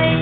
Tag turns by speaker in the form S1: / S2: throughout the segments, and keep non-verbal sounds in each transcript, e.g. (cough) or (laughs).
S1: Oh, Oh, oh, Oh, oh,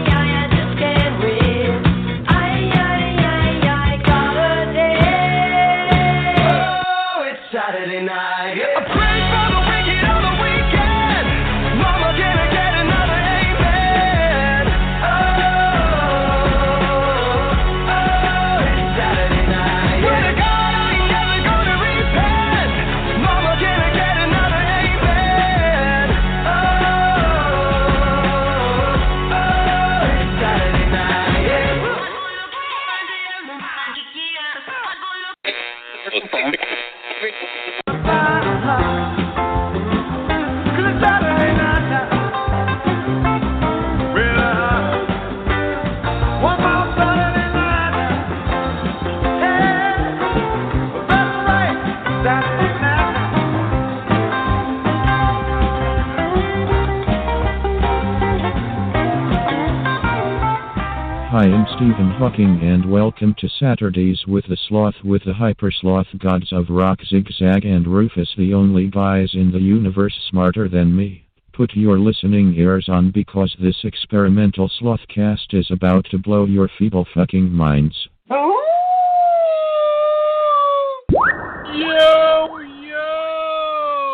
S2: Stephen Hawking and welcome to Saturdays with the Sloth with the Hyper Sloth Gods of Rock Zigzag and Rufus the only guys in the universe smarter than me. Put your listening ears on because this experimental slothcast is about to blow your feeble fucking minds.
S1: Yo,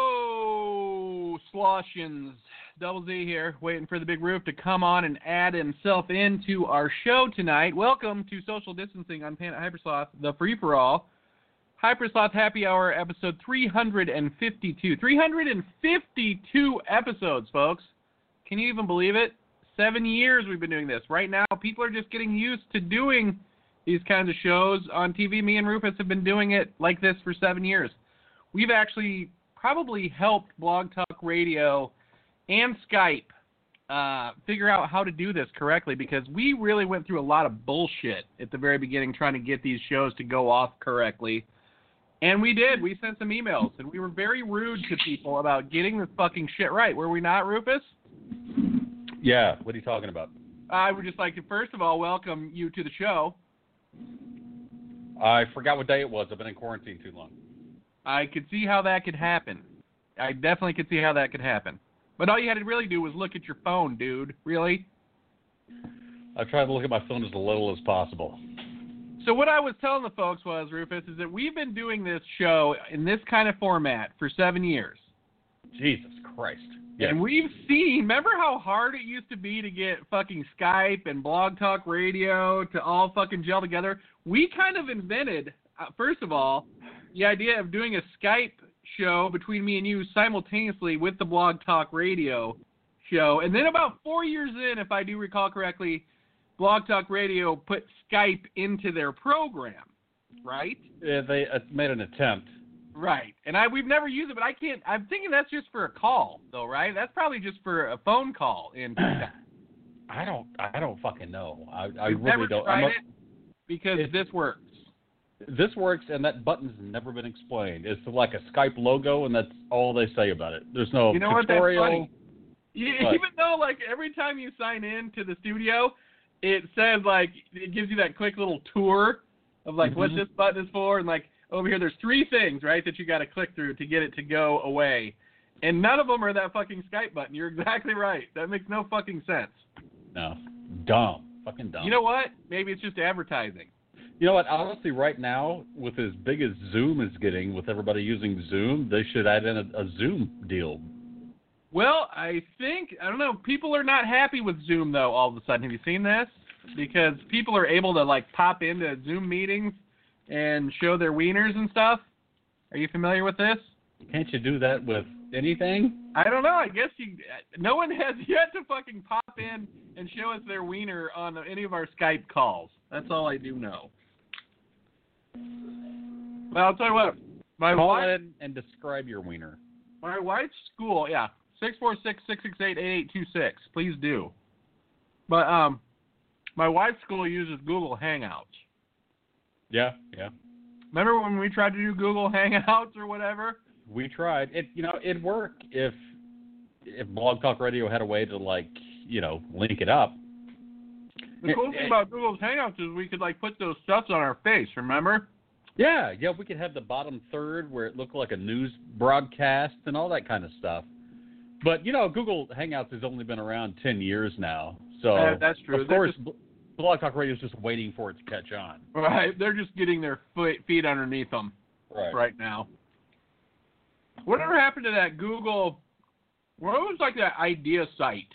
S1: yo! Sloshians. Double Z here, waiting for the big roof to come on and add himself into our show tonight. Welcome to Social Distancing on Planet Hypersloth, the free for all. Hypersloth Happy Hour, episode 352. 352 episodes, folks. Can you even believe it? Seven years we've been doing this. Right now, people are just getting used to doing these kinds of shows on TV. Me and Rufus have been doing it like this for seven years. We've actually probably helped Blog Talk Radio and Skype uh, figure out how to do this correctly because we really went through a lot of bullshit at the very beginning trying to get these shows to go off correctly. And we did. We sent some emails and we were very rude to people about getting this fucking shit right. Were we not, Rufus?
S3: Yeah. What are you talking about?
S1: I would just like to, first of all, welcome you to the show.
S3: I forgot what day it was. I've been in quarantine too long.
S1: I could see how that could happen. I definitely could see how that could happen. But all you had to really do was look at your phone, dude. Really?
S3: I tried to look at my phone as little as possible.
S1: So what I was telling the folks was, Rufus, is that we've been doing this show in this kind of format for seven years.
S3: Jesus Christ.
S1: Yes. And we've seen, remember how hard it used to be to get fucking Skype and Blog Talk Radio to all fucking gel together? We kind of invented, uh, first of all, the idea of doing a Skype show between me and you simultaneously with the Blog Talk Radio show. And then about four years in, if I do recall correctly, Blog Talk Radio put Skype into their program, right?
S3: Yeah, they
S1: uh,
S3: made an attempt.
S1: Right. And I we've never used it, but I can't. I'm thinking that's just for a call, though, right? That's probably just for a phone call. And
S3: I don't, I don't fucking know. I, I really don't. I'm
S1: a, because it, this works
S3: this works and that button's never been explained. It's like a Skype logo and that's all they say about it. There's no
S1: you know
S3: tutorial.
S1: What, that's funny. But, Even though like every time you sign in to the studio, it says like it gives you that quick little tour of like mm-hmm. what this button is for and like over here there's three things, right, that you gotta click through to get it to go away. And none of them are that fucking Skype button. You're exactly right. That makes no fucking sense.
S3: No. Dumb. Fucking dumb.
S1: You know what? Maybe it's just advertising.
S3: You know what? Honestly, right now, with as big as Zoom is getting, with everybody using Zoom, they should add in a, a, Zoom deal.
S1: Well, I think I don't know. People are not happy with Zoom though. All of a sudden, have you seen this? Because people are able to like pop into Zoom meetings and show their wieners and stuff. Are you familiar with this?
S3: Can't you do that with anything?
S1: I don't know. I guess you. No one has (laughs) yet to fucking pop in and show us their wiener on any of our Skype calls. That's all I do know. Well, I'll tell you what. My
S3: Call
S1: wife,
S3: in and describe your wiener.
S1: My wife's school, yeah. six four six six six eight eight eight two six. Please do. But um, my wife's school uses Google Hangouts.
S3: Yeah, yeah.
S1: Remember when we tried to do Google (laughs) Hangouts or whatever?
S3: We tried. It you know, it'd work if if Blog Talk Radio had a way to like, you know, link it up.
S1: The cool thing about Google's Hangouts is we could like put those stuffs on our face. Remember? (laughs)
S3: Yeah, yeah, we could have the bottom third where it looked like a news broadcast and all that kind of stuff. But you know, Google Hangouts has only been around ten years now, so
S1: Yeah, that's true.
S3: Of
S1: They're
S3: course,
S1: just-
S3: Bl Blog Talk Radio is just waiting for it to catch on.
S1: Right. They're just getting their foot, feet underneath them
S3: (laughs)
S1: right now. Whatever happened to that Google? What was like that idea site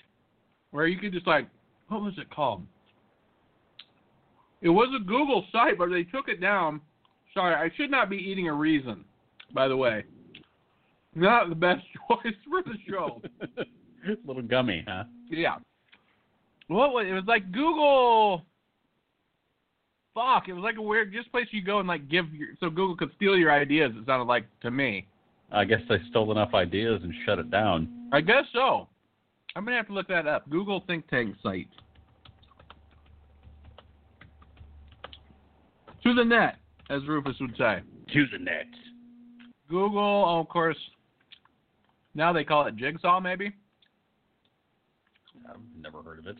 S1: where you could just like what was it called? It was a Google site, but they took it down. Sorry, I should not be eating a reason. By the way, not the best (laughs) choice for the show.
S3: Little gummy, huh?
S1: Yeah. What was it? Was like Google. Fuck! It was like a weird just place you go and like give your so Google could steal your ideas. It sounded like to me.
S3: I guess they stole enough ideas and shut it down.
S1: I guess so. I'm gonna have to look that up. Google think tank site. To the net, as Rufus would say.
S3: To the net.
S1: Google, oh, of course. Now they call it Jigsaw, maybe.
S3: I've never heard of it.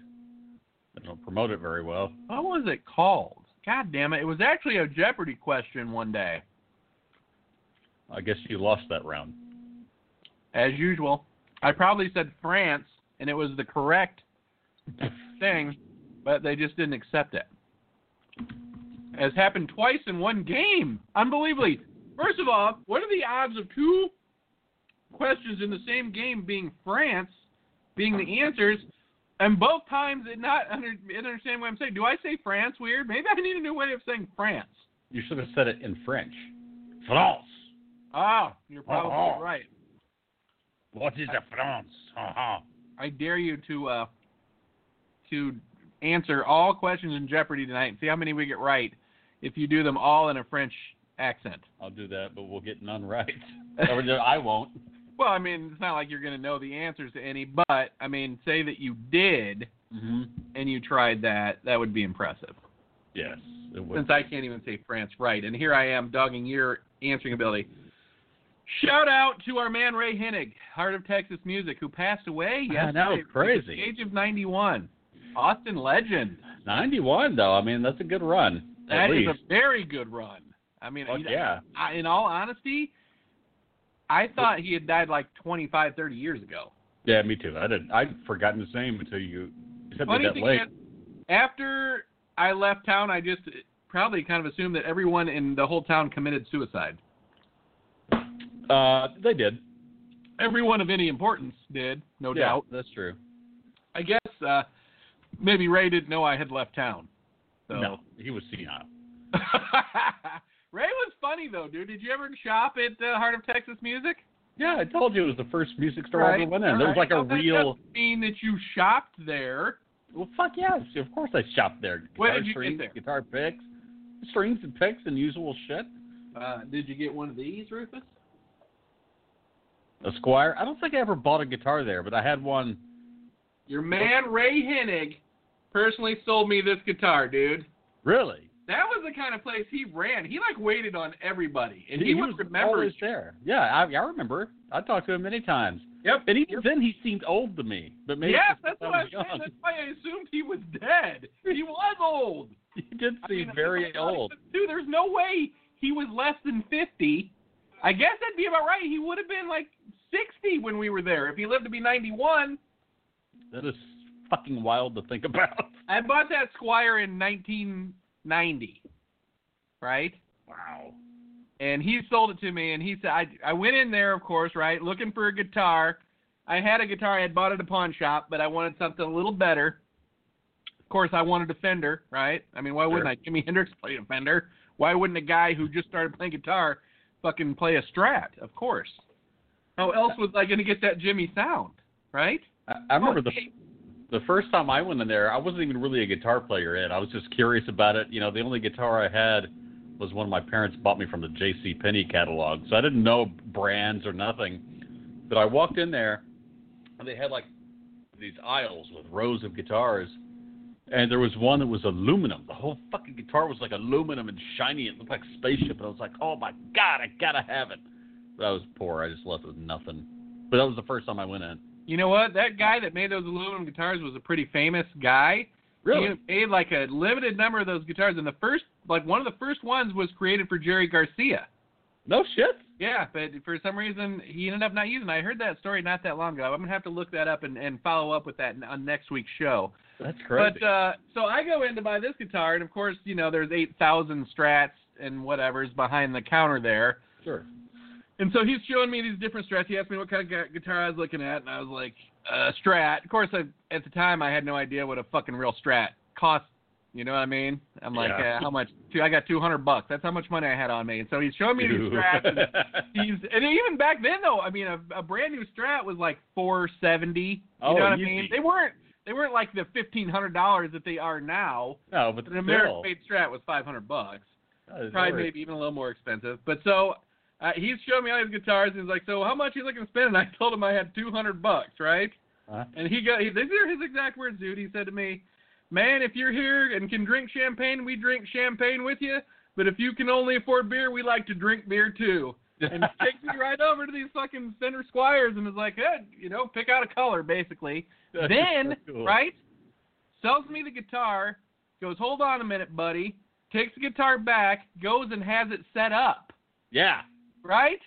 S3: They don't promote it very well.
S1: What was it called? God damn it! It was actually a Jeopardy question one day.
S3: I guess you lost that round.
S1: as usual. I probably said France, and it was the correct thing, but they just didn't accept it. Has happened twice in one game. Unbelievably. First of all, what are the odds of two questions in the same game being France, being the answers, and both times it not under, it understand what I'm saying? Do I say France weird? Maybe I need a new way of saying France.
S3: You should have said it in French. France.
S1: Ah, you're probably
S3: Uh-huh.
S1: right.
S3: What is a France? Uh-huh.
S1: I dare you to uh, to answer all questions in Jeopardy tonight and see how many we get right if you do them all in a French accent.
S3: I'll do that, but we'll get none
S1: (laughs)
S3: right. Or no, I won't.
S1: Well, I mean, it's not like you're going to know the answers to any, but I mean, say that you did
S3: Mm-hmm.
S1: and you tried that, that would be impressive.
S3: Yes, it would.
S1: Since I can't even say France right, and here I am dogging your answering ability. Shout out to our man Ray Hennig, Heart of Texas Music, who passed away yesterday.
S3: I know,
S1: at the
S3: crazy.
S1: age of 91. Austin legend.
S3: 91, though. I mean, that's a good run.
S1: That
S3: at
S1: is
S3: least.
S1: a very good run. I mean, (laughs)
S3: Fuck
S1: you know,
S3: yeah.
S1: I, in all honesty, I thought he had died like 25, 30 years ago.
S3: Yeah, me too. I didn't. I'd forgotten his name until you said me
S1: Funny
S3: that
S1: thing
S3: late.
S1: is, after I left town, I just probably kind of assumed that everyone in the whole town committed suicide.
S3: Uh, they did.
S1: Everyone of any importance did, no
S3: yeah,
S1: doubt.
S3: that's true.
S1: I guess uh, maybe Ray didn't know I had left town. So.
S3: No, he was senile.
S1: (laughs) Ray was funny though, dude. Did you ever shop at uh, Heart of Texas Music?
S3: Yeah, I told you it was the first music store I ever went in.
S1: all
S3: There was
S1: right. Oh,
S3: like a
S1: Now, that
S3: real.
S1: doesn't mean that you shopped there.
S3: Well, fuck yes. Of course I shopped there. Guitar
S1: What did you get
S3: strings,
S1: there?
S3: Guitar picks, strings and picks, and usual shit.
S1: Uh, did you get one of these, Rufus?
S3: Esquire. I don't think I ever bought a guitar there, but I had one.
S1: Your man Ray Hennig personally sold me this guitar, dude.
S3: Really?
S1: That was the kind of place he ran. He like waited on everybody, and he,
S3: was
S1: would remember.
S3: always there. Yeah, I, I remember. I talked to him many times,
S1: Yep.
S3: and even then he seemed old to me. But maybe
S1: Yes,
S3: it's
S1: that's
S3: because
S1: what I
S3: I
S1: was
S3: was
S1: saying. That's why I assumed he was dead. He was old.
S3: young. (laughs) He did
S1: I
S3: seem
S1: mean,
S3: very
S1: I thought he
S3: old.
S1: was- Dude, there's no way he was less than 50. I guess that'd be about right. He would have been like 60 when we were there. If he lived to be 91,
S3: That is fucking wild to think (laughs) about.
S1: I bought that Squire in 1990, right?
S3: Wow.
S1: And he sold it to me, and he said I I went in there, of course, right, looking for a guitar. I had a guitar I had bought at a pawn shop, but I wanted something a little better. Of course, I wanted a Fender, right? I mean, why wouldn't I? Jimi Hendrix played a Fender. Why wouldn't a guy who just started playing guitar fucking play a Strat? Of course. How else was I going to get that Jimmy sound, right?
S3: I, I remember the
S1: Okay.
S3: the first time I went in there, I wasn't even really a guitar player in. I was just curious about it. You know, the only guitar I had was one my parents bought me from the J.C. Penney catalog, so I didn't know brands or nothing. But I walked in there, and they had like these aisles with rows of guitars, and there was one that was aluminum. The whole fucking guitar was like aluminum and shiny. It looked like a spaceship, and I was like, oh my god, I gotta have it. But I was poor. I just left with nothing. But that was the first time I went in.
S1: You know what? That guy that made those aluminum guitars was a pretty famous guy.
S3: Really?
S1: He made like a limited number of those guitars, and the first, like one of the first ones, was created for Jerry Garcia.
S3: No shit.
S1: Yeah, but for some reason he ended up not using. it. I heard that story not that long ago. I'm gonna have to look that up and, and follow up with that n- on next week's show.
S3: That's crazy.
S1: But uh, so I go in to buy this guitar, and of course, you know, there's eight thousand strats and whatever's behind the counter there. (laughs)
S3: sure.
S1: And so he's showing me these different strats. He asked me what kind of gu- guitar I was looking at, and I was like, uh, Strat. Of course, I, at the time, I had no idea what a fucking real Strat cost. You know what I mean? I'm like,
S3: Yeah.
S1: uh, how much? Two, I got 200 bucks. That's how much money I had on me. And so he's showing me these Strats.
S3: (laughs)
S1: And, he's, and even back then, though, I mean, a, a brand new Strat was like 470. You
S3: Oh,
S1: know what
S3: easy.
S1: I mean? They weren't. They weren't like the fifteen hundred dollars that they are now.
S3: no, but
S1: An
S3: still.
S1: American-made Strat was five hundred bucks
S3: God, it's
S1: probably
S3: already-
S1: maybe even a little more expensive. But so uh, he's showing me all his guitars, and he's like, "So how much you looking to spend?" And I told him I had two hundred bucks, right?
S3: Huh?
S1: And he got he, these are his exact words, dude. He said to me, "Man, if you're here and can drink champagne, we drink champagne with you. But if you can only afford beer, we like to drink beer too."
S3: (laughs)
S1: And takes me right over to these fucking center squires and is like, "Hey, you know, pick out a color, basically."
S3: That's
S1: then,
S3: (laughs) so cool.
S1: right? Sells me the guitar, goes, hold on a minute, buddy. Takes the guitar back, goes and has it set up,
S3: Yeah.
S1: right?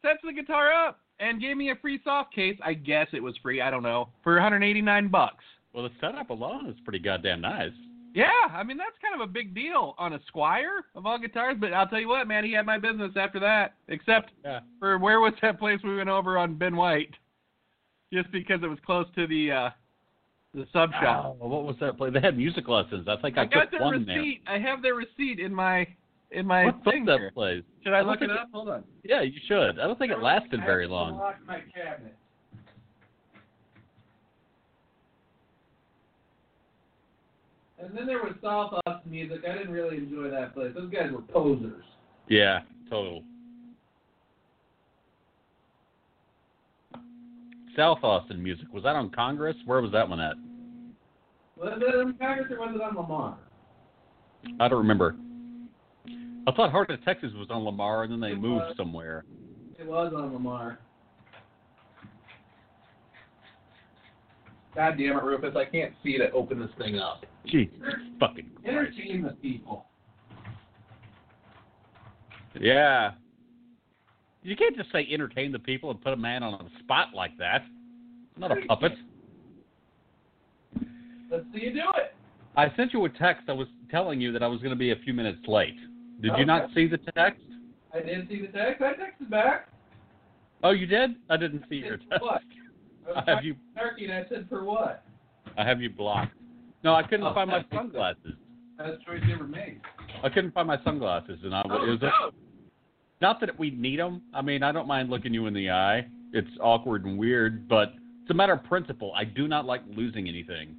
S1: Sets the guitar up and gave me a free soft case. I guess it was free, I don't know, for 189 bucks.
S3: Well, the setup alone is pretty goddamn nice.
S1: Yeah, I mean that's kind of a big deal on a Squire of all guitars, but I'll tell you what, man, he had my business after that. Except
S3: Yeah.
S1: for where was that place we went over on Ben White? Just because it was close to the uh the sub shop.
S3: Oh, what was that play? They had music lessons. I think
S1: I
S3: I,
S1: got
S3: took
S1: their
S3: one
S1: receipt. I have their receipt in my in my
S3: there. What was
S1: thing
S3: that
S1: here.
S3: place?
S1: Should I
S3: don't
S1: look it
S3: think
S1: up? Hold on.
S3: Yeah, you should. I don't think it lasted very long.
S1: Lock my cabinet. And then there was South Austin music. I didn't really enjoy that place. Those guys were posers.
S3: Yeah, total. South Austin music. Was that on Congress? Where was that one at?
S1: Was it on Congress or was it on Lamar?
S3: I don't remember. I thought Heart of Texas was on Lamar, and then they
S1: It
S3: moved
S1: was.
S3: somewhere.
S1: It was on Lamar. God damn it, Rufus. I can't see to open this thing up.
S3: Jesus fucking Christ.
S1: Entertain the people.
S3: Yeah. You can't just say entertain the people and put a man on a spot like that. I'm not a puppet.
S1: Let's see you do it.
S3: I sent you a text. I was telling you that I was going to be a few minutes late. Did
S1: Okay.
S3: you not see the text?
S1: I did see the text. I texted back.
S3: Oh, you did? I didn't see your
S1: It's
S3: text.
S1: what? I was
S3: (laughs) I have you.
S1: snarky and I said, for what?
S3: I have you blocked. No, I couldn't
S1: Oh,
S3: find my
S1: that's-
S3: sunglasses.
S1: That's the choice you ever made.
S3: I couldn't find my sunglasses, and I it was not that we need them. I mean, I don't mind looking you in the eye. It's awkward and weird, but it's a matter of principle. I do not like losing anything.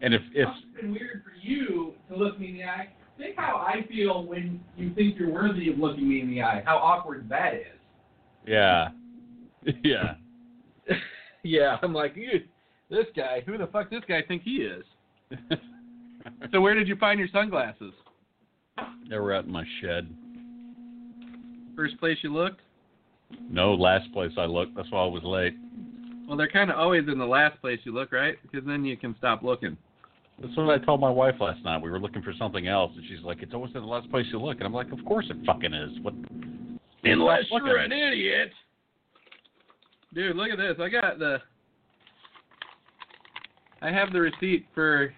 S3: And if if
S1: been weird for you to look me in the eye. Think how I feel when you think you're worthy of looking me in the eye. How awkward that is.
S3: yeah, (laughs) yeah,
S1: (laughs)
S3: (laughs)
S1: yeah, I'm like, you, this guy, who the fuck this guy think he is? So where did you find your sunglasses?
S3: they were out in my shed.
S1: First place you looked?
S3: No, last place I looked. That's why I was late.
S1: Well, they're kind of always in the last place you look, right? Because then you can stop looking.
S3: That's what I told my wife last night. We were looking for something else, and she's like, "It's always in the last place you look." And I'm like, "Of course it fucking is." What? Unless
S1: Look
S3: you're
S1: at
S3: an
S1: idiot. Dude, look at this. I got the. I have the receipt for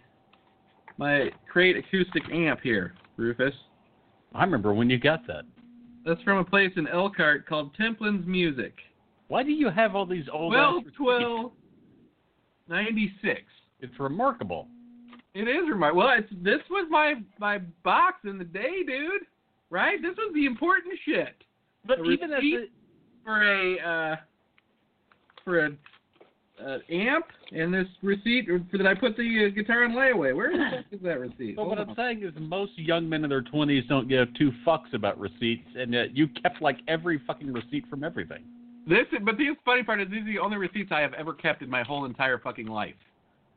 S1: my crate acoustic amp here, Rufus.
S3: I remember when you got that.
S1: That's from a place in Elkhart called Templin's Music.
S3: Why do you have all these old? ass
S1: 12
S3: receipts?
S1: 12 96.
S3: It's remarkable.
S1: It is remarkable. Well, it's, this was my, my box in the day, dude. Right? This was the important shit.
S3: But
S1: A
S3: even as
S1: receipt?
S3: a,
S1: for a uh, for a uh, amp and this receipt that I put the uh, guitar on layaway. Where
S3: (clears throat)
S1: the fuck is that receipt?
S3: but what
S1: Hold
S3: I'm
S1: on.
S3: saying is most young men in their 20s don't give two fucks about receipts, and yet you kept like every fucking receipt from everything.
S1: This, but the funny part is these are the only receipts I have ever kept in my whole entire fucking life.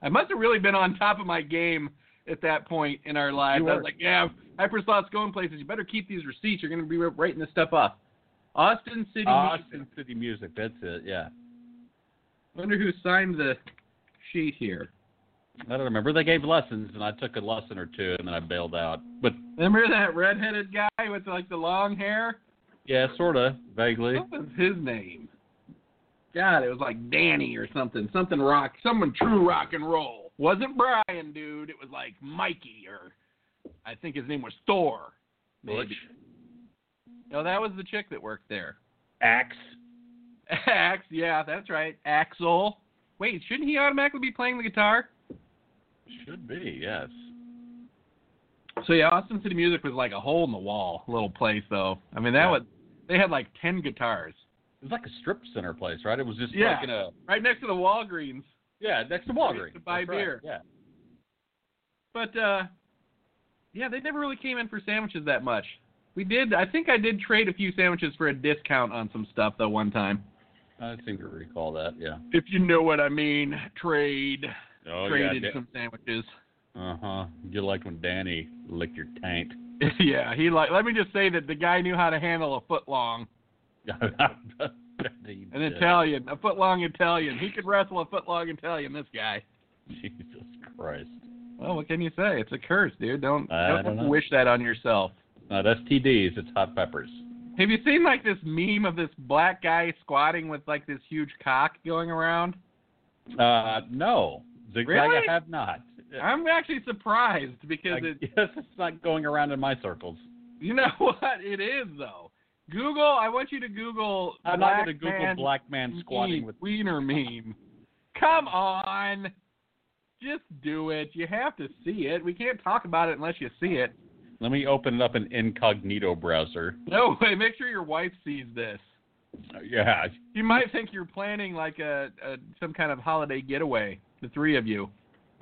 S1: I must have really been on top of my game at that point in our lives.
S3: You
S1: I
S3: were.
S1: was like, yeah, Hypersloth's going places. You better keep these receipts. You're going to be writing this stuff up. Austin City. Music.
S3: Austin Ah, City Music. That's it. Yeah.
S1: wonder who signed the sheet here.
S3: I don't remember. They gave lessons, and I took a lesson or two, and then I bailed out. But
S1: Remember that redheaded guy with like the long hair?
S3: yeah, sort of vaguely.
S1: What was his name? God, it was like Danny or something. Something rock. Someone true rock and roll. Wasn't Brian, dude. It was like Mikey or I think his name was Thor.
S3: Butch,
S1: Maybe. No, that was the chick that worked there. (laughs)
S3: Axe.
S1: Ax, yeah, that's right. Axel. Wait, shouldn't he automatically be playing the guitar?
S3: Should be yes.
S1: So yeah, Austin City Music was like a hole in the wall little place though. I mean that
S3: Yeah.
S1: was they had like ten guitars.
S3: It was like a strip center place, right? It was just
S1: Yeah.
S3: like in a
S1: Right next to the Walgreens.
S3: yeah next to
S1: We
S3: Walgreens.
S1: used to buy
S3: That's right.
S1: beer.
S3: Yeah.
S1: But uh yeah, they never really came in for sandwiches that much. We did I think I did trade a few sandwiches for a discount on some stuff though one time.
S3: I seem to recall that. Yeah.
S1: If you know what I mean, trade
S3: Oh
S1: traded some sandwiches. (laughs)
S3: Uh huh. You liked when Danny licked your taint.
S1: yeah, he like let me just say that the guy knew how to handle a foot long.
S3: (laughs)
S1: An Italian, a footlong Italian. He could wrestle a footlong Italian. This guy.
S3: Jesus Christ.
S1: Well, what can you say? It's a curse, dude. Don't
S3: I
S1: don't,
S3: don't know.
S1: wish that on yourself.
S3: No, that's TDs. It's hot peppers.
S1: Have you seen like this meme of this black guy squatting with like this huge cock going around?
S3: Uh, no. Zigzag,
S1: Really?
S3: I have not.
S1: I'm actually surprised because
S3: I
S1: it,
S3: guess it's not going around in my circles.
S1: you know (laughs) what it is though. Google. I want you to Google.
S3: I'm
S1: black
S3: not going to Google
S1: man
S3: black man
S1: meme,
S3: squatting with.
S1: wiener meme. Come on, just do it. You have to see it. We can't talk about it unless you see it.
S3: Let me open it up in incognito browser.
S1: No way. (laughs) Make sure your wife sees this.
S3: Uh, Yeah.
S1: You might think you're planning like a, a some kind of holiday getaway, the three of you.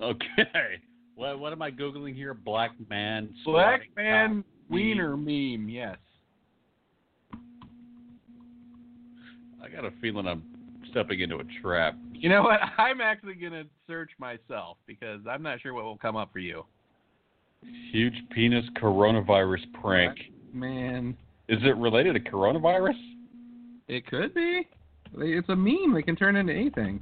S3: Okay. What, what am I Googling here? Black man.
S1: Black
S3: squatting
S1: man
S3: cock
S1: wiener meme. Yes.
S3: meme. Oh, I got a feeling I'm stepping into a trap.
S1: You know what? (laughs) I'm actually gonna search myself because I'm not sure what will come up for you.
S3: Huge penis coronavirus prank.
S1: Man,
S3: Is it related to coronavirus?
S1: it could be. It's a meme. They can turn into anything.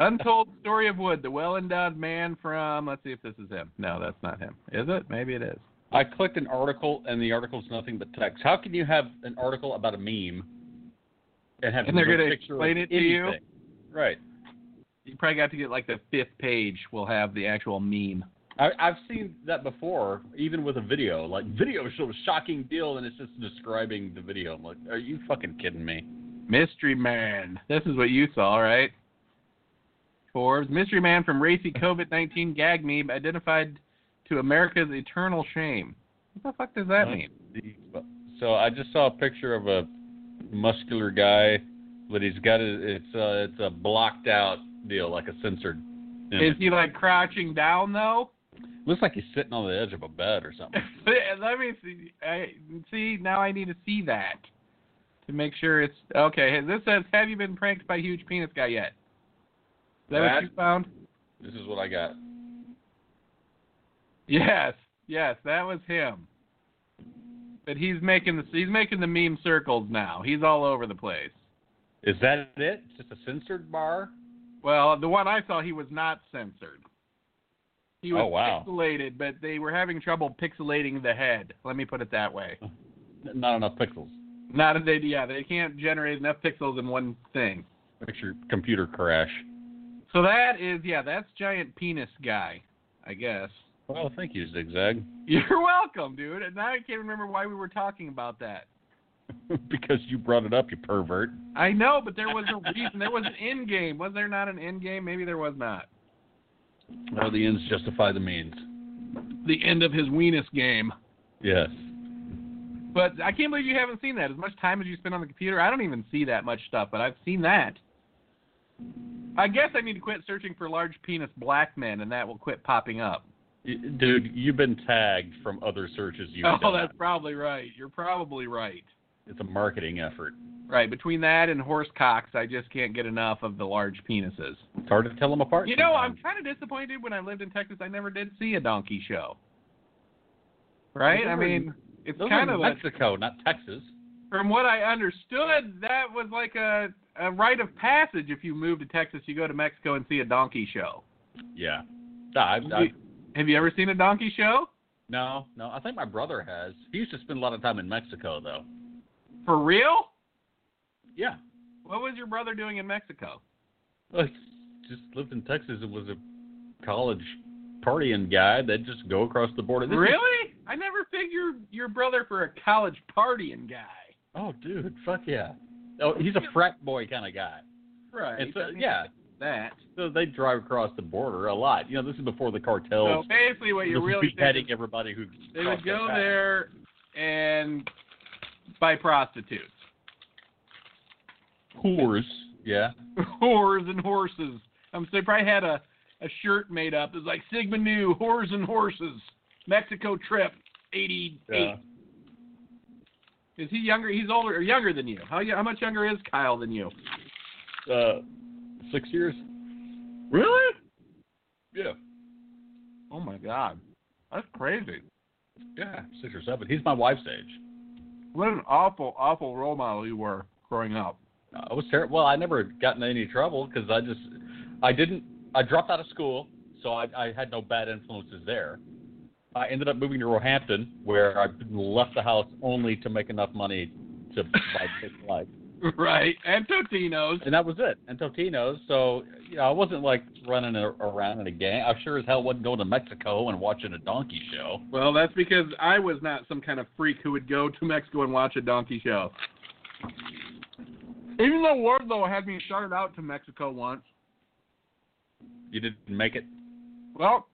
S1: Untold story of wood. The well-endowed man from. Let's see if this is him. No, that's not him. Is it? Maybe it is.
S3: I clicked an article and the article's nothing but text. How can you have an article about a meme and have
S1: And they're
S3: no
S1: gonna
S3: picture
S1: explain
S3: of
S1: it to you?
S3: anything? Right.
S1: You probably got to get like the fifth page. We'll have the actual meme.
S3: I, I've seen that before, even with a video. Like video shows shocking deal, and it's just describing the video. I'm like, are you fucking kidding me?
S1: Mystery Man. This is what you saw, right? Forbes. Mystery Man from racy COVID 19 gag meme identified to America's eternal shame. What the fuck does that
S3: Huh?
S1: mean?
S3: So I just saw a picture of a muscular guy, but he's got a, it's a, it's a blocked out deal, like a censored.
S1: Is he like crouching down though? (laughs)
S3: Looks like he's sitting on the edge of a bed or something.
S1: Let me see. I, see, now I need to see that to make sure it's. Okay, this says, Have you been pranked by Huge Penis Guy yet? Is that, what
S3: That-
S1: you found?
S3: this is what I got.
S1: Yes, yes, that was him. But he's making the he's making the meme circles now. He's all over the place.
S3: Is that it? It's just a censored bar?
S1: Well, the one I saw, he was not censored. He was
S3: Oh, wow.
S1: pixelated, but they were having trouble pixelating the head. Let me put it that
S3: (laughs)
S1: way.
S3: N- Not enough pixels.
S1: Not they, yeah, they can't generate enough pixels in one thing.
S3: Makes your computer crash.
S1: So that is, yeah, that's giant penis guy, I guess. (laughs)
S3: Well, thank you, Zigzag, (laughs)
S1: You're welcome, dude. And now I can't remember why we were talking about that.
S3: because you brought it up, you pervert.
S1: I know, but there was a reason. There was an end game. Was there not an end game? Maybe there was not.
S3: Well, the ends justify the means.
S1: The end of his weenus game.
S3: Yes.
S1: But I can't believe you haven't seen that. As much time as you spend on the computer, I don't even see that much stuff, but I've seen that. I guess I need to quit searching for large penis black men, and that will quit popping up.
S3: Y- Dude, you've been tagged from other searches you've
S1: oh,
S3: done.
S1: that's probably right. You're probably right.
S3: It's a marketing effort.
S1: Right. Between that and horse cocks, I just can't get enough of the large penises.
S3: It's hard to tell them apart.
S1: You know, I'm
S3: sometimes.
S1: kind of disappointed when I lived in Texas. I never did see a donkey show. Right?
S3: Those
S1: I
S3: are-
S1: mean, it's
S3: Those
S1: kind
S3: are
S1: of a,
S3: Mexico, not Texas.
S1: from what I understood, that was like a, a rite of passage. If you move to Texas, you go to Mexico and see a donkey show.
S3: Yeah. No, I, I,
S1: You- Have you ever seen a donkey show?
S3: no, no. I think my brother has. He used to spend a lot of time in Mexico, though.
S1: For real?
S3: Yeah.
S1: What was your brother doing in Mexico?
S3: Well, he just lived in Texas and was a college partying guy that just go across the border. This is-
S1: Really? I never figured your brother for a college partying guy.
S3: oh, dude. Fuck yeah. Oh, he's a frat boy kind of guy.
S1: Right.
S3: And so, yeah.
S1: That.
S3: So they drive across the border a lot. You know, this is before the cartels.
S1: So basically, what you're
S3: was
S1: really
S3: beheading
S1: thinking-
S3: everybody who
S1: they
S3: crossed
S1: would
S3: their
S1: go
S3: path.
S1: there and buy prostitutes, (laughs)
S3: Whores. Yeah.
S1: whores and horses. Um, so they probably had a, a shirt made up. It was like Sigma Nu, whores and horses, Mexico trip, '88.
S3: Yeah.
S1: Is he younger? He's older or younger than you? How y- how much younger is Kyle than you?
S3: Uh, six years.
S1: Really?
S3: Yeah.
S1: Oh my God, that's crazy.
S3: Yeah, six or seven. He's my wife's age.
S1: What an awful, awful role model you were growing up. (laughs)
S3: I was terrible. Well, I never got in any trouble because I just, I didn't, I dropped out of school, so I, I had no bad influences there. I ended up moving to Roehampton, where I left the house only to make enough money to buy big life,
S1: Right, and Totinos.
S3: and that was it. And Totino's, so you know, I wasn't like running a, around in a gang. I sure as hell wasn't going to Mexico and watching a donkey show.
S1: Well, that's because I was not some kind of freak who would go to Mexico and watch a donkey show. Even though Wardlow had me started out to Mexico once,
S3: You didn't make it.
S1: well,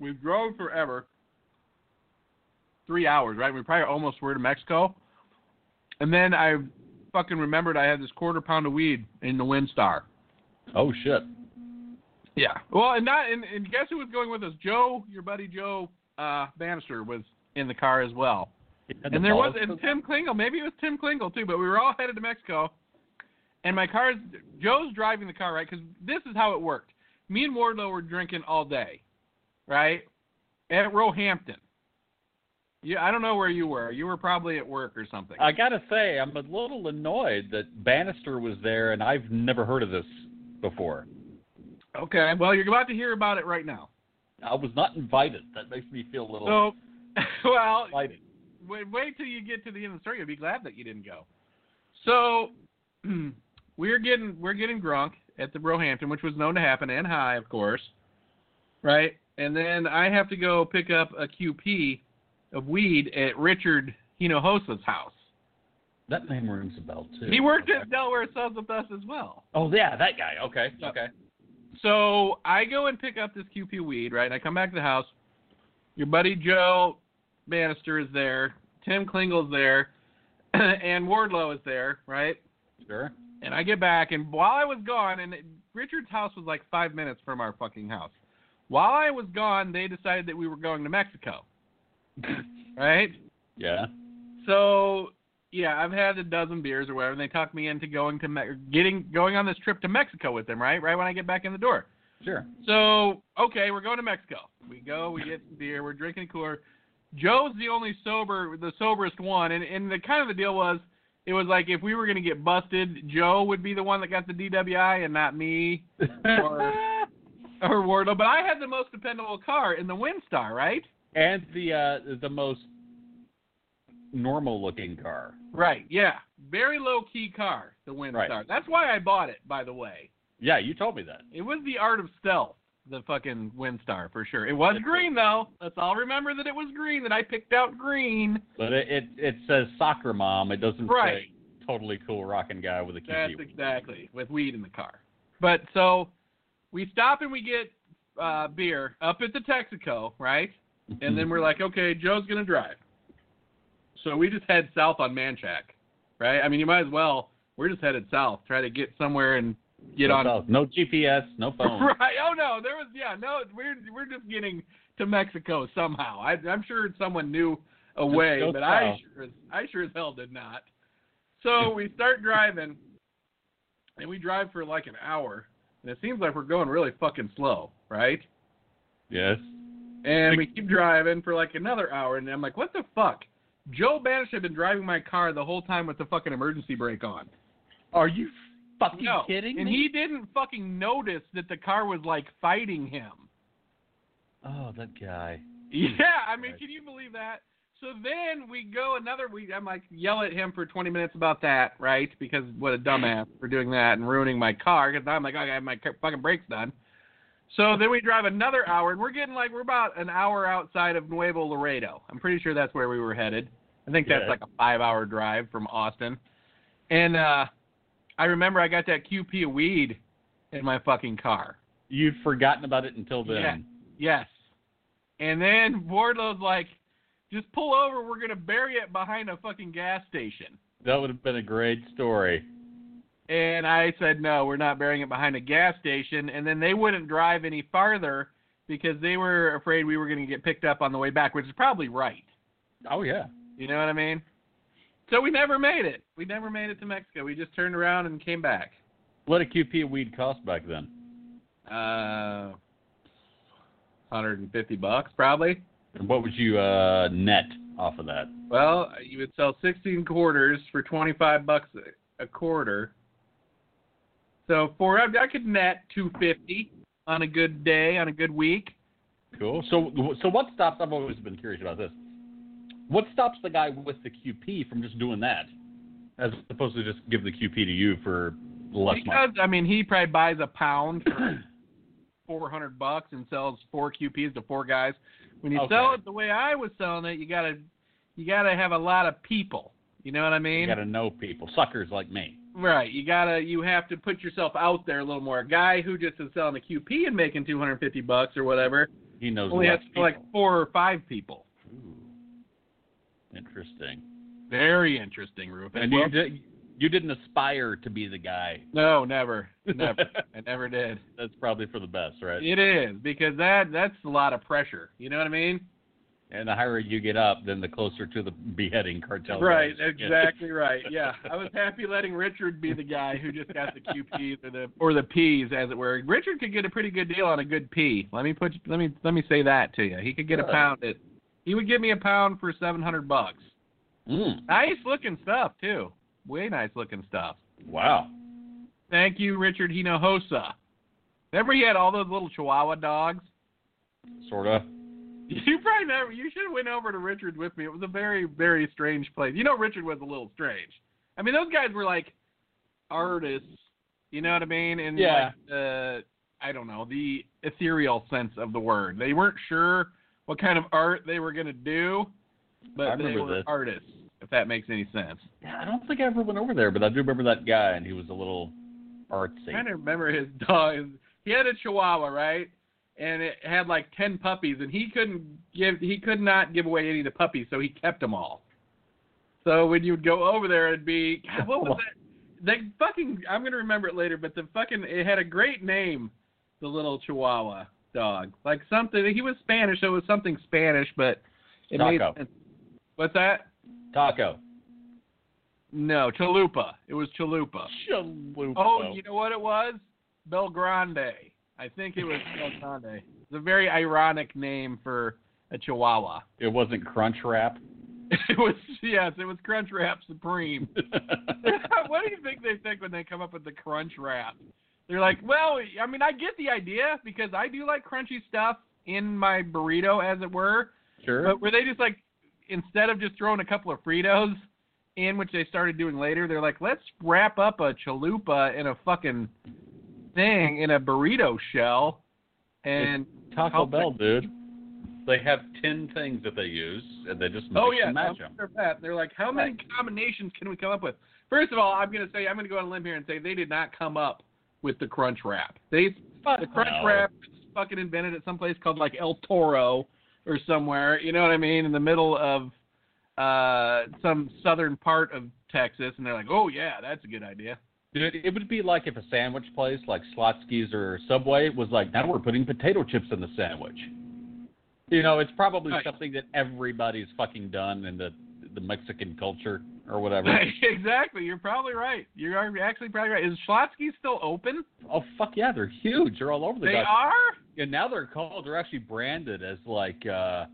S1: we drove forever, three hours, right? We probably almost were to Mexico, and then I fucking remembered I had this quarter pound of weed in the Windstar.
S3: Oh shit.
S1: Yeah. Well, and not and, and guess who was going with us? Joe, your buddy Joe uh, Bannister was in the car as well. And there was and Tim Klingel, maybe it was Tim Klingel too, but we were all headed to Mexico. And my car's Joe's driving the car, right? Because this is how it worked. Me and Wardlow were drinking all day, right? At Roehampton. Yeah, I don't know where you were. You were probably at work or something.
S3: I gotta say, I'm a little annoyed that Bannister was there, and I've never heard of this before.
S1: okay. Well, you're about to hear about it right now.
S3: I was not invited. That makes me feel a little
S1: So, (laughs) well,
S3: slighted.
S1: wait, wait till you get to the end of the story. You'll be glad that you didn't go. So (clears throat) we're getting we're getting drunk at the Brohampton, which was known to happen, and high, of course, right? And then I have to go pick up a QP of weed at Richard Hinojosa's house.
S3: That name rings a bell too.
S1: He worked
S3: Okay.
S1: at Delaware Subs with us as well.
S3: Oh yeah, that guy. Okay,
S1: Yeah.
S3: okay.
S1: So I go and pick up this QP weed, right? And I come back to the house. Your buddy Joe Bannister is there. Tim Klingel's there. (clears throat) and Wardlow is there, right?
S3: Sure.
S1: And I get back, and while I was gone, and Richard's house was like five minutes from our fucking house. While I was gone, they decided that we were going to Mexico, right?
S3: Yeah.
S1: So yeah, I've had a dozen beers or whatever, and they talked me into going to Me- getting going on this trip to Mexico with them, right? Right when I get back in the door. (laughs)
S3: Sure.
S1: So okay, we're going to Mexico. We go, we get some beer, we're drinking a cooler. Joe's the only sober, the soberest one, and and the kind of the deal was, it was like if we were gonna get busted, Joe would be the one that got the DWI and not me
S3: (laughs)
S1: or Wardlow. But I had the most dependable car in the WinStar, right?
S3: and the uh, the most normal looking car.
S1: Right. Yeah. Very low key car, the WinStar.
S3: Right.
S1: That's why I bought it, by the way.
S3: Yeah, you told me that.
S1: It was the art of stealth, the fucking WinStar for sure. It was green though. Let's all remember that it was green. That I picked out green.
S3: But it it, it says soccer mom. It doesn't
S1: Right.
S3: say totally cool rocking guy with a
S1: That's
S3: QT.
S1: exactly with weed in the car. But so we stop and we get uh, beer up at the Texaco, right? And then we're like, okay, Joe's gonna drive. So we just head south on Manchac, right? I mean, you might as well. We're just headed south, try to get somewhere and get
S3: (laughs) no
S1: on.
S3: phone. No GPS, no
S1: (laughs)
S3: phone.
S1: Right? Oh no, there was yeah. No, we're we're just getting to Mexico somehow. I, I'm sure someone knew a way,
S3: go
S1: but I
S3: south.
S1: sure as- I sure as hell did not.
S3: (laughs)
S1: So we start driving, and we drive for like an hour, and it seems like we're going really fucking slow, right?
S3: Yes.
S1: And we keep driving for like another hour, and I'm like, what the fuck? Joe Banish had been driving my car the whole time with the fucking emergency brake on.
S4: Are you fucking
S1: No.
S4: kidding
S1: and
S4: me?
S1: he didn't fucking notice that the car was like fighting him.
S3: Oh, that guy.
S1: Yeah, I mean,
S3: Christ.
S1: can you believe that? So then we go another week. I'm like yell at him for 20 minutes about that, right? Because what a dumbass for doing that and ruining my car. Because I'm like, I have my ca- fucking brakes done. So then we drive another hour, and we're getting like we're about an hour outside of Nuevo Laredo. I'm pretty sure that's where we were headed. I think that's
S3: Yeah.
S1: like a five-hour drive from Austin. And uh I remember I got that QP of weed in my fucking car.
S3: You'd forgotten about it until then.
S1: Yeah. Yes. And then Wardlow's like, just pull over. We're going to bury it behind a fucking gas station.
S3: That would have been a great story.
S1: And I said, no, we're not burying it behind a gas station. And then they wouldn't drive any farther because they were afraid we were going to get picked up on the way back, which is probably right.
S3: Oh yeah.
S1: You know what I mean? So we never made it. We never made it to Mexico. We just turned around and came back.
S3: What a QP of weed cost back then.
S1: Uh, 150 bucks probably.
S3: And what would you uh, net off of that?
S1: Well, you would sell 16 quarters for 25 bucks a- a quarter. So for I I could net 250 on a good day, on a good week.
S3: Cool. So so what stops? I've always been curious about this. What stops the guy with the QP from just doing that, as opposed to just give the QP to you for less money?
S1: because I mean, he probably buys a pound
S3: (clears throat)
S1: for (laughs) 400 bucks and sells four QPs to four guys. When you
S3: Okay.
S1: sell it the way I was selling it, you gotta you gotta have a lot of people. You know what I mean?
S3: You got to know people, suckers like me.
S1: Right. You gotta you have to put yourself out there a little more. A guy who just is selling a QP and making two hundred and fifty bucks or whatever
S3: He knows
S1: only
S3: less
S1: has
S3: people.
S1: like four or five people.
S3: Ooh. Interesting.
S1: Very interesting, Rufus.
S3: And you did. You didn't aspire to be the guy.
S1: no, (laughs) never. Never. I never did.
S3: That's probably for the best, right?
S1: It is because that that's a lot of pressure. You know what I mean?
S3: And the higher you get up, then the closer to the beheading cartel.
S1: right,
S3: goes. Yeah.
S1: exactly
S3: (laughs)
S1: right. Yeah. I was happy letting Richard be the guy who just got the QPs or the or the Ps as it were. Richard could get a pretty good deal on a good P. Let me put let me let me say that to you. He could get a
S3: Good.
S1: pound at he would give me a pound for seven hundred bucks.
S3: Mm,
S1: Nice looking stuff too. Way nice looking stuff.
S3: wow.
S1: Thank you, Richard Hinojosa. Remember he had all those little Chihuahua dogs? (laughs)
S3: Sort of.
S1: You probably never. You should have went over to Richard with me. It was a very, very strange place. You know, Richard was a little strange. I mean, those guys were like artists. You know what I mean? And
S3: Yeah.
S1: Like, uh, I don't know the ethereal sense of the word. They weren't sure what kind of art they were gonna do,
S3: I
S1: but they
S3: remember
S1: were
S3: this.
S1: artists. If that makes any sense.
S3: Yeah, I don't think I ever went over there, but I do remember that guy, and he was a little artsy.
S1: I'm trying to remember his (laughs) dog. He had a Chihuahua, right? And it had like ten puppies, and he couldn't give he could not give away any of the puppies, so he kept them all. So when you would go over there, it'd be God, what was that? That fucking I'm gonna remember it later, but the fucking it had a great name, the little Chihuahua dog, like something. He was Spanish, so it was something Spanish, but it
S3: Taco.
S1: made sense. What's that?
S3: Taco.
S1: No, Chalupa. It was Chalupa.
S3: Chalupa.
S1: Oh, you know what it was? Belgrande. I think it was Belgrande. It's a very ironic name for a Chihuahua. (laughs)
S3: It wasn't Crunch Wrap.
S1: It was yes, it was Crunch Wrap Supreme. (laughs) what do you think they think when they come up with the Crunch Wrap? They're like, well, I mean, I get the idea because I do like crunchy stuff in my burrito, as it were.
S3: sure.
S1: But were they just like, instead of just throwing a couple of Fritos in, which they started doing later, they're like, let's wrap up a chalupa in a fucking thing in a burrito shell, and
S3: Taco
S1: I'll-
S3: Bell, dude. They have ten things that they use, and they just mix
S1: oh yeah,
S3: and match
S1: I'm
S3: them.
S1: sure of that. They're like, how many combinations can we come up with? First of all, I'm gonna say I'm gonna go on a limb here and say they did not come up with the crunch wrap. They the crunch
S3: no.
S1: wrap was fucking invented at some place called like El Toro or somewhere. You know what I mean? In the middle of uh some southern part of Texas, and they're like, oh yeah, that's a good
S3: (laughs)
S1: idea. (laughs)
S3: Dude, it would be like if a sandwich place like Slotsky's or Subway was like, now we're putting potato chips in the sandwich. You know, it's probably
S1: Right.
S3: something that everybody's fucking done in the the Mexican culture. or whatever.
S1: exactly. You're probably right. You are actually probably right. Is Schlotsky still open?
S3: oh fuck yeah, they're huge. They're all over the
S1: they
S3: goddamn-
S1: are.
S3: and now they're called they're actually branded as like uh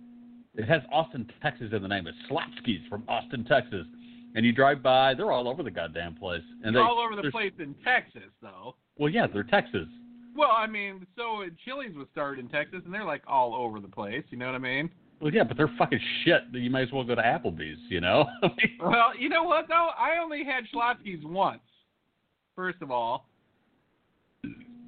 S3: it has Austin, Texas in the name. It's Slotskis from Austin, Texas. And you drive by, they're all over the goddamn place. And
S1: They're
S3: they,
S1: all over the
S3: there's-
S1: place in Texas, though.
S3: Well, yeah, they're Texas.
S1: Well, I mean, so Chili's was started in Texas, and they're like all over the place. You know what I mean?
S3: Well, yeah, but they're fucking shit. that You may as well go to Applebee's, you know? (laughs) I mean,
S1: (laughs) Well, you know what though? I only had Schlotsky's once. First of all,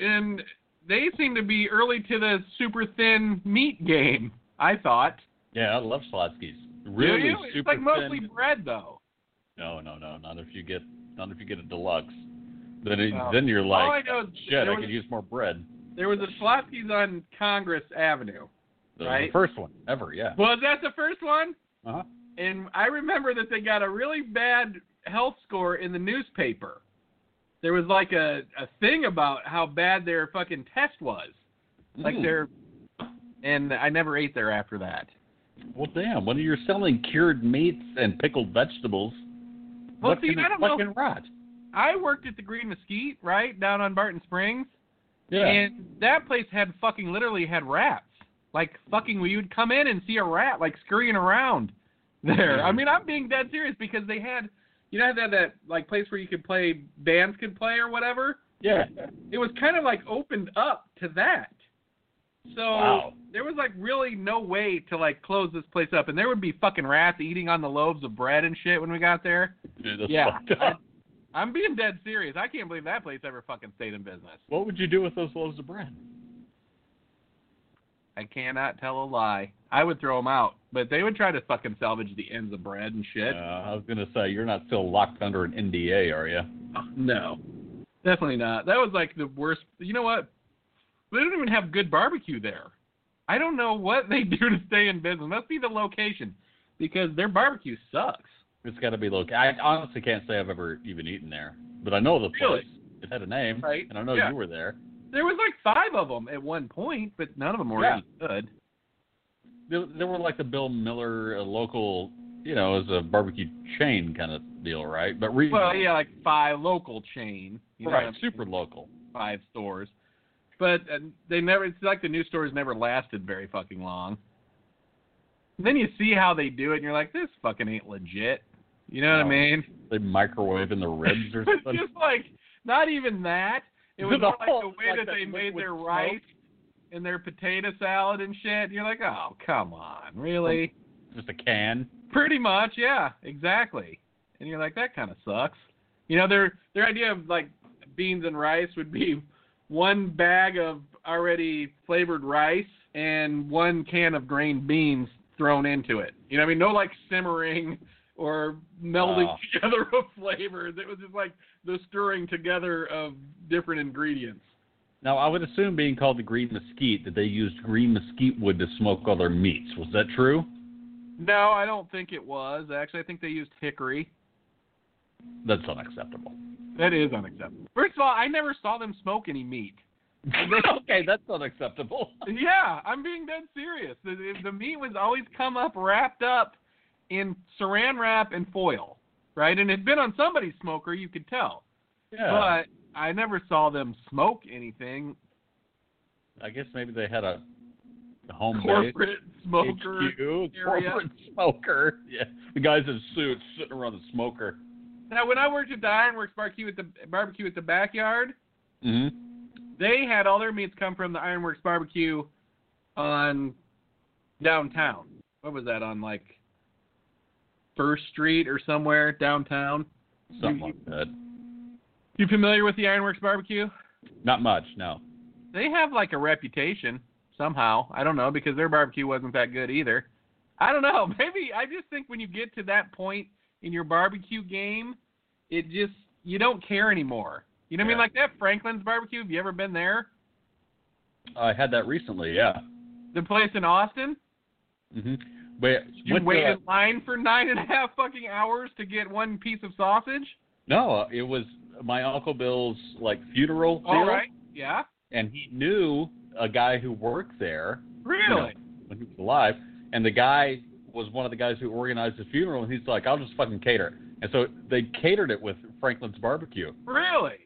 S1: and they seem to be early to the super thin meat game. I thought.
S3: yeah, I love Slotskis.
S1: Do
S3: Really
S1: you?
S3: super
S1: It's like mostly
S3: thin.
S1: bread though.
S3: No, no, no. Not if you get not if you get a deluxe. Then it,
S1: Oh.
S3: then you're
S1: all I
S3: like,
S1: know is
S3: shit.
S1: there,
S3: I
S1: was,
S3: could use more bread.
S1: there was a Schlotsky's on Congress Avenue.
S3: The-
S1: Right.
S3: The first one ever, yeah.
S1: Was that the first one?
S3: Uh-huh.
S1: And I remember that they got a really bad health score in the newspaper. There was like a, a thing about how bad their fucking test was. Like
S3: Mm.
S1: their and I never ate there after that.
S3: Well, damn. When you're selling cured meats and pickled vegetables,
S1: Well,
S3: what
S1: see,
S3: can
S1: I don't
S3: what
S1: know.
S3: can rot?
S1: I worked at the Green Mesquite, right, down on Barton Springs.
S3: Yeah.
S1: And that place had fucking literally had rats. Like fucking we would come in and see a rat like scurrying around there. I mean, I'm being dead serious because they had you know they had that like place where you could play bands could play or whatever.
S3: yeah.
S1: (laughs) It was kind of like opened up to that. So
S3: Wow.
S1: there was like really no way to like close this place up and there would be fucking rats eating on the loaves of bread and shit when we got there.
S3: Dude, that's
S1: yeah.
S3: fucked up.
S1: I'm being dead serious. I can't believe that place ever fucking stayed in business.
S3: What would you do with those loaves of bread?
S1: I cannot tell a lie. I would throw them out, but they would try to fucking salvage the ends of bread and
S3: Uh,
S1: shit.
S3: I was gonna say you're not still locked under an NDA, are you?
S1: Oh, no, definitely not. That was like the worst. You know what? They don't even have good barbecue there. I don't know what they (laughs) do to stay in business. Must be the location, because their barbecue sucks.
S3: It's got to be local. I honestly can't say I've ever even eaten there, but I know the place.
S1: Really?
S3: It had a name,
S1: Right.
S3: and I know
S1: Yeah.
S3: you were there.
S1: There was like five of them at one point, but none of them were
S3: Yeah.
S1: any good.
S3: They, they were like the Bill Miller uh, local, you know, as a barbecue chain kind of deal, right? But regional,
S1: Well, yeah, like five local chain. You know what
S3: right?
S1: I'm saying?
S3: Super local.
S1: five stores. But uh, they never. It's like the new stores never lasted very fucking long. And then you see how they do it, and you're like, this fucking ain't legit. You know what I
S3: No.
S1: mean?
S3: They microwave in the (laughs) ribs or
S1: (laughs) It's
S3: something.
S1: just like not even that. It was
S3: (laughs) The
S1: more like the
S3: whole-
S1: way
S3: like
S1: that
S3: that
S1: they made
S3: liquid
S1: their
S3: smoke.
S1: rice and their potato salad and shit. You're like, oh come on, really?
S3: just a can.
S1: Pretty much, yeah, exactly. And you're like, that kind of sucks. You know, their their idea of like beans and rice would be one bag of already flavored rice and one can of grained beans thrown into it. You know, what I mean, no like simmering or melding
S3: Wow.
S1: together (laughs) of flavors. It was just like the stirring together of different ingredients.
S3: Now, I would assume being called the green mesquite that they used green mesquite wood to smoke all their meats. Was that true?
S1: No, I don't think it was. Actually, I think they used hickory.
S3: That's unacceptable.
S1: (laughs) That is unacceptable. First of all, I never saw them smoke any meat.
S3: okay, that's unacceptable.
S1: Yeah, I'm being dead serious. The, the- the meat was always come up wrapped up in saran wrap and foil, right? And it had been on somebody's smoker, you could tell.
S3: (laughs) Yeah.
S1: But I never saw them smoke anything.
S3: I guess maybe they had a home base.
S1: Corporate smoker.
S3: HQ,
S1: area.
S3: corporate (laughs) smoker. Yeah, the guys in suits sitting around the smoker.
S1: Now, when I worked at the Ironworks barbecue at the barbecue at the backyard,
S3: Mm-hmm.
S1: they had all their meats come from the Ironworks barbecue on downtown. What was that on like First Street or somewhere downtown?
S3: Something like that.
S1: You familiar with the Ironworks barbecue?
S3: Not much, no.
S1: They have like a reputation somehow. I don't know because their barbecue wasn't that good either. I don't know. (laughs) Maybe I just think when you get to that point in your barbecue game, it just you don't care anymore. You know what I mean?
S3: Yeah.
S1: Like that Franklin's barbecue. Have you ever been there?
S3: I had that recently. Yeah.
S1: The place in Austin.
S3: Mm-hmm. But
S1: You
S3: went to
S1: wait
S3: a-
S1: in line for nine and a half fucking hours to get one piece of sausage.
S3: no, it was my uncle Bill's like funeral.
S1: All
S3: deal.
S1: right. Yeah.
S3: and he knew a guy who worked there
S1: Really?
S3: when he was alive, and the guy was one of the guys who organized the funeral, and he's like, "I'll just fucking cater." And so they catered it with Franklin's barbecue.
S1: Really?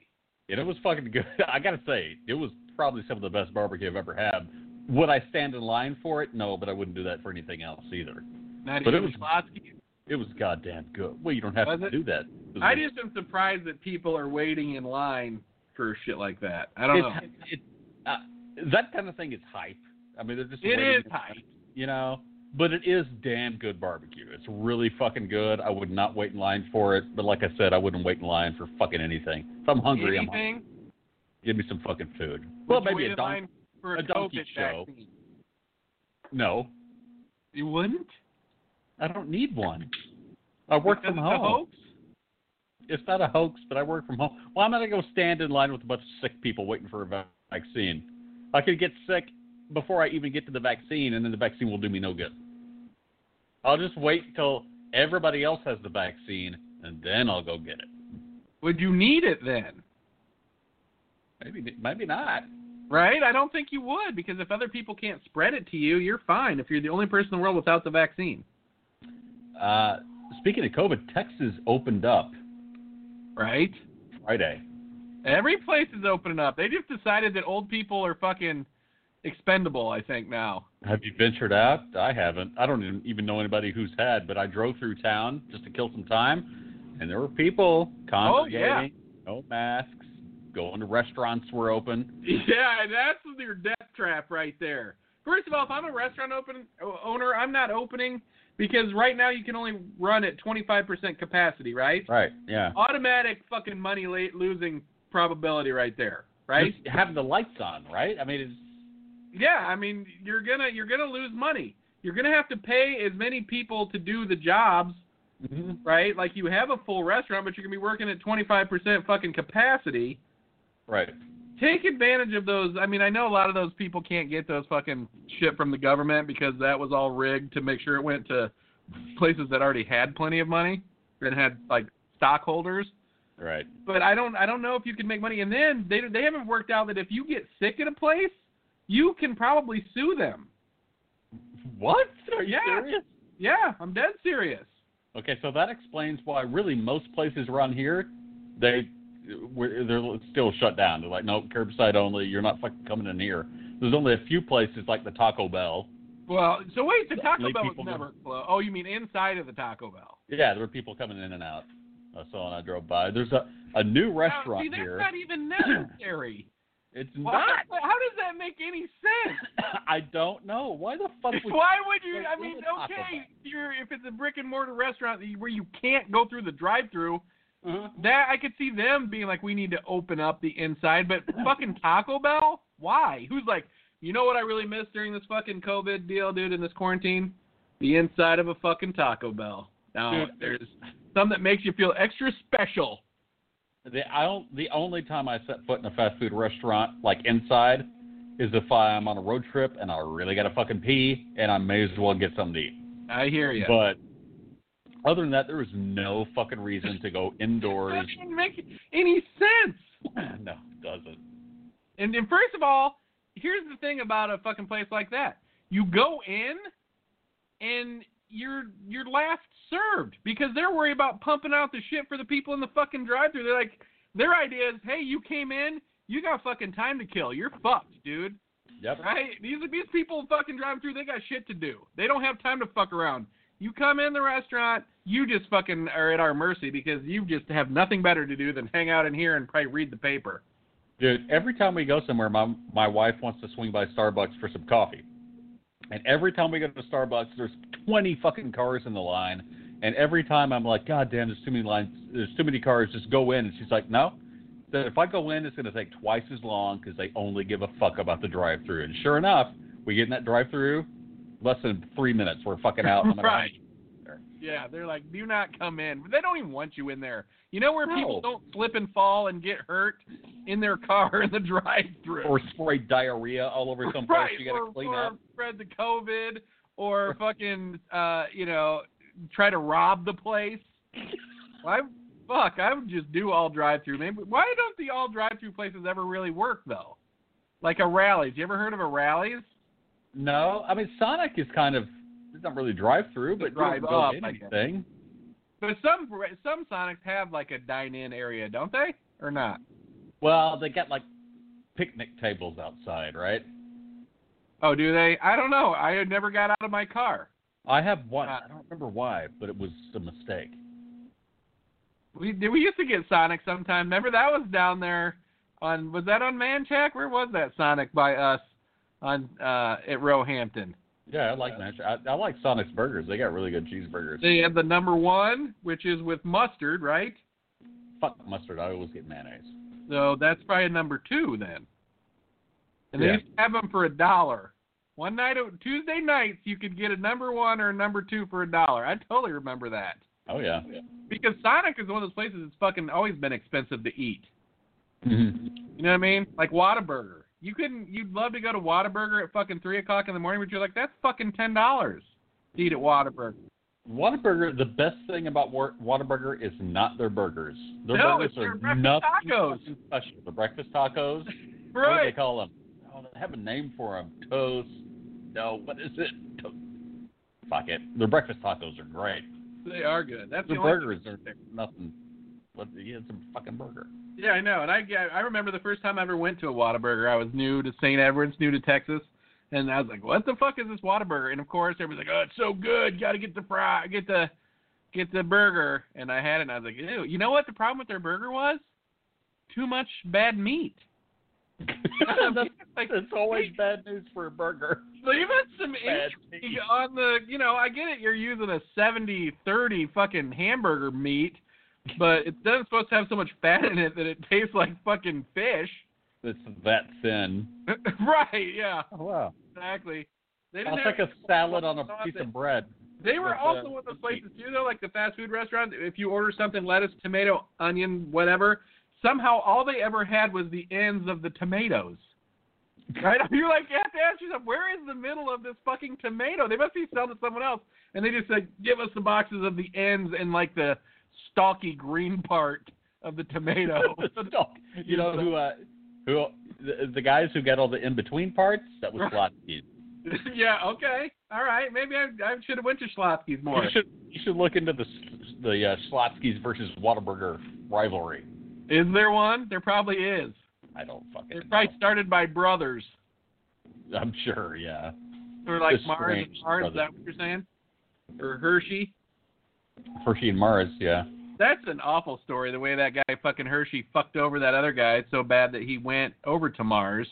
S3: And it was fucking good. (laughs) I got to say, it was probably some of the best barbecue I've ever had. Would I stand in line for it? No, but I wouldn't do that for anything else either.
S1: Not
S3: But it
S1: even
S3: was-
S1: Slotsky?
S3: It was goddamn good. Well, you don't have
S1: Was
S3: to
S1: it?
S3: do that. It
S1: I
S3: was-
S1: just am surprised that people are waiting in line for shit like that. I don't know.
S3: it's, it, uh, that kind of thing is hype. I mean, they're just
S1: It
S3: waiting,
S1: is hype.
S3: you know. But it is damn good barbecue. It's really fucking good. I would not wait in line for it. But like I said, I wouldn't wait in line for fucking anything. If I'm hungry, I'm hungry.
S1: Anything?
S3: give me some fucking food. Well,
S1: Would you
S3: maybe
S1: wait
S3: a
S1: in
S3: donkey.
S1: line for
S3: a donkey
S1: COVID
S3: show.
S1: vaccine?
S3: No,
S1: You wouldn't?
S3: I don't need one. I work
S1: Because
S3: from
S1: it's a
S3: home.
S1: hoax?
S3: It's not a hoax, but I work from home. Why am I going to go stand in line with a bunch of sick people waiting for a va- vaccine? I could get sick before I even get to the vaccine, and then the vaccine will do me no good. I'll just wait till everybody else has the vaccine, and then I'll go get it.
S1: Would you need it then?
S3: Maybe, maybe not.
S1: Right? I don't think you would because if other people can't spread it to you, you're fine. If you're the only person in the world without the vaccine,
S3: Uh, speaking of COVID, Texas opened up
S1: right?
S3: Friday.
S1: Every place is opening up. They just decided that old people are fucking expendable, I think, now.
S3: Have you ventured out? I haven't. I don't even- even know anybody who's had, but I drove through town just to kill some time, and there were people congregating,
S1: Oh, yeah.
S3: no masks, going to restaurants were open.
S1: Yeah, that's your death trap right there. First of all, if I'm a restaurant open uh, owner, I'm not opening because right now you can only run at 25% capacity, right?
S3: Right. Yeah.
S1: Automatic fucking money late losing probability right there, right?
S3: Just having the lights on, right? I mean, it's
S1: Yeah, I mean you're gonna you're gonna lose money. You're gonna have to pay as many people to do the jobs,
S3: mm-hmm.
S1: right? Like you have a full restaurant, but you're gonna be working at 25% fucking capacity.
S3: right.
S1: Take advantage of those. I mean, I know a lot of those people can't get those fucking shit from the government because that was all rigged to make sure it went to places that already had plenty of money and had like stockholders.
S3: Right.
S1: But I don't I don't know if you can make money. And then they they haven't worked out that if you get sick at a place, you can probably sue them.
S3: What? Are you
S1: Yeah.
S3: serious?
S1: Yeah, I'm dead serious.
S3: Okay, so that explains why really most places around here, they we're- they're still shut down. They're like, no, curbside only. You're not fucking coming in here. There's only a few places like the Taco Bell.
S1: Well, so wait, the Taco
S3: Leave
S1: Bell was
S3: people
S1: never closed. Oh, you mean inside of the Taco Bell?
S3: Yeah, there were people coming in and out. I saw and I drove by. There's a a new
S1: Now,
S3: restaurant
S1: see, that's
S3: here.
S1: not even
S3: (laughs)
S1: necessary.
S3: it's
S1: Why-
S3: not. (laughs)
S1: How does that make any sense?
S3: I don't know why the fuck would
S1: Why would you? I
S3: Where's
S1: mean,
S3: the Taco
S1: okay,
S3: Bell?
S1: you're, if it's a brick and mortar restaurant that you- where you can't go through the drive-through,
S3: Uh-huh.
S1: that I could see them being like, we need to open up the inside.
S3: (laughs)
S1: But fucking Taco Bell, why? Who's like, you know what I really missed during this fucking COVID deal, dude, in this quarantine? The inside of a fucking Taco Bell. Now
S3: Dude.
S1: there's some that makes you feel extra special.
S3: The I don't, the only time I set foot in a fast food restaurant like inside is if I'm on a road trip and I really gotta fucking pee and I may as well get something to eat.
S1: I hear you.
S3: But other than that, there was no fucking reason to go
S1: (laughs)
S3: indoors.
S1: doesn't make any sense.
S3: no, it doesn't.
S1: And, and first of all, here's the thing about a fucking place like that. You go in and you're you're last served because they're worried about pumping out the shit for the people in the fucking drive through. They're like their idea is, hey, you came in, you got fucking time to kill. You're fucked, dude.
S3: Yep.
S1: Right? These these people fucking driving through, they got shit to do. They don't have time to fuck around. You come in the restaurant, you just fucking are at our mercy because you just have nothing better to do than hang out in here and probably read the paper.
S3: Dude, every time we go somewhere, my my wife wants to swing by Starbucks for some coffee, and every time we go to Starbucks, there's 20 fucking cars in the line, and every time I'm like, God damn, there's too many lines, there's too many cars, just go in, and she's like, No, that if I go in, it's gonna take twice as long because they only give a fuck about the drive-through, and sure enough, we get in that drive-through, less than three minutes, we're
S1: (laughs)
S3: fucking out. no matter how
S1: Right. Yeah, they're like, do not come in. But they don't even want you in there. You know where
S3: No.
S1: people don't slip and fall and get hurt in their car in the (laughs) drive-through.
S3: or spray diarrhea all over someplace.
S1: right,
S3: You gotta
S1: or,
S3: clean
S1: or
S3: up.
S1: spread the COVID, or fucking, uh, you know, try to rob the place. Why? Fuck, I would just do all drive-through. Maybe why don't the all drive-through places ever really work though? Like a rallies. You ever heard of a rallies?
S3: No, I mean Sonic is kind of it's not really drive through, but you
S1: Drive
S3: don't go
S1: up,
S3: in
S1: I guess.
S3: anything.
S1: But some some Sonics have like a dine-in area, don't they? Or not?
S3: Well, they got like picnic tables outside, right?
S1: Oh, do they? I don't know. I never got out of my car.
S3: I have one.
S1: Uh,
S3: I don't remember why, but it was a mistake.
S1: We did. we used to get Sonic sometime. Remember that was down there on was that on Manchac? Where was that Sonic by us on uh at Roehampton?
S3: Yeah, I like Nash. I, I like Sonic's burgers. They got really good cheeseburgers.
S1: They have the number one, which is with mustard, right?
S3: Fuck mustard. I always get mayonnaise.
S1: So that's probably number two then. And they
S3: Yeah.
S1: used to have them for a dollar. One night, Tuesday nights, you could get a number one or a number two for a dollar. I totally remember that
S3: Oh yeah.
S1: because Sonic is one of those places that's fucking always been expensive to eat. You know what I mean? Like Whataburger. You couldn't. You'd love to go to Whataburger at fucking three o'clock in the morning, but you're like, that's fucking ten dollars to eat at Whataburger.
S3: (laughs) Whataburger. The best thing about Wa- Whataburger is not their burgers. Their
S1: No,
S3: burgers
S1: it's their
S3: are
S1: breakfast
S3: nothing
S1: tacos.
S3: fucking special. The breakfast tacos. What do they
S1: Right?
S3: call them? Oh, they have a name for them. Toast. No, what is it? To- Fuck it. Their breakfast tacos are great.
S1: They are good. That's the
S3: Their
S1: only-
S3: burgers are nothing. What? Yeah, it's a
S1: (laughs)
S3: fucking burger. (laughs)
S1: Yeah, I know. And I I remember the first time I ever went to a Whataburger. I was new to St. Edwards, new to Texas, and I was like, "What the fuck is this Whataburger?" And of course, everybody's like, "Oh, it's so good. Got to get the fry, get the get the burger." And I had it, and I was like, "Ew." You know what the problem with their burger was? Too much bad meat. (laughs)
S3: (laughs) that's,
S1: like,
S3: it's always bad news for a burger.
S1: leave us some
S3: Bad
S1: (laughs) intrigue on the. You know, I get it. You're using a 70-30 fucking hamburger meat, but it doesn't supposed to have so much fat in it that it tastes like fucking fish. (laughs)
S3: It's that thin.
S1: right? Yeah.
S3: Oh, wow.
S1: Exactly. They didn't
S3: I'll
S1: have,
S3: take a salad on a
S1: sauce
S3: piece
S1: it.
S3: of
S1: (laughs)
S3: bread. (laughs)
S1: They were
S3: with, uh,
S1: also one of those places too, though, like the fast food restaurant. If you order something, lettuce, tomato, onion, whatever, somehow all they ever had was the ends of the tomatoes. Right? (laughs) You're like, you have to ask yourself, where is the middle of this fucking tomato? They must be selling to someone else, and they just said, give us the boxes of the ends and like the stalky green part of the
S3: (laughs)
S1: tomato. (laughs)
S3: you know who? Uh, who? The, the guys who got all the in between parts. That was Slotsky.
S1: yeah. Okay. All right. Maybe I, I should have went to Schlotsky's more.
S3: You should you should look into the the uh, Schlotsky's versus Whataburger rivalry.
S1: Is there one? There probably is.
S3: I don't fucking.
S1: It
S3: know.
S1: probably started by brothers.
S3: I'm sure. Yeah.
S1: Or like
S3: The
S1: Mars and
S3: strange
S1: Mars, is
S3: brothers.
S1: that what you're saying? Or Hershey?
S3: Hershey and Mars. Yeah.
S1: That's an awful story, the way that guy fucking Hershey fucked over that other guy so bad that he went over to Mars.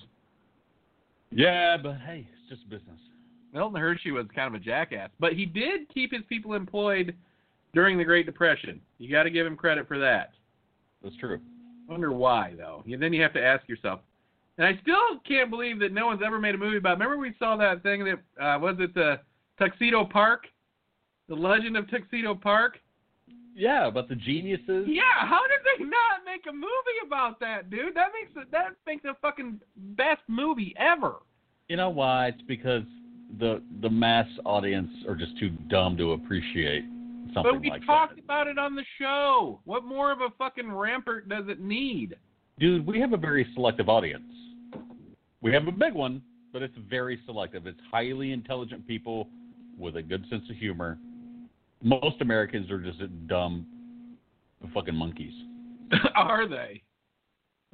S3: Yeah, but hey, it's just business.
S1: Milton Hershey was kind of a jackass. But he did keep his people employed during the Great Depression. You gotta give him credit for that.
S3: That's true.
S1: wonder why though. And then you have to ask yourself. And I still can't believe that no one's ever made a movie about. Remember we saw that thing that uh, was it the Tuxedo Park, the Legend of Tuxedo Park.
S3: Yeah, but the geniuses.
S1: Yeah, how did they not make a movie about that, dude? That makes it that makes the fucking best movie ever.
S3: You know why? It's because the the mass audience are just too dumb to appreciate something
S1: but we
S3: like
S1: talked
S3: that.
S1: about it on the show. What more of a fucking rampart does it need? (laughs)
S3: Dude, we have a very selective audience. We have a big one, but it's very selective. It's highly intelligent people with a good sense of humor. Most Americans are just dumb fucking monkeys.
S1: Are they?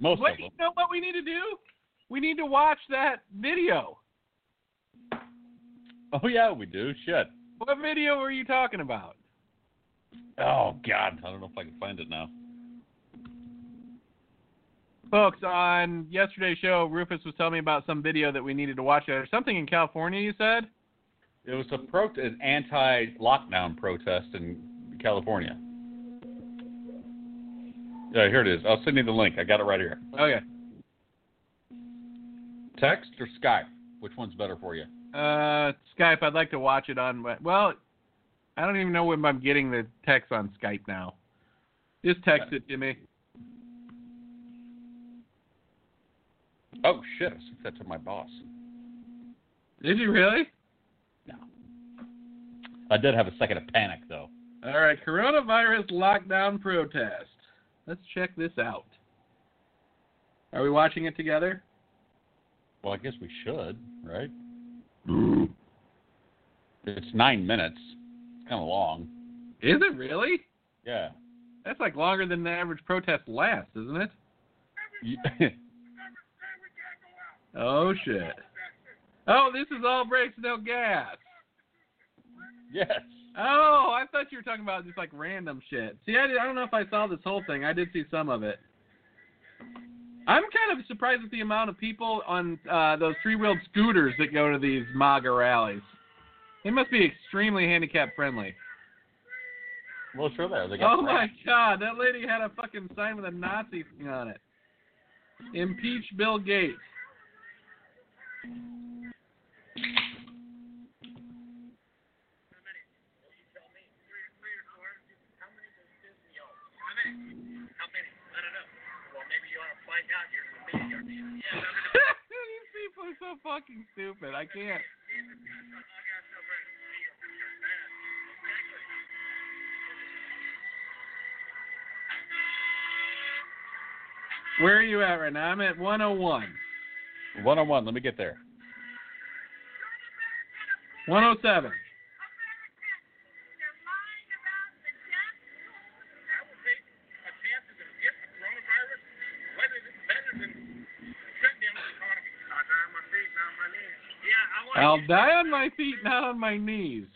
S3: Most
S1: What,
S3: of
S1: you
S3: them.
S1: know what we need to do? We need to watch that video.
S3: Oh yeah, we do. Shit.
S1: What video were you talking about?
S3: Oh god, I don't know if I can find it now.
S1: Folks, on yesterday's show, Rufus was telling me about some video that we needed to watch. There's something in California, you said?
S3: It was a pro- an anti-lockdown protest in California. Yeah, here it is. I'll send you the link. I got it right here.
S1: Okay.
S3: Text or Skype? Which one's better for you?
S1: Uh, Skype, I'd like to watch it on. Well, I don't even know when I'm getting the text on Skype now. Just text it to me.
S3: Oh shit! I sent that to my boss.
S1: Did you really?
S3: I did have a second of panic though.
S1: All right, coronavirus lockdown protest. Let's check this out. Are we watching it together?
S3: Well, I guess we should, right? It's nine minutes. It's kind of long.
S1: Is it really?
S3: Yeah. (laughs)
S1: That's like longer than the average protest lasts, isn't it?
S3: You-
S1: Oh shit. Oh, this is all brakes, no gas.
S3: yes.
S1: Oh, I thought you were talking about just like random shit. See, I, did, I don't know if I saw this whole thing. I did see some of it. I'm kind of surprised at the amount of people on uh, those three-wheeled scooters that go to these MAGA rallies. They must be extremely handicap friendly.
S3: Well, sure they are. They got
S1: Oh my
S3: friends.
S1: god, that lady had a fucking sign with a Nazi thing on it. Impeach Bill Gates. (laughs) These people are so fucking stupid. I can't. Where are you at right now? I'm at 101.
S3: One on one. Let me get there.
S1: 107. I'll die on my feet, not on my knees.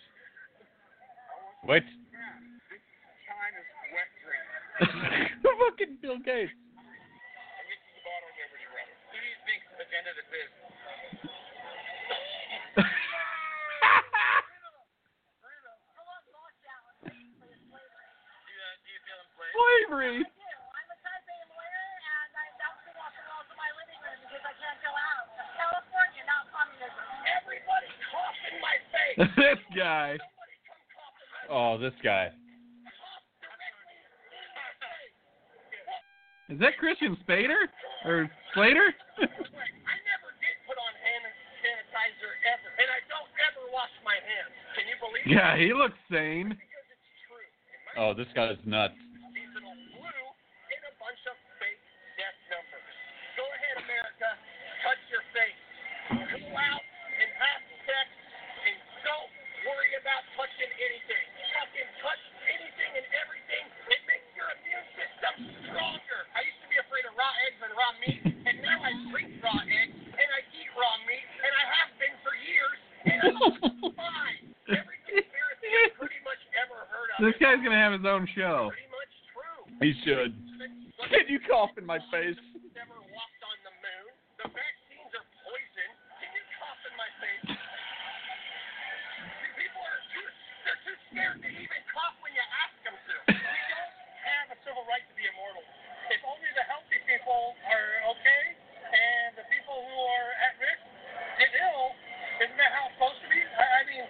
S3: Wait.
S5: China's wet dream.
S1: (laughs)
S3: Fucking Bill
S5: And
S3: Gates.
S5: this is the bottle of every red. Who do you think's the end of the business? Do you, do you feel inflamed?
S1: Slavery. (laughs)
S5: Everybody cough in my face.
S1: this guy.
S3: Oh, this guy.
S1: Is that Christian Spader? Or Slater?
S5: (laughs) I never did put on hand sanitizer ever, and I don't ever wash my hands. Can you believe it?
S1: yeah, he looks sane.
S5: (laughs) Because it's true. In my
S3: Oh, this guy's nuts.
S5: seasonal flu, in a bunch of fake death numbers. Go ahead, America. Touch your face. Go out and have sex, and don't worry about touching anything. Fucking touch anything and everything. It makes your immune system stronger. I used to be afraid of raw eggs and raw meat, and now I drink raw eggs and I eat raw meat, and I have been for years, and I'm fine. Every conspiracy I pretty much ever heard of
S1: This
S5: is
S1: guy's going to have his own show.
S5: pretty much true.
S3: He should. Can you cough in my face?
S5: Never walked on the moon. The vaccines are poison. Can you cough in my face? See, People are too, they're too scared to even cough when you ask them to. We don't have a civil right to be immortal. If only the healthy people are okay and the people who are at risk get ill, isn't that how it's supposed to be? I, I mean,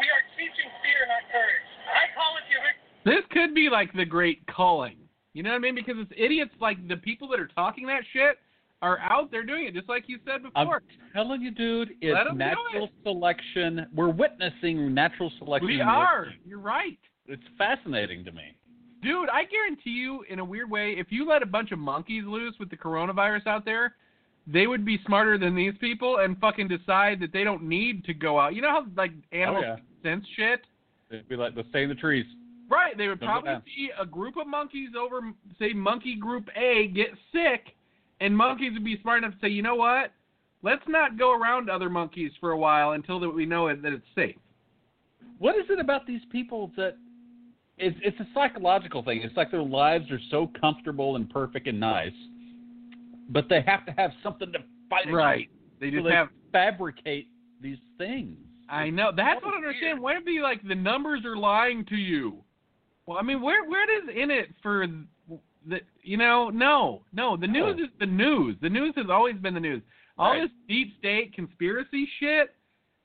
S5: we are teaching fear, not courage. I call it the eviction.
S1: This could be like the great culling. You know what I mean? Because it's idiots like the people that are talking that shit are out there doing it, just like you said
S3: I'm
S1: before.
S3: telling you, dude, it's
S1: Let 'em do
S3: natural selection. We're witnessing natural selection.
S1: we are. You're right.
S3: It's fascinating to me.
S1: Dude, I guarantee you, in a weird way, if you let a bunch of monkeys loose with the coronavirus out there, they would be smarter than these people and fucking decide that they don't need to go out. You know how like animals
S3: yeah.
S1: sense shit,
S3: It'd be like, let's stay in the trees.
S1: right? They would
S3: Doesn't
S1: probably
S3: matter.
S1: see a group of monkeys over, say, monkey group A get sick, and monkeys would be smart enough to say, you know what? Let's not go around other monkeys for a while until that we know it, that it's safe.
S3: What is it about these people that it's it's a psychological thing. It's like their lives are so comfortable and perfect and nice, but they have to have something to fight against.
S1: They
S3: So
S1: just
S3: they
S1: have
S3: fabricate these things.
S1: I know. That's what I don't understand. Why be like the numbers are lying to you? Well, I mean, where where does in it for the you know? No, no. The news
S3: No.
S1: is the news. The news has always been the news. All
S3: Right.
S1: this deep state conspiracy shit.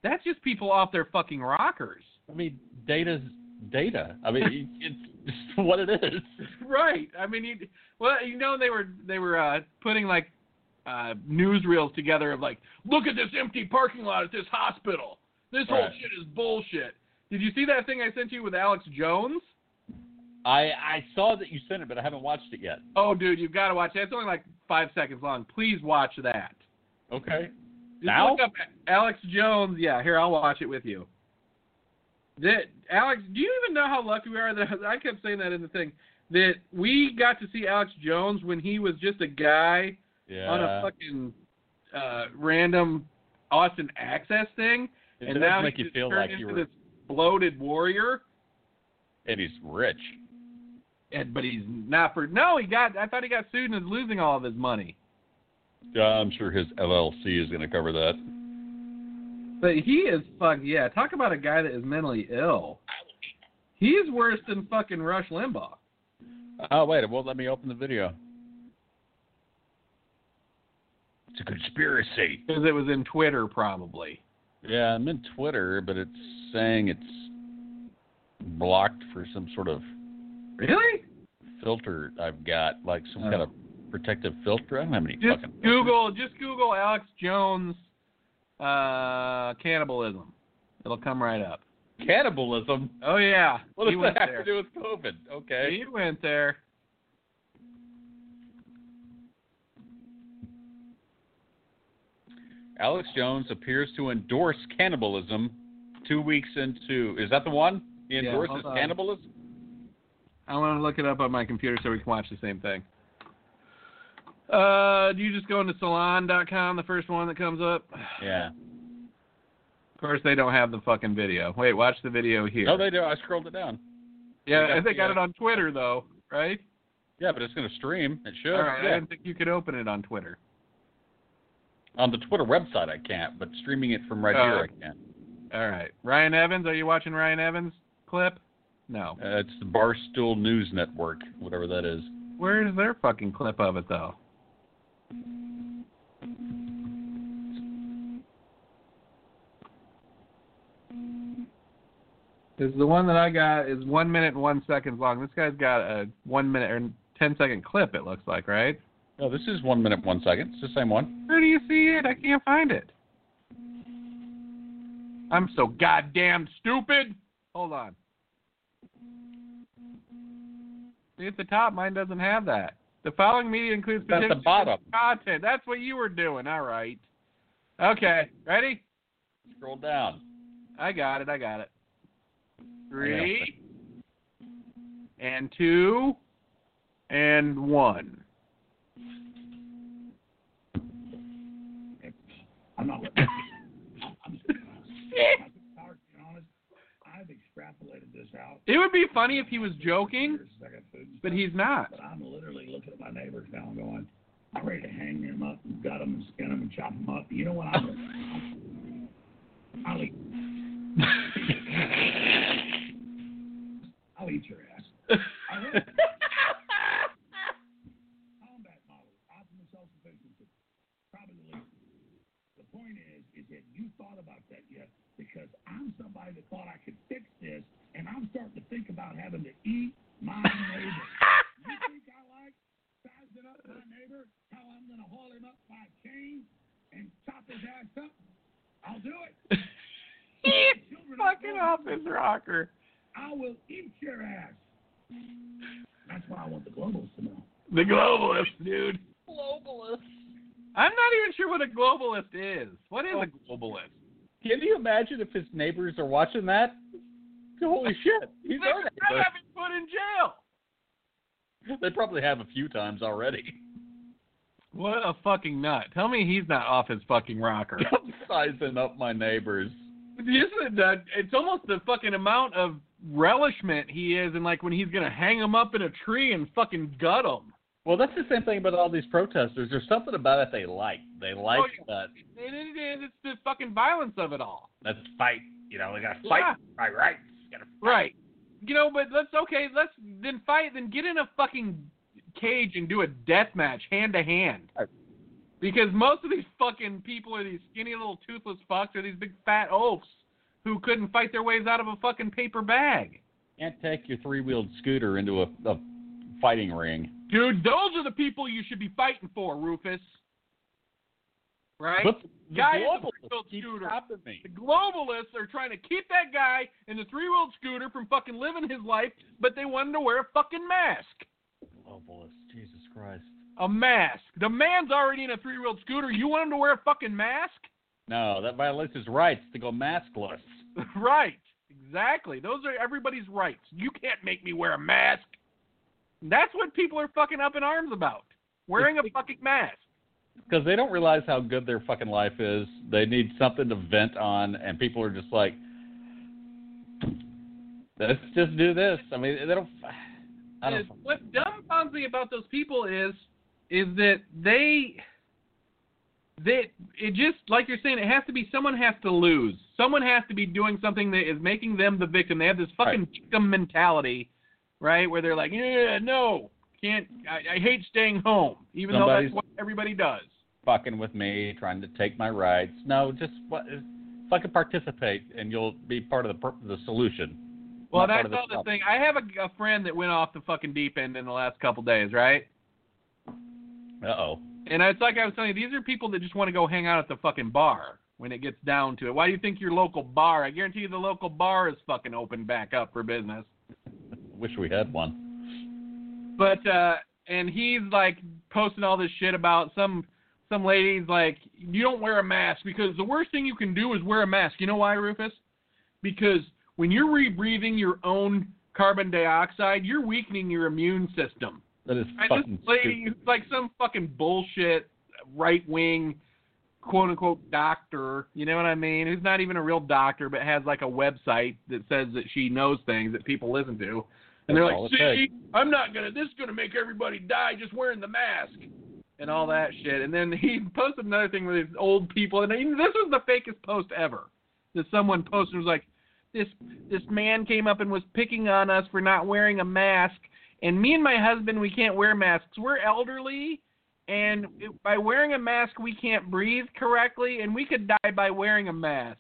S1: That's just people off their fucking rockers.
S3: I mean, data's data. I (laughs) mean, it's just what it is.
S1: (laughs) Right. I mean, you, well, you know, they were they were uh, putting like uh, newsreels together of like, look at this empty parking lot at this hospital. This whole
S3: Right.
S1: shit is bullshit. Did you see that thing I sent you with Alex Jones?
S3: I I saw that you sent it, but I haven't watched it yet.
S1: Oh, dude, you've got to watch that. It's only like five seconds long. Please watch that.
S3: Okay.
S1: Just
S3: Now?
S1: look up Alex Jones. Yeah, here I'll watch it with you. that Alex, do you even know how lucky we are that (laughs) I kept saying that in the thing that we got to see Alex Jones when he was just a guy
S3: Yeah.
S1: on a fucking uh, random Austin Access thing,
S3: it
S1: and
S3: does
S1: now
S3: make
S1: he's
S3: you
S1: just
S3: feel
S1: turned
S3: like
S1: into
S3: you were,
S1: this bloated warrior.
S3: and he's rich.
S1: And, but he's not for no. He got. I thought he got sued and is losing all of his money.
S3: Yeah, I'm sure his LLC is going to cover that.
S1: But he is fuck yeah. Talk about a guy that is mentally ill. He's worse than fucking Rush Limbaugh.
S3: Oh wait, it won't let me open the video. It's a conspiracy.
S1: Because it was in Twitter, probably.
S3: Yeah, I'm in Twitter, but it's saying it's blocked for some sort of
S1: Really?
S3: filter I've got, like some
S2: Oh.
S3: kind of protective filter. I don't have any
S1: Just
S3: fucking.
S1: Google, just Google Alex Jones uh, cannibalism. It'll come right up.
S3: cannibalism.
S1: Oh yeah,
S3: What
S1: he
S3: does
S1: went
S3: that have
S1: there.
S3: to do with COVID? Okay.
S1: He went there.
S3: Alex Jones appears to endorse cannibalism. Two weeks into is that the one? He
S1: Yeah,
S3: endorses
S1: hold on.
S3: cannibalism.
S1: I want to look it up on my computer so we can watch the same thing. Uh, do you just go into salon.com, the first one that comes up?
S3: Yeah.
S1: Of course, they don't have the fucking video. Wait, watch the video here.
S3: No, they do. I scrolled it down.
S1: yeah,
S3: yeah,
S1: they got
S3: yeah.
S1: it on Twitter though, right?
S3: Yeah, but it's going to stream. It should.
S1: All right, I
S3: yeah.
S1: didn't think you could open it on Twitter.
S3: On the Twitter website, I can't, but streaming it from right
S1: Oh.
S3: here, I can.
S1: All right, Ryan Evans, are you watching Ryan Evans clip? No.
S3: Uh, it's the Barstool News Network, whatever that is.
S1: Where's their fucking clip of it though? Is the one that I got is one minute and one seconds long. This guy's got a one minute or ten second clip. It looks like, right?
S3: No, Oh, this is one minute, one second. It's the same one.
S1: Where do you see it? I can't find it. I'm so goddamn stupid. Hold on. See at the top, mine doesn't have that. The following media includes
S3: It's at the
S1: participants-
S3: bottom.
S1: content. That's what you were doing. All right. Okay. Ready?
S3: Scroll down.
S1: I got it. I got it. Three and two and one.
S6: I'm not. I'm, I'm,
S1: (laughs)
S6: honest, I've extrapolated this out.
S1: It would be funny if he was joking,
S6: Here's second food and
S1: but
S6: stuff,
S1: he's not.
S6: But I'm literally looking at my neighbors now, and going, I'm ready to hang them up, and gut them, and skin them, and chop them up. You know what I'm? I'll eat. I'll eat your ass. I will. combat model, optimal self-sufficiency, probably the least. The point is, is that you thought about that yet? Because I'm somebody that thought I could fix this, and I'm starting to think about having to eat my
S1: (laughs)
S6: neighbor. you think I like sizing up my neighbor? How I'm going to haul him up by a chain and chop his ass up? I'll do
S1: (laughs)
S6: it. Children are
S1: fucking
S6: born.
S1: off his rocker.
S6: I will eat your ass. That's why I want the globals to know.
S1: The globalist, dude. Globalist. I'm not even sure what a globalist is. What is a globalist?
S3: Can you imagine if his neighbors are watching that? Holy shit. He's
S1: They've
S3: our
S1: got to be put in jail.
S3: neighbor. (laughs) They probably have a few times already. (laughs)
S1: What a fucking nut. Tell me he's not off his fucking rocker.
S3: I'm sizing up my neighbors.
S1: (laughs) Isn't it, uh, it's almost the fucking amount of relishment he is and like when he's going to hang him up in a tree and fucking gut him.
S3: Well, that's the same thing about all these protesters. There's something about it they like. They like
S1: Oh, yeah.
S3: that.
S1: It, it, it, it's the fucking violence of it all.
S3: Let's fight. You know, they got
S1: Yeah.
S3: to fight. Right, right. Gotta
S1: Right. You know, but let's okay, let's then fight, then get in a fucking cage and do a death match hand to hand.
S3: Right.
S1: Because most of these fucking people are these skinny little toothless fucks or these big fat oafs who couldn't fight their ways out of a fucking paper bag.
S3: Can't take your three wheeled scooter into a, a fighting ring.
S1: Dude, those are the people you should be fighting for, Rufus. Right?
S3: But the
S1: Guy in the
S3: globalists
S1: three-wheeled
S3: keep
S1: scooter.
S3: stopping me.
S1: The globalists are trying to keep that guy in the three wheeled scooter from fucking living his life, but they want him to wear a fucking mask.
S3: Globalists, Jesus Christ.
S1: A mask. The man's already in a three wheeled scooter. You want him to wear a fucking mask? (laughs)
S3: No, that violates his rights to go maskless.
S1: right. Exactly. Those are everybody's rights. You can't make me wear a mask. That's what people are fucking up in arms about. Wearing a fucking mask.
S3: because they don't realize how good their fucking life is. They need something to vent on, and people are just like, let's just do this. I mean, they don't. I don't.
S1: is- what dumbfounds me about those people is is that they that it just like you're saying it has to be someone has to lose someone has to be doing something that is making them the victim they have this fucking victim mentality right where they're like yeah no can't i, I hate staying home even
S3: Somebody's-
S1: though that's what everybody does
S3: fucking with me, trying to take my rights. No, just what, fucking participate, and you'll be part of the pr- the solution.
S1: well
S3: Not part
S1: that's
S3: of the
S1: all the
S3: problem.
S1: thing i have a, a friend that went off the fucking deep end in the last couple days right
S3: Uh oh.
S1: And it's like I was telling you, these are people that just want to go hang out at the fucking bar when it gets down to it. Why do you think your local bar? I guarantee you the local bar is fucking open back up for business.
S3: Wish we had one.
S1: But uh and he's like posting all this shit about some some ladies like you don't wear a mask because the worst thing you can do is wear a mask. You know why, Rufus? Because when you're rebreathing your own carbon dioxide, you're weakening your immune system.
S3: That is
S1: I just
S3: fucking
S1: lady
S3: stupid.
S1: who's like some fucking bullshit right wing quote unquote doctor, you know what I mean? Who's not even a real doctor but has like a website that says that she knows things that people listen to. And they're
S3: That's all
S1: like,
S3: it
S1: see, I'm not gonna this is gonna make everybody die just wearing the mask and all that shit. And then (laughs) he posted another thing with these old people and even this was the fakest post ever. That someone posted was like this this man came up and was picking on us for not wearing a mask and me and my husband we can't wear masks we're elderly and it- by wearing a mask we can't breathe correctly and we could die by wearing a mask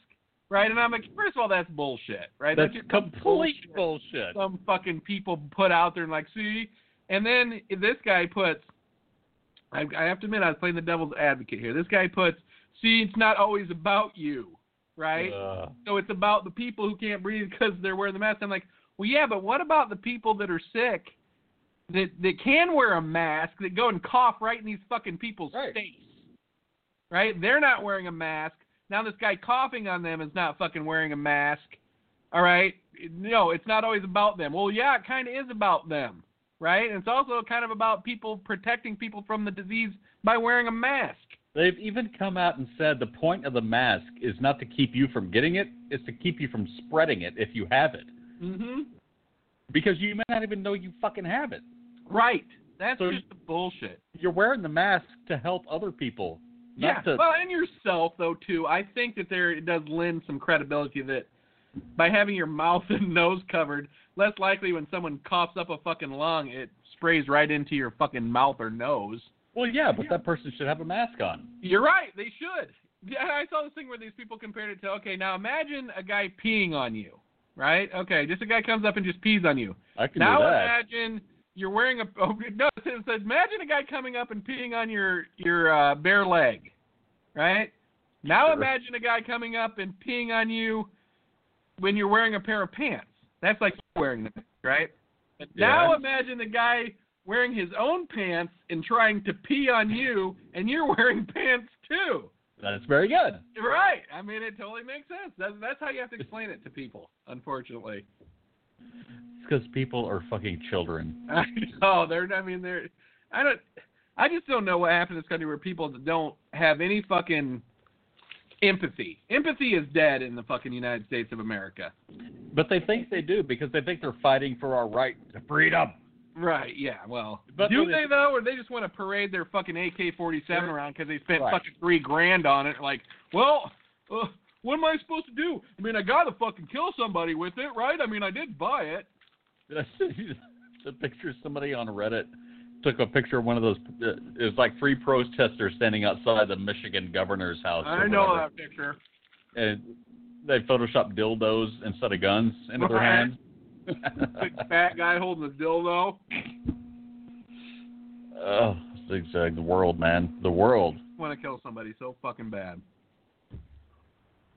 S1: right and i'm like first of all that's bullshit right
S3: That's
S1: just some
S3: complete bullshit.
S1: some fucking people put out there and like see and then this guy puts I, I have to admit i was playing the devil's advocate here this guy puts see it's not always about you right
S3: Uh,
S1: so it's about the people who can't breathe (laughs) because they're wearing the mask. I'm like, well, yeah, but what about the people that are sick that that can wear a mask that go and cough right in these fucking people's
S3: Right.
S1: face? Right? They're not wearing a mask. Now this guy coughing on them is not fucking wearing a mask. All right? No, it's not always about them. Well, yeah, it kind of is about them. Right? And it's also kind of about people protecting people from the disease by wearing a mask.
S3: they've even come out and said the point of the mask is not to keep you from getting it; it's to keep you from spreading it if you have it,
S1: Mhm.
S3: Mm-hmm. because you may not even know you fucking have it.
S1: Right. That's
S3: So-
S1: just bullshit.
S3: You're wearing the mask to help other people, not
S1: yeah,
S3: to
S1: well, and yourself though too. I think that there it does lend some credibility that by having your mouth (laughs) and nose covered, less likely when someone coughs up a fucking lung, it sprays right into your fucking mouth or nose.
S3: Well, yeah, but that person should have a mask on.
S1: You're right. They should. Yeah, I saw this thing where these people compared it to okay, now imagine a guy peeing on you, right? Okay, just a guy comes up and just pees on you.
S3: I can
S1: Now uh,
S3: do that.
S1: imagine you're wearing a (laughs) oh, no. It says imagine a guy coming up and peeing on your your uh, bare leg, right? Now
S3: Sure.
S1: imagine a guy coming up and peeing on you when you're wearing a pair of pants. That's like wearing them, right? But now
S3: Yeah.
S1: imagine the guy wearing his own pants and trying to pee on you, and you're (laughs) wearing pants too.
S3: That's very good.
S1: Right. I mean, it totally makes sense. That's, that's how you have to explain it to people, unfortunately.
S3: It's because people are fucking children.
S1: (laughs) I know they're. I mean, they're. I don't. I just don't know what happened in this country where people don't have any fucking empathy. Empathy is dead in the fucking United States of America.
S3: But they think they do because they think they're fighting for our right to freedom.
S1: Right. Yeah. Well,
S3: But
S1: do
S3: really-
S1: they though, or they just want to parade their fucking AK-47
S3: Sure.
S1: around because they spent
S3: Right.
S1: fucking three grand on it? Like, well, uh, what am I supposed to do? I mean, I gotta fucking kill somebody with it, right? I mean, I did buy it.
S3: the picture somebody on Reddit took a picture of one of those. Uh, it was like three protesters standing outside the Michigan governor's house. or
S1: I know
S3: whatever.
S1: that picture.
S3: And they photoshopped dildos instead of guns into their
S1: Right.
S3: hands.
S1: Big fat guy holding a dildo.
S3: (laughs) oh, zigzag the world, man. The world.
S1: want to kill somebody so fucking bad.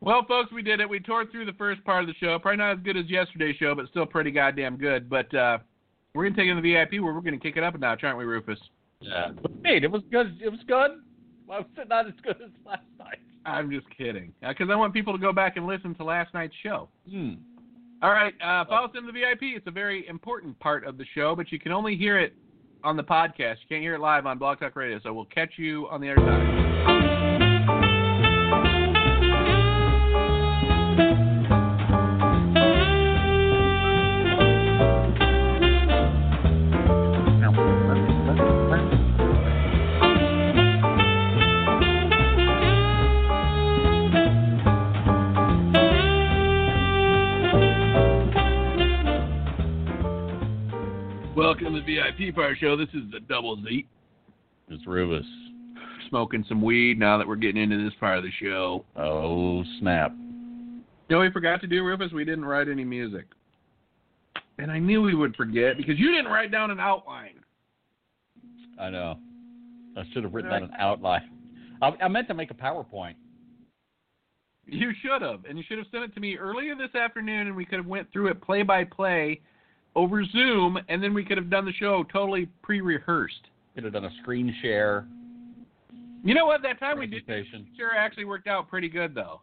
S1: Well, folks, we did it. We tore through the first part of the show. Probably not as good as yesterday's show, but still pretty goddamn good. But uh, we're gonna take it to the VIP where we're gonna kick it up a notch, aren't we, Rufus?
S3: Yeah. But wait, it was good. It was good. Why was it not as good as last night?
S1: Uh, I'm just kidding, because I want people to go back and listen to last night's show.
S3: Hmm.
S1: All right, uh, follow us into the VIP. It's a very important part of the show, but you can only hear it on the podcast. You can't hear it live on Blog Talk Radio. So we'll catch you on the other side. Welcome to the VIP Fire Show. This is the Double Z.
S3: It's Rubus.
S1: Smoking some weed now that we're getting into this part of the show.
S3: Oh snap!
S1: You know, what we forgot to do, Rufus, we didn't write any music. And I knew we would forget because you didn't write down an outline.
S3: I know. I should have written down an outline. I, I meant to make a PowerPoint.
S1: You should have, and you should have sent it to me earlier this afternoon, and we could have went through it play by play over Zoom, and then we could have done the show totally pre-rehearsed.
S3: Could have done a screen share
S1: You know what? That time we did
S3: presentation.
S1: sure actually worked out pretty good though,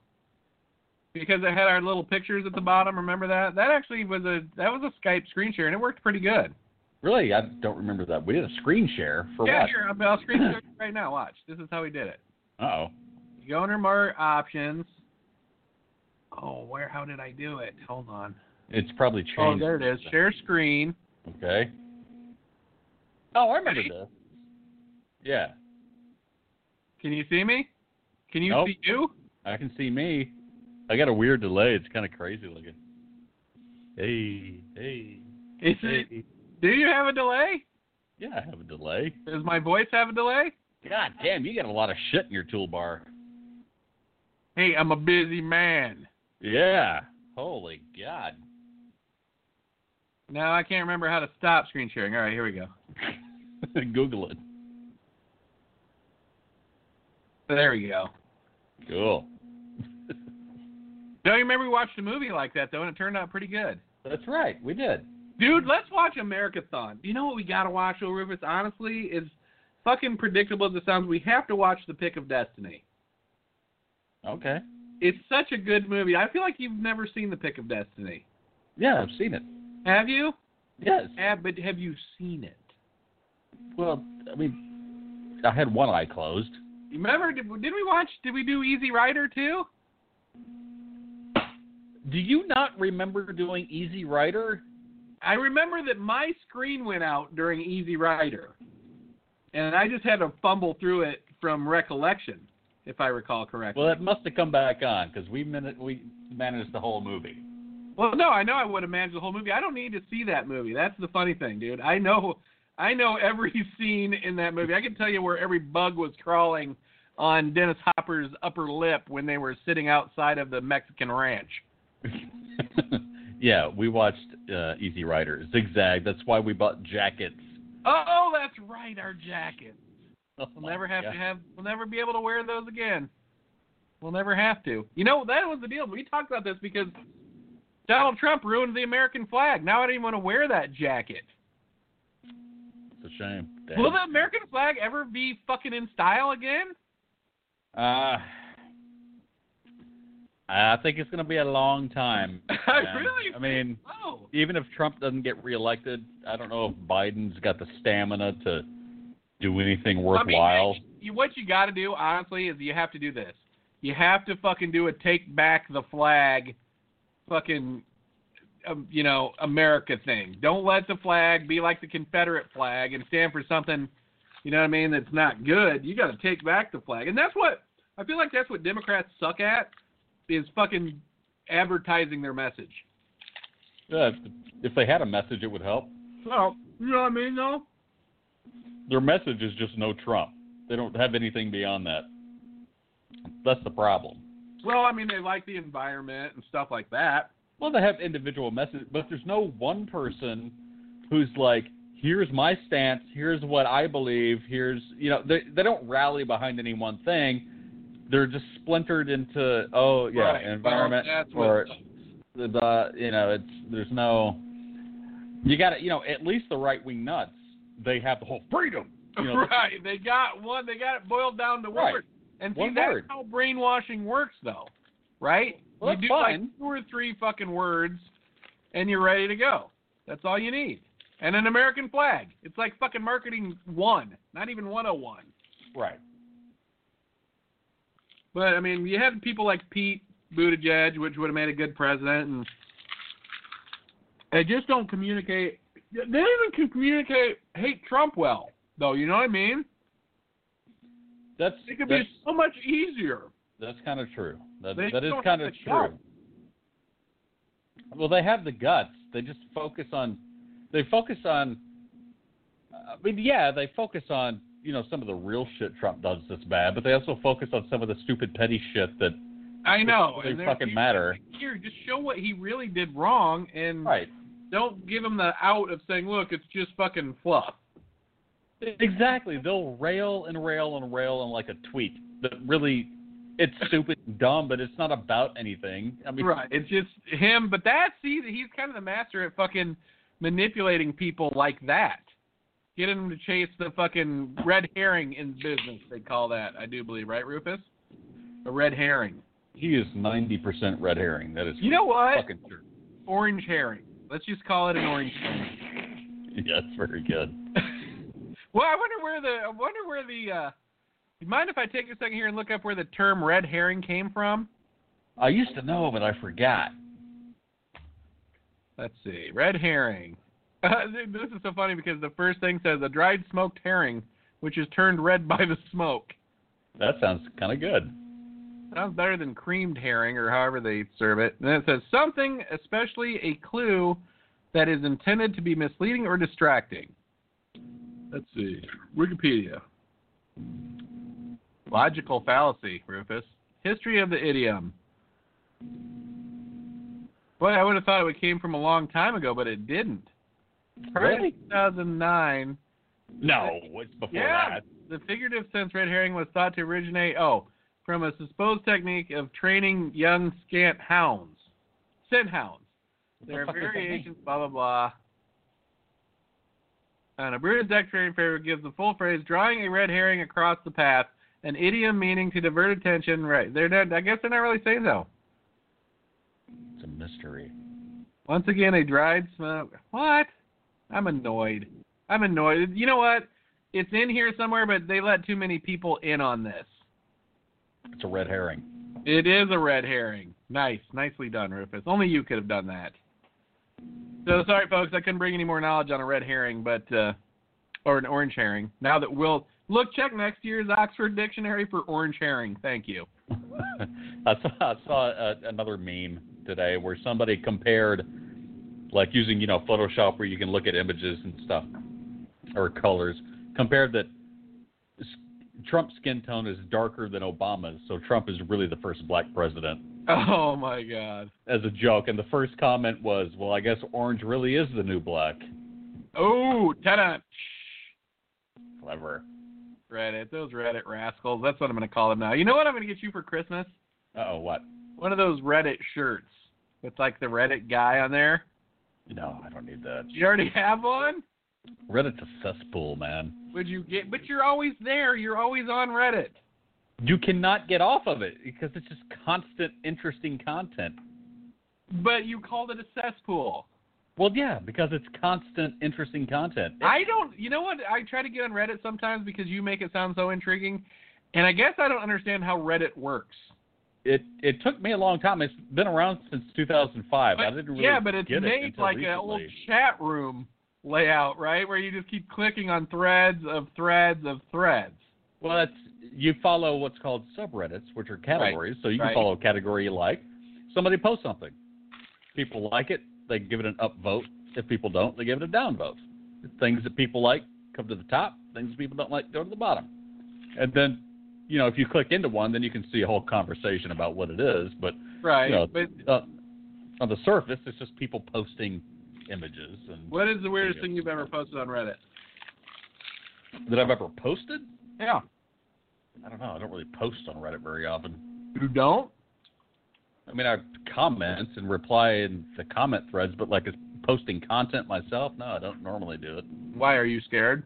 S1: because it had our little pictures at the bottom. Remember that? That actually was a that was a Skype screen share, and it worked pretty good.
S3: Really, I don't remember that. We did a screen share for
S1: yeah,
S3: what?
S1: sure. I'll, I'll screen share it right now. Watch. This is how we did it.
S3: Uh oh.
S1: You go under more options. Oh, where? How did I do it? Hold on.
S3: It's probably changed.
S1: Oh, there it is. Share screen.
S3: Okay. Oh, I remember this. Yeah,
S1: Can you see me? Can you
S3: Nope.
S1: see you?
S3: I can see me. I got a weird delay. It's kind of crazy looking. Hey, hey,
S1: Is it?
S3: hey.
S1: Do you have a delay?
S3: Yeah, I have a delay.
S1: Does my voice have a delay?
S3: God damn, you got a lot of shit in your toolbar.
S1: Hey, I'm a busy man.
S3: Yeah. Holy God.
S1: No, I can't remember how to stop screen sharing. All right, here we go.
S3: (laughs) Google it.
S1: There we go.
S3: Cool.
S1: Don't you remember we watched a movie like that though, and it turned out pretty good.
S3: That's right. We did.
S1: Dude, let's watch Americathon. You know what we gotta watch, though, Rufus? Honestly, is fucking predictable as it sounds. We have to watch The Pick of Destiny.
S3: Okay.
S1: It's such a good movie. I feel like you've never seen The Pick of Destiny.
S3: Yeah, I've seen it.
S1: Have you?
S3: Yes.
S1: Have, but have you seen it?
S3: Well, I mean, I had one eye closed.
S1: You Remember? Did, did we watch? Did we do Easy Rider too?
S3: Do you not remember doing Easy Rider?
S1: I remember that my screen went out during Easy Rider, and I just had to fumble through it from recollection, if I recall correctly.
S3: Well, it must have come back on because we minute we managed the whole movie.
S1: Well, no, I know I would have managed the whole movie. I don't need to see that movie. That's the funny thing, dude. I know, I know every (laughs) scene in that movie. I can tell you where every bug was crawling on Dennis Hopper's upper lip when they were sitting outside of the Mexican ranch.
S3: (laughs) yeah, we watched uh, Easy Rider, Zigzag. That's why we bought jackets.
S1: Oh, that's right, our jacket.
S3: Oh
S1: We'll
S3: my
S1: never have
S3: God.
S1: to have. We'll never be able to wear those again. We'll never have to. You know that was the deal. We talked about this because Donald Trump ruined the American flag. Now I don't even want to wear that jacket.
S3: It's a shame. Damn.
S1: Will the American flag ever be fucking in style again? (laughs)
S3: uh, I think it's going to be a long time.
S1: I (laughs)
S3: man.
S1: really
S3: I mean,
S1: Oh,
S3: even if Trump doesn't get reelected, I don't know if Biden's got the stamina to do anything worthwhile.
S1: you, what you got to do, honestly, is you have to do this. You have to fucking do a take back the flag, fucking, um, you know, America thing. Don't let the flag be like the Confederate flag and stand for something, you know what I mean? That's not good. You got to take back the flag, and that's what I feel like. That's what Democrats suck at is fucking advertising their message.
S3: Yeah, if- if they had a message, it would help.
S1: So you know what I mean, though.
S3: Their message is just no Trump. They don't have anything beyond that. That's the problem.
S1: Well, I mean, they like the environment and stuff like that.
S3: Well, they have individual messages, but there's no one person who's like, here's my stance, here's what I believe, here's, you know, they, they don't rally behind any one thing. They're just splintered into, oh, yeah,
S1: Right.
S3: environment
S1: Well, that's what
S3: or, the, the, you know, it's, there's no, you got to, you know, at least the right wing nuts, they have the whole freedom. You know,
S1: (laughs) right. They got one. They got it boiled down to
S3: Right.
S1: words. And see,
S3: One
S1: that's
S3: word.
S1: how brainwashing works, though. Right?
S3: Well,
S1: you
S3: that's
S1: do
S3: fine.
S1: like two or three fucking words, and you're ready to go. That's all you need. And an American flag. It's like fucking marketing one, oh not even 101.
S3: Right.
S1: But I mean, you had people like Pete Buttigieg, which would have made a good president, and they just don't communicate. They don't even can communicate hate Trump well, though. You know what I mean?
S3: That's
S1: It could
S3: that's,
S1: be so much easier.
S3: that's kind of true. That
S1: They
S3: that is
S1: don't
S3: kind
S1: have
S3: of
S1: the
S3: true. Well, they have the guts. They just focus on. They focus on. I mean, yeah, they focus on you know some of the real shit Trump does that's bad, but they also focus on some of the stupid petty shit that
S1: I know.
S3: doesn't
S1: and they're-
S3: fucking matter.
S1: Here, just show what he really did wrong, and
S3: Right.
S1: don't give him the out of saying, "Look, it's just fucking fluff."
S3: Exactly. They'll rail and rail and rail on like a tweet that really it's stupid and dumb, but it's not about anything. I mean,
S1: Right. It's just him, but that's see, he's kind of the master at fucking manipulating people like that. Getting them to chase the fucking red herring in business, they call that, I do believe, right, Rufus? A red herring.
S3: he is ninety percent red herring. That is
S1: You know what?
S3: fucking true.
S1: Orange herring. Let's just call it an orange herring. (laughs)
S3: (laughs) Yeah, it's very good.
S1: well, I wonder where the I wonder where the uh you mind if I take a second here and look up where the term red herring came from?
S3: I used to know, but I forgot.
S1: Let's see. Red herring. (laughs) Uh, this is so funny because the first thing says a dried smoked herring, which is turned red (laughs) by the smoke.
S3: That sounds kind of good.
S1: Sounds better than creamed herring or however they serve it. And then it says something, especially a clue that is intended to be misleading or distracting. Let's see. Wikipedia. Logical fallacy, Rufus. History of the idiom. Boy, I would have thought it came from a long time ago, but it didn't.
S3: Really?
S1: 2009.
S3: No, it's before
S1: Yeah.
S3: that.
S1: The figurative sense red herring was thought to originate, oh, from a supposed technique of training young scant hounds, scent hounds. There
S3: the
S1: are
S3: fuck does that
S1: variations, blah, blah, blah. And a British dictionary favorite gives the full phrase, drawing a red herring across the path, an idiom meaning to divert attention. Right. They're not, I guess they're not really saying so.
S3: It's a mystery.
S1: Once again, a dried smoke. What? I'm annoyed. I'm annoyed. You know what? It's in here somewhere, but they let too many people in on this.
S3: It's a red herring. (laughs)
S1: It is a red herring. Nice. Nicely done, Rufus. Only you could have done that. So sorry, folks. I couldn't bring any more knowledge on a red herring, but uh, or an orange herring. Now that we'll look, check next year's Oxford Dictionary for orange herring. Thank you.
S3: I saw, I saw uh, another meme today where somebody compared, like using you know Photoshop where you can look at images and stuff or colors, compared that s- Trump's skin tone is darker than Obama's, so Trump is really the first black president
S1: Oh my God.
S3: as a joke. And the first comment was, "Well, I guess orange really is the new black."
S1: Oh, ta-da.
S3: Clever.
S1: Reddit. Those Reddit rascals. That's what I'm going to call them now. You know what I'm going to get you for Christmas?
S3: Uh oh, what?
S1: One of those Reddit shirts with like the Reddit guy on there.
S3: No, I don't need that.
S1: You already have one?
S3: Reddit's a cesspool, man.
S1: Would you get? But you're always there. You're always on Reddit.
S3: You cannot get off of it because it's just constant, interesting content.
S1: But you called it a cesspool.
S3: Well, yeah, because it's constant, interesting content.
S1: I don't. You know what? I try to get on Reddit sometimes because you make it sound so intriguing, and I guess I don't understand how Reddit works.
S3: It it took me a long time. It's been around since 2005. I
S1: But-
S3: didn't really
S1: yeah, but it's
S3: get it
S1: made
S3: until
S1: like
S3: recently.
S1: an old chat room layout, right? Where you just keep clicking on threads of threads of threads.
S3: Well, that's you follow what's called subreddits, which are categories. So you can
S1: right.
S3: follow a category you like. Somebody posts something. People like it, they give it an upvote. If people don't, they give it a downvote. Things that people like come to the top. Things people don't like go to the bottom. And then, you know, if you click into one, then you can see a whole conversation about what it is. But
S1: Right.
S3: you know,
S1: but
S3: uh, on the surface, it's just people posting images and
S1: what is the weirdest thing you've ever posted on Reddit?
S3: that I've ever posted.
S1: Yeah.
S3: I don't know. I don't really post on Reddit very often.
S1: You don't?
S3: I mean, I comment and reply in the comment threads, but like as posting content myself, no, I don't normally do it.
S1: Why are you scared?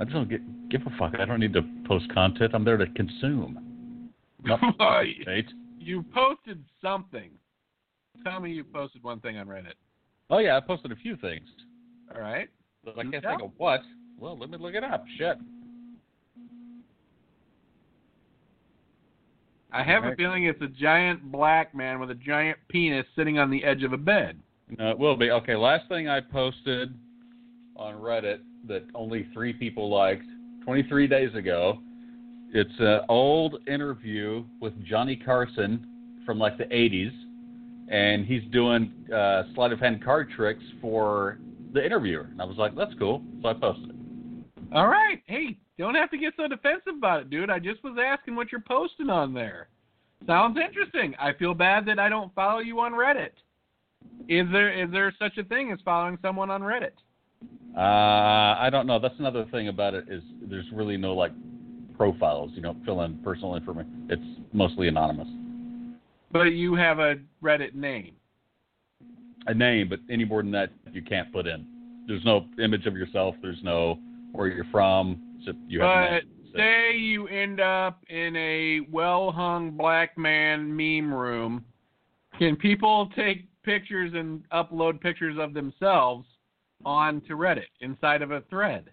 S3: I just don't get, give a fuck. I don't need to post content. I'm there to consume. Nope.
S1: (laughs) Why?
S3: Right?
S1: You posted something. Tell me you posted one thing on Reddit.
S3: Oh yeah, I posted a few things,
S1: All right.
S3: but I can't
S1: Yeah.
S3: think of what. Well, let me look it up. Shit.
S1: I have a
S3: Alright.
S1: feeling it's a giant black man with a giant penis sitting on the edge of a bed.
S3: No, it will be. Okay, last thing I posted on Reddit that only three people liked 23 days ago. It's an old interview with Johnny Carson from like the 80s, and he's doing uh, sleight of hand card tricks for the interviewer. And I was like, that's cool. So I posted it.
S1: All right. Hey, don't have to get so defensive about it, dude. I just was asking what you're posting on there. Sounds interesting. I feel bad that I don't follow you on Reddit. Is there is there such a thing as following someone on Reddit?
S3: Uh, I don't know. That's another thing about it is there's really no like profiles. You don't fill in personal information. It's mostly anonymous.
S1: But you have a Reddit name.
S3: a name, but any more than that, you can't put in. There's no image of yourself. There's no where you're from. So you have a
S1: But
S3: name. So-
S1: say you end up in a well hung black man meme room. Can people take pictures and upload pictures of themselves onto Reddit inside of a thread?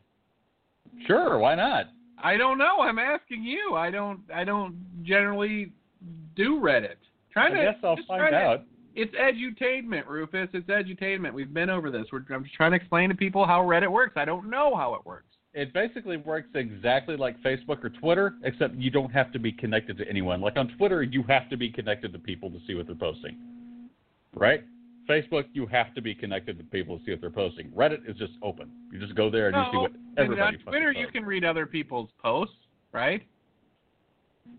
S3: sure, why not?
S1: I don't know. I'm asking you. I don't. I don't generally do Reddit.
S3: I
S1: Trying to
S3: guess I'll
S1: just
S3: find
S1: trying to-
S3: out.
S1: It's edutainment, Rufus. It's edutainment. We've been over this. We're, I'm just trying to explain to people how Reddit works. I don't know how it works.
S3: It basically works exactly like Facebook or Twitter, except you don't have to be connected to anyone. Like on Twitter, you have to be connected to people to see what they're posting, right? Facebook, you have to be connected to people to see what they're posting. Reddit is just open. You just go there and you see what
S1: and on
S3: everybody. fucking
S1: Twitter, you
S3: posts.
S1: can read other people's posts, right?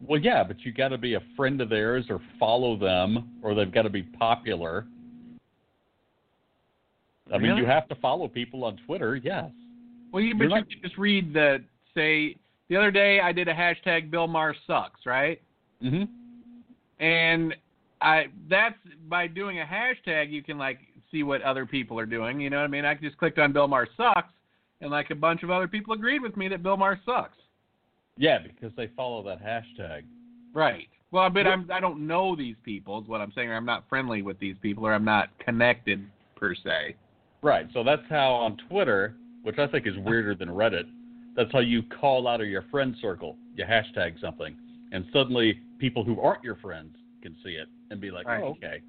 S3: Well, yeah, but you got to be a friend of theirs or follow them, or they've got to be popular. I mean,
S1: Really?
S3: you have to follow people on Twitter, yes.
S1: Well, you, but
S3: You're not-
S1: you can just read the say. The other day, I did a hashtag Bill Maher sucks, right?
S3: hmm
S1: and I that's by doing a hashtag you can like see what other people are doing. You know what I mean? I just clicked on Bill Maher sucks, and like a bunch of other people agreed with me that Bill Maher sucks.
S3: Yeah, because they follow that hashtag.
S1: Right. Well, but I'm I don't know these people is what I'm saying. Or I'm not friendly with these people, or I'm not connected per se.
S3: Right. So that's how on Twitter, which I think is weirder than Reddit, that's how you call out of your friend circle. You hashtag something, and suddenly people who aren't your friends can see it and be like,
S1: Right.
S3: "Oh, okay."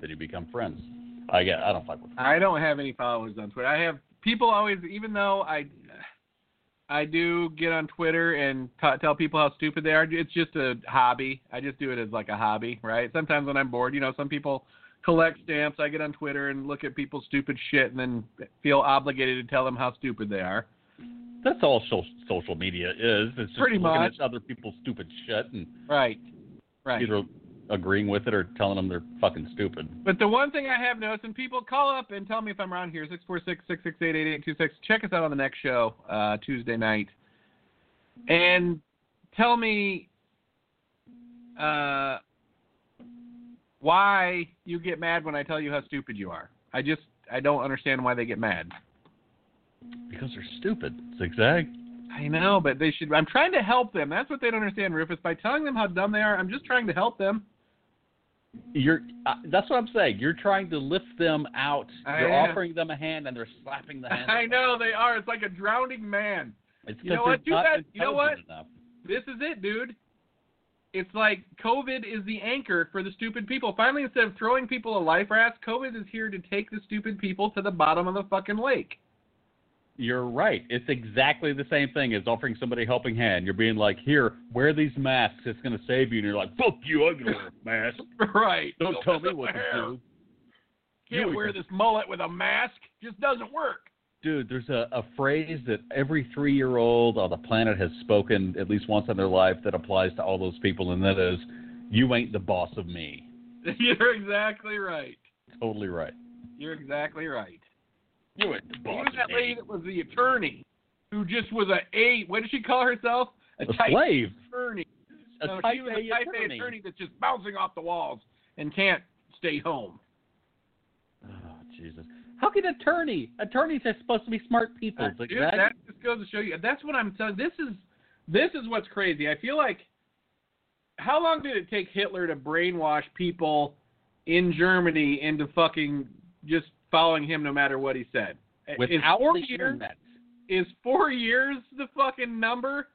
S3: Then you become friends. I get. I don't fuck with.
S1: I don't have any followers on Twitter. I have people always, even though I, I do get on Twitter and t- tell people how stupid they are. It's just a hobby. I just do it as like a hobby, right? Sometimes when I'm bored, you know, some people collect stamps. I get on Twitter and look at people's stupid shit and then feel obligated to tell them how stupid they are.
S3: That's all so- social media is. It's just
S1: Pretty
S3: looking
S1: much.
S3: at other people's stupid shit and
S1: Right. Right.
S3: either agreeing with it or telling them they're fucking stupid.
S1: But the one thing I have noticed, and people call up and tell me if I'm wrong here, 646-668-8826. Check us out on the next show, uh, Tuesday night. And tell me uh, why you get mad when I tell you how stupid you are. I just, I don't understand why they get mad.
S3: Because they're stupid. Zigzag.
S1: I know, but they should, I'm trying to help them. That's what they don't understand, Rufus. By telling them how dumb they are, I'm just trying to help them.
S3: You're. Uh, that's what I'm saying. You're trying to lift them out.
S1: I
S3: You're
S1: am.
S3: offering them a hand and they're slapping
S1: (laughs)
S3: the hand.
S1: I know they are. It's like a drowning man.
S3: It's 'cause
S1: You know
S3: they're
S1: what? Too
S3: not
S1: bad- you know what?
S3: intelligent Enough.
S1: this is it, dude. It's like COVID is the anchor for the stupid people. Finally, instead of throwing people a life raft, COVID is here to take the stupid people to the bottom of the fucking lake. (laughs)
S3: You're right. It's exactly the same thing as offering somebody a helping hand. You're being like, here, wear these masks. It's going to save you. And you're like, fuck you. I'm going to wear a mask.
S1: Right.
S3: Don't tell me what
S1: (laughs)
S3: to do.
S1: Can't
S3: You-
S1: wear this mullet with a mask. Just doesn't work. (laughs)
S3: Dude, there's a, a phrase that every three year old on the planet has spoken at least once in their life that applies to all those people, and that is, you ain't the boss of me.
S1: You're exactly right.
S3: Totally right.
S1: You're exactly right.
S3: You ain't the
S1: Even
S3: boss of
S1: that lady
S3: me.
S1: that was the attorney, who just was a a what did she call herself? A,
S3: A
S1: type
S3: slave.
S1: attorney.
S3: A
S1: no,
S3: type
S1: she was
S3: A
S1: a type
S3: attorney.
S1: A attorney that's just bouncing off the walls and can't stay home.
S3: Oh, Jesus. How can attorney? Attorneys are supposed to be smart people.
S1: Uh,
S3: It's like
S1: dude,
S3: that-
S1: that just goes to show you. That's what I'm telling. This is this is what's crazy. I feel like how long did it take Hitler to brainwash people in Germany into fucking just following him no matter what he said.
S3: With
S1: is
S3: our
S1: four years
S3: internet.
S1: is four years the fucking number?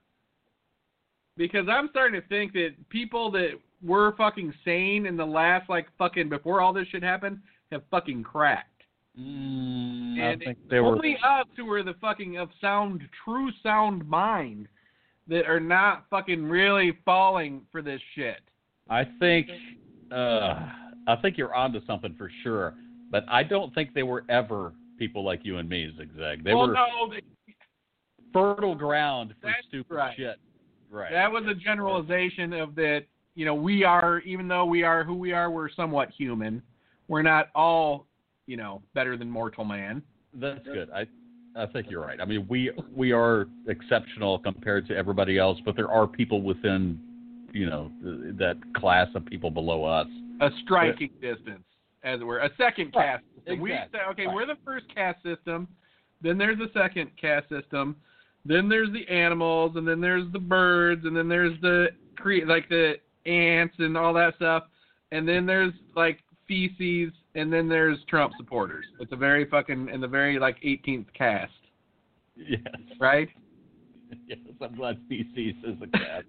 S1: Because I'm starting to think that people that were fucking sane in the last like fucking before all this shit happened have fucking cracked.
S3: Mm,
S1: And
S3: I think they were.
S1: Only us who are the fucking of sound, true sound mind that are not fucking really falling for this shit.
S3: I think. Uh, I think you're onto something for sure. But I don't think they were ever people like you and me, Zigzag. They
S1: well,
S3: were
S1: no, th-
S3: fertile ground for
S1: That's
S3: stupid
S1: right.
S3: shit. Right.
S1: that was a generalization of that. You know, we are even though we are who we are, we're somewhat human. We're not all, you know, better than mortal man.
S3: That's good. I I think you're right. I mean, we we are exceptional compared to everybody else, but there are people within, you know, th- that class of people below us. (laughs)
S1: a striking distance, as it were, a second
S3: Right,
S1: cast system. We
S3: exactly,
S1: say, okay,
S3: right.
S1: we're the first cast system, then there's the second cast system, then there's the animals, and then there's the birds, and then there's the cre- like the ants and all that stuff, and then there's like feces, and then there's Trump supporters. It's a very fucking in the very like 18th cast,
S3: Yes.
S1: right?
S3: Yes. I'm glad feces is a class.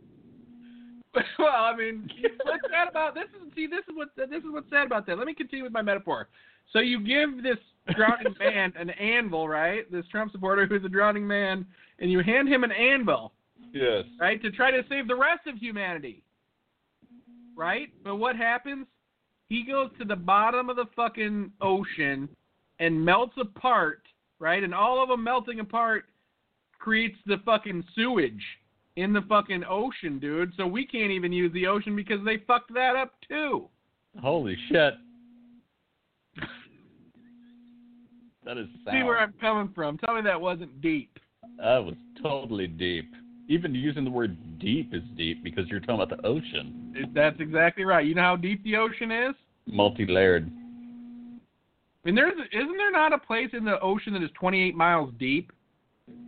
S1: (laughs) well, I mean, what's sad about this is see this is what this is what's sad about that. Let me continue with my metaphor. So you give this drowning man an anvil, right? This Trump supporter who's a drowning man, and you hand him an anvil,
S3: yes.
S1: right, to try to save the rest of humanity, right? But what happens? He goes to the bottom of the fucking ocean and melts apart, right? And all of them melting apart creates the fucking sewage in the fucking ocean, dude. So we can't even use the ocean because they fucked that up too.
S3: Holy shit. that is sound.
S1: See where I'm coming from. Tell me that wasn't deep.
S3: that was totally deep. Even using the word deep is deep because you're talking about the ocean.
S1: That's exactly right. You know how deep the ocean is?
S3: Multi-layered.
S1: I mean, there's isn't there not a place in the ocean that is 28 miles deep?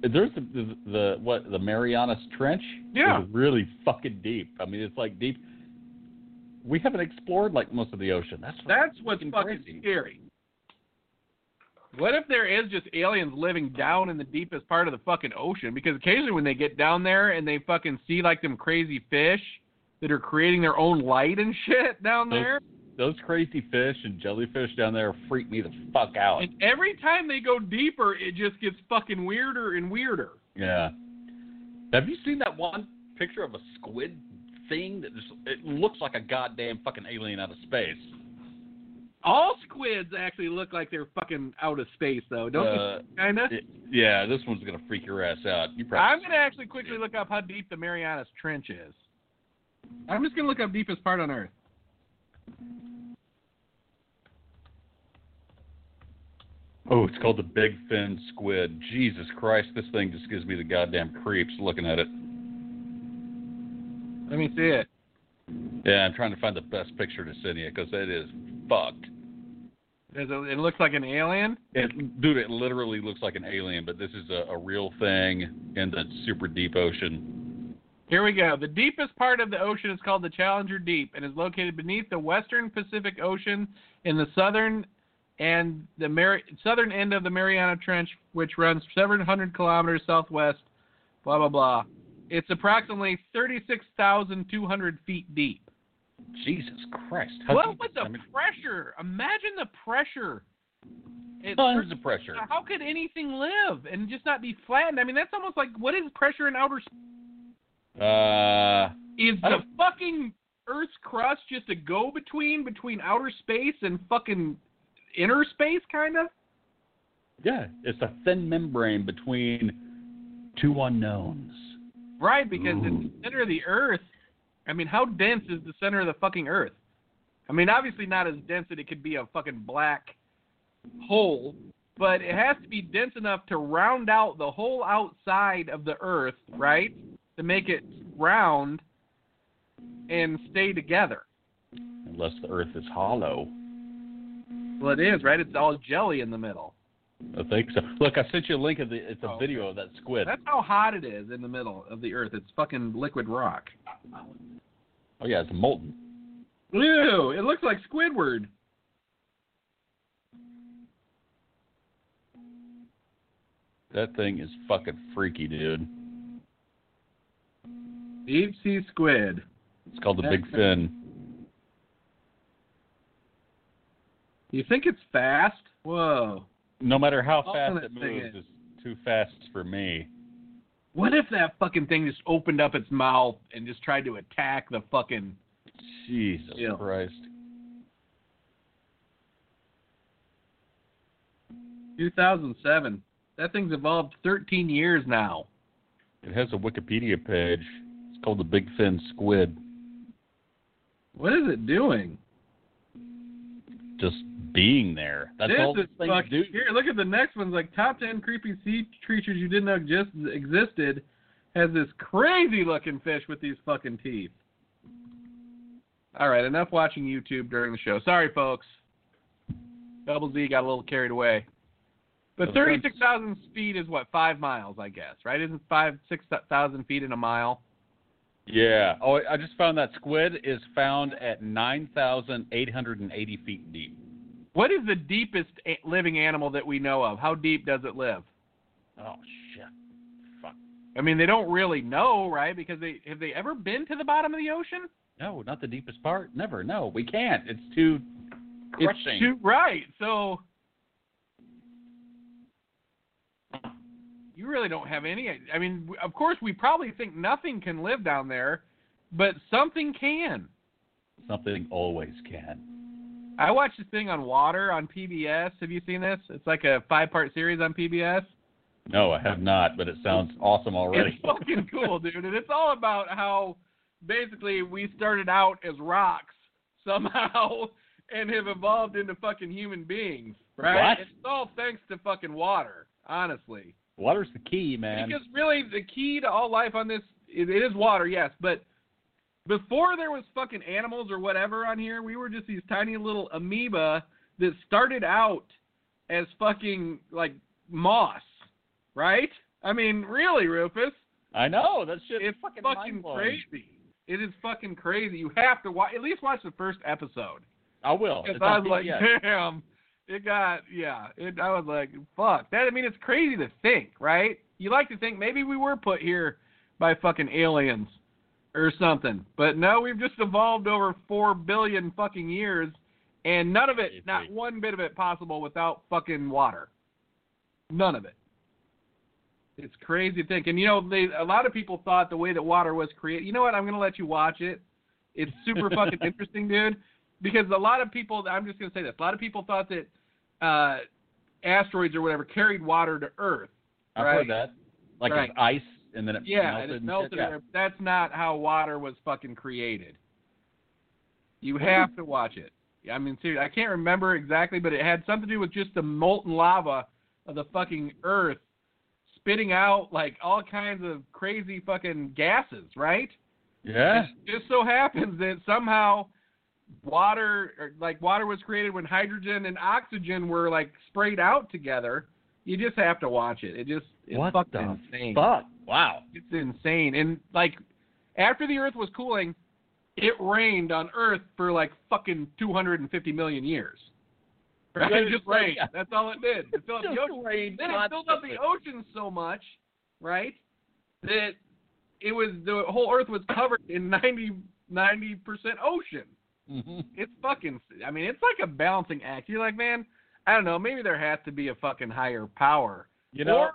S3: There's the, the, the what the Marianas Trench.
S1: Yeah.
S3: is really fucking deep. I mean, it's like deep. We haven't explored like most of the ocean. That's
S1: That's what's fucking
S3: crazy.
S1: scary. What if there is just aliens living down in the deepest part of the fucking ocean? Because occasionally when they get down there and they fucking see like them crazy fish that are creating their own light and shit down
S3: Those-
S1: there.
S3: Those crazy fish and jellyfish down there freak me the fuck out.
S1: And every time they go deeper, it just gets fucking weirder and weirder.
S3: yeah. Have you seen that one picture of a squid thing that just it looks like a goddamn fucking alien out of space?
S1: All squids actually look like they're fucking out of space, though, don't
S3: Uh,
S1: you? Kinda.
S3: it- yeah, this one's gonna freak your ass out. You probably
S1: I'm gonna actually quickly look up how deep the Marianas Trench is. I'm just gonna look up deepest part on Earth.
S3: Oh, it's called the big fin squid. Jesus Christ, this thing just gives me the goddamn creeps looking at it.
S1: Let me see it.
S3: Yeah, I'm trying to find the best picture to send you because it is fucked.
S1: Is it, it looks like an alien.
S3: It, dude, it literally looks like an alien, but this is a, a real thing in the super deep ocean.
S1: Here we go. The deepest part of the ocean is called the Challenger Deep and is located beneath the western Pacific Ocean in the southern and the Mar- southern end of the Mariana Trench, which runs 700 kilometers southwest. Blah blah blah. It's approximately 36,200 feet deep.
S3: Jesus Christ.
S1: What
S3: deep
S1: was
S3: is-
S1: the
S3: I mean,
S1: pressure? Imagine the pressure. It-
S3: tons of pressure.
S1: how could anything live and just not be flattened? I mean, that's almost like what is pressure in outer space?
S3: Uh,
S1: Is
S3: I
S1: the fucking Earth's crust just a go between between outer space and fucking inner space, kind of?
S3: yeah, it's a thin membrane between two unknowns.
S1: Right, because in the center of the Earth, I mean, how dense is the center of the fucking Earth? I mean, obviously not as dense that it could be a fucking black hole, but it has to be dense enough to round out the whole outside of the Earth, right? To make it round and stay together.
S3: Unless the earth is hollow.
S1: Well, it is, right? It's all jelly in the middle.
S3: I think so. Look, I sent you a link of the. It's a
S1: Oh,
S3: video of that squid.
S1: That's how hot it is in the middle of the Earth. It's fucking liquid rock.
S3: Oh yeah, it's molten.
S1: Ew, it looks like Squidward.
S3: That thing is fucking freaky, dude.
S1: Deep sea squid.
S3: It's called the Big Fin.
S1: You think it's fast? Whoa.
S3: No matter how
S1: Oh,
S3: fast
S1: that
S3: it
S1: thing is-
S3: moves, it's too fast for me.
S1: What if that fucking thing just opened up its mouth and just tried to attack the fucking
S3: Jesus
S1: Yeah.
S3: Christ.
S1: two thousand seven? That thing's evolved thirteen years now.
S3: It has a Wikipedia page. It's called the Big Fin Squid.
S1: What is it doing?
S3: Just being there. That's
S1: this
S3: all
S1: is
S3: this thing
S1: fuck-
S3: do.
S1: Here, look at the next one's like top ten creepy sea creatures you didn't know just existed. Has this crazy looking fish with these fucking teeth. All right, enough watching YouTube during the show. Sorry, folks. Double Z got a little carried away. But
S3: Well, that's-
S1: thirty-six thousand feet is what five miles, I guess, right? Isn't five six thousand feet in a mile?
S3: Yeah. Oh, I I just found that squid is found at 9,880 feet deep.
S1: What is the deepest a- living animal that we know of? How deep does it live?
S3: Oh, shit.
S1: I mean, they don't really know, right? Because they have they ever been to the bottom of the ocean?
S3: No, not the deepest part. Never. No, we can't. It's too crushing.
S1: It's too right. So you really don't have any. I mean, w- of course, we probably think nothing can live down there, but something can.
S3: Something always can.
S1: I watched this thing on water on PBS. Have you seen this? It's like a five-part series on PBS.
S3: No, I have not, but it sounds awesome already.
S1: It's fucking cool, dude. And it's all about how basically we started out as rocks somehow (laughs) and have evolved into fucking human beings, right?
S3: What?
S1: It's all thanks to fucking water, honestly.
S3: (laughs) Water's the key, man.
S1: Because really, the key to all life on this it, it is water, yes, but before there was fucking animals or whatever on here, we were just these tiny little amoeba that started out as fucking like moss, right? I mean, really, Rufus,
S3: I know that shit.
S1: it's
S3: fucking,
S1: fucking
S3: mind-blowing.
S1: crazy. It is fucking crazy. You have to watch at least watch the first episode
S3: I will.
S1: because
S3: Oh, It's
S1: I
S3: on
S1: was like,
S3: PBS.
S1: damn, it got yeah. It, I was like, fuck. That I mean, it's crazy to think, right? You like to think maybe we were put here by fucking aliens or something, but no, we've just evolved over four billion fucking years, and none of it, not
S3: Crazy.
S1: one bit of it, possible without fucking water. None of it. It's crazy to think, and you know, they a lot of people thought the way that water was created. You know what? I'm gonna let you watch it. It's super
S3: (laughs)
S1: fucking interesting, dude. Because a lot of people, I'm just gonna say this. A lot of people thought that uh, asteroids or whatever carried water to Earth.
S3: I've
S1: right.
S3: heard that. Like
S1: Right.
S3: it's ice, and then it
S1: Yeah,
S3: melted.
S1: and it
S3: and
S1: melted.
S3: shit. Yeah.
S1: there. That's not how water was fucking created. You have to watch it. Yeah, I mean, seriously, I can't remember exactly, but it had something to do with just the molten lava of the fucking Earth spitting out like all kinds of crazy fucking gases, right?
S3: Yeah.
S1: It just so happens that somehow water, or like water was created when hydrogen and oxygen were like sprayed out together. You just have to watch it. It just it's
S3: What
S1: fucking
S3: the
S1: insane.
S3: Fuck. Wow.
S1: It's insane. And like after the Earth was cooling, it rained on Earth for like fucking 250 million years. Right?
S3: Yeah,
S1: It just
S3: it's like-
S1: rained. That's all it did. It filled up the
S3: (laughs) Just
S1: ocean.
S3: rained
S1: Then it filled up
S3: constantly.
S1: the ocean so much, right, that it was the whole Earth was covered in 90 percent ocean.
S3: Mhm.
S1: It's fucking. I mean, it's like a balancing act. You're like, man, I don't know. Maybe there has to be a fucking higher power.
S3: You know,
S1: Or-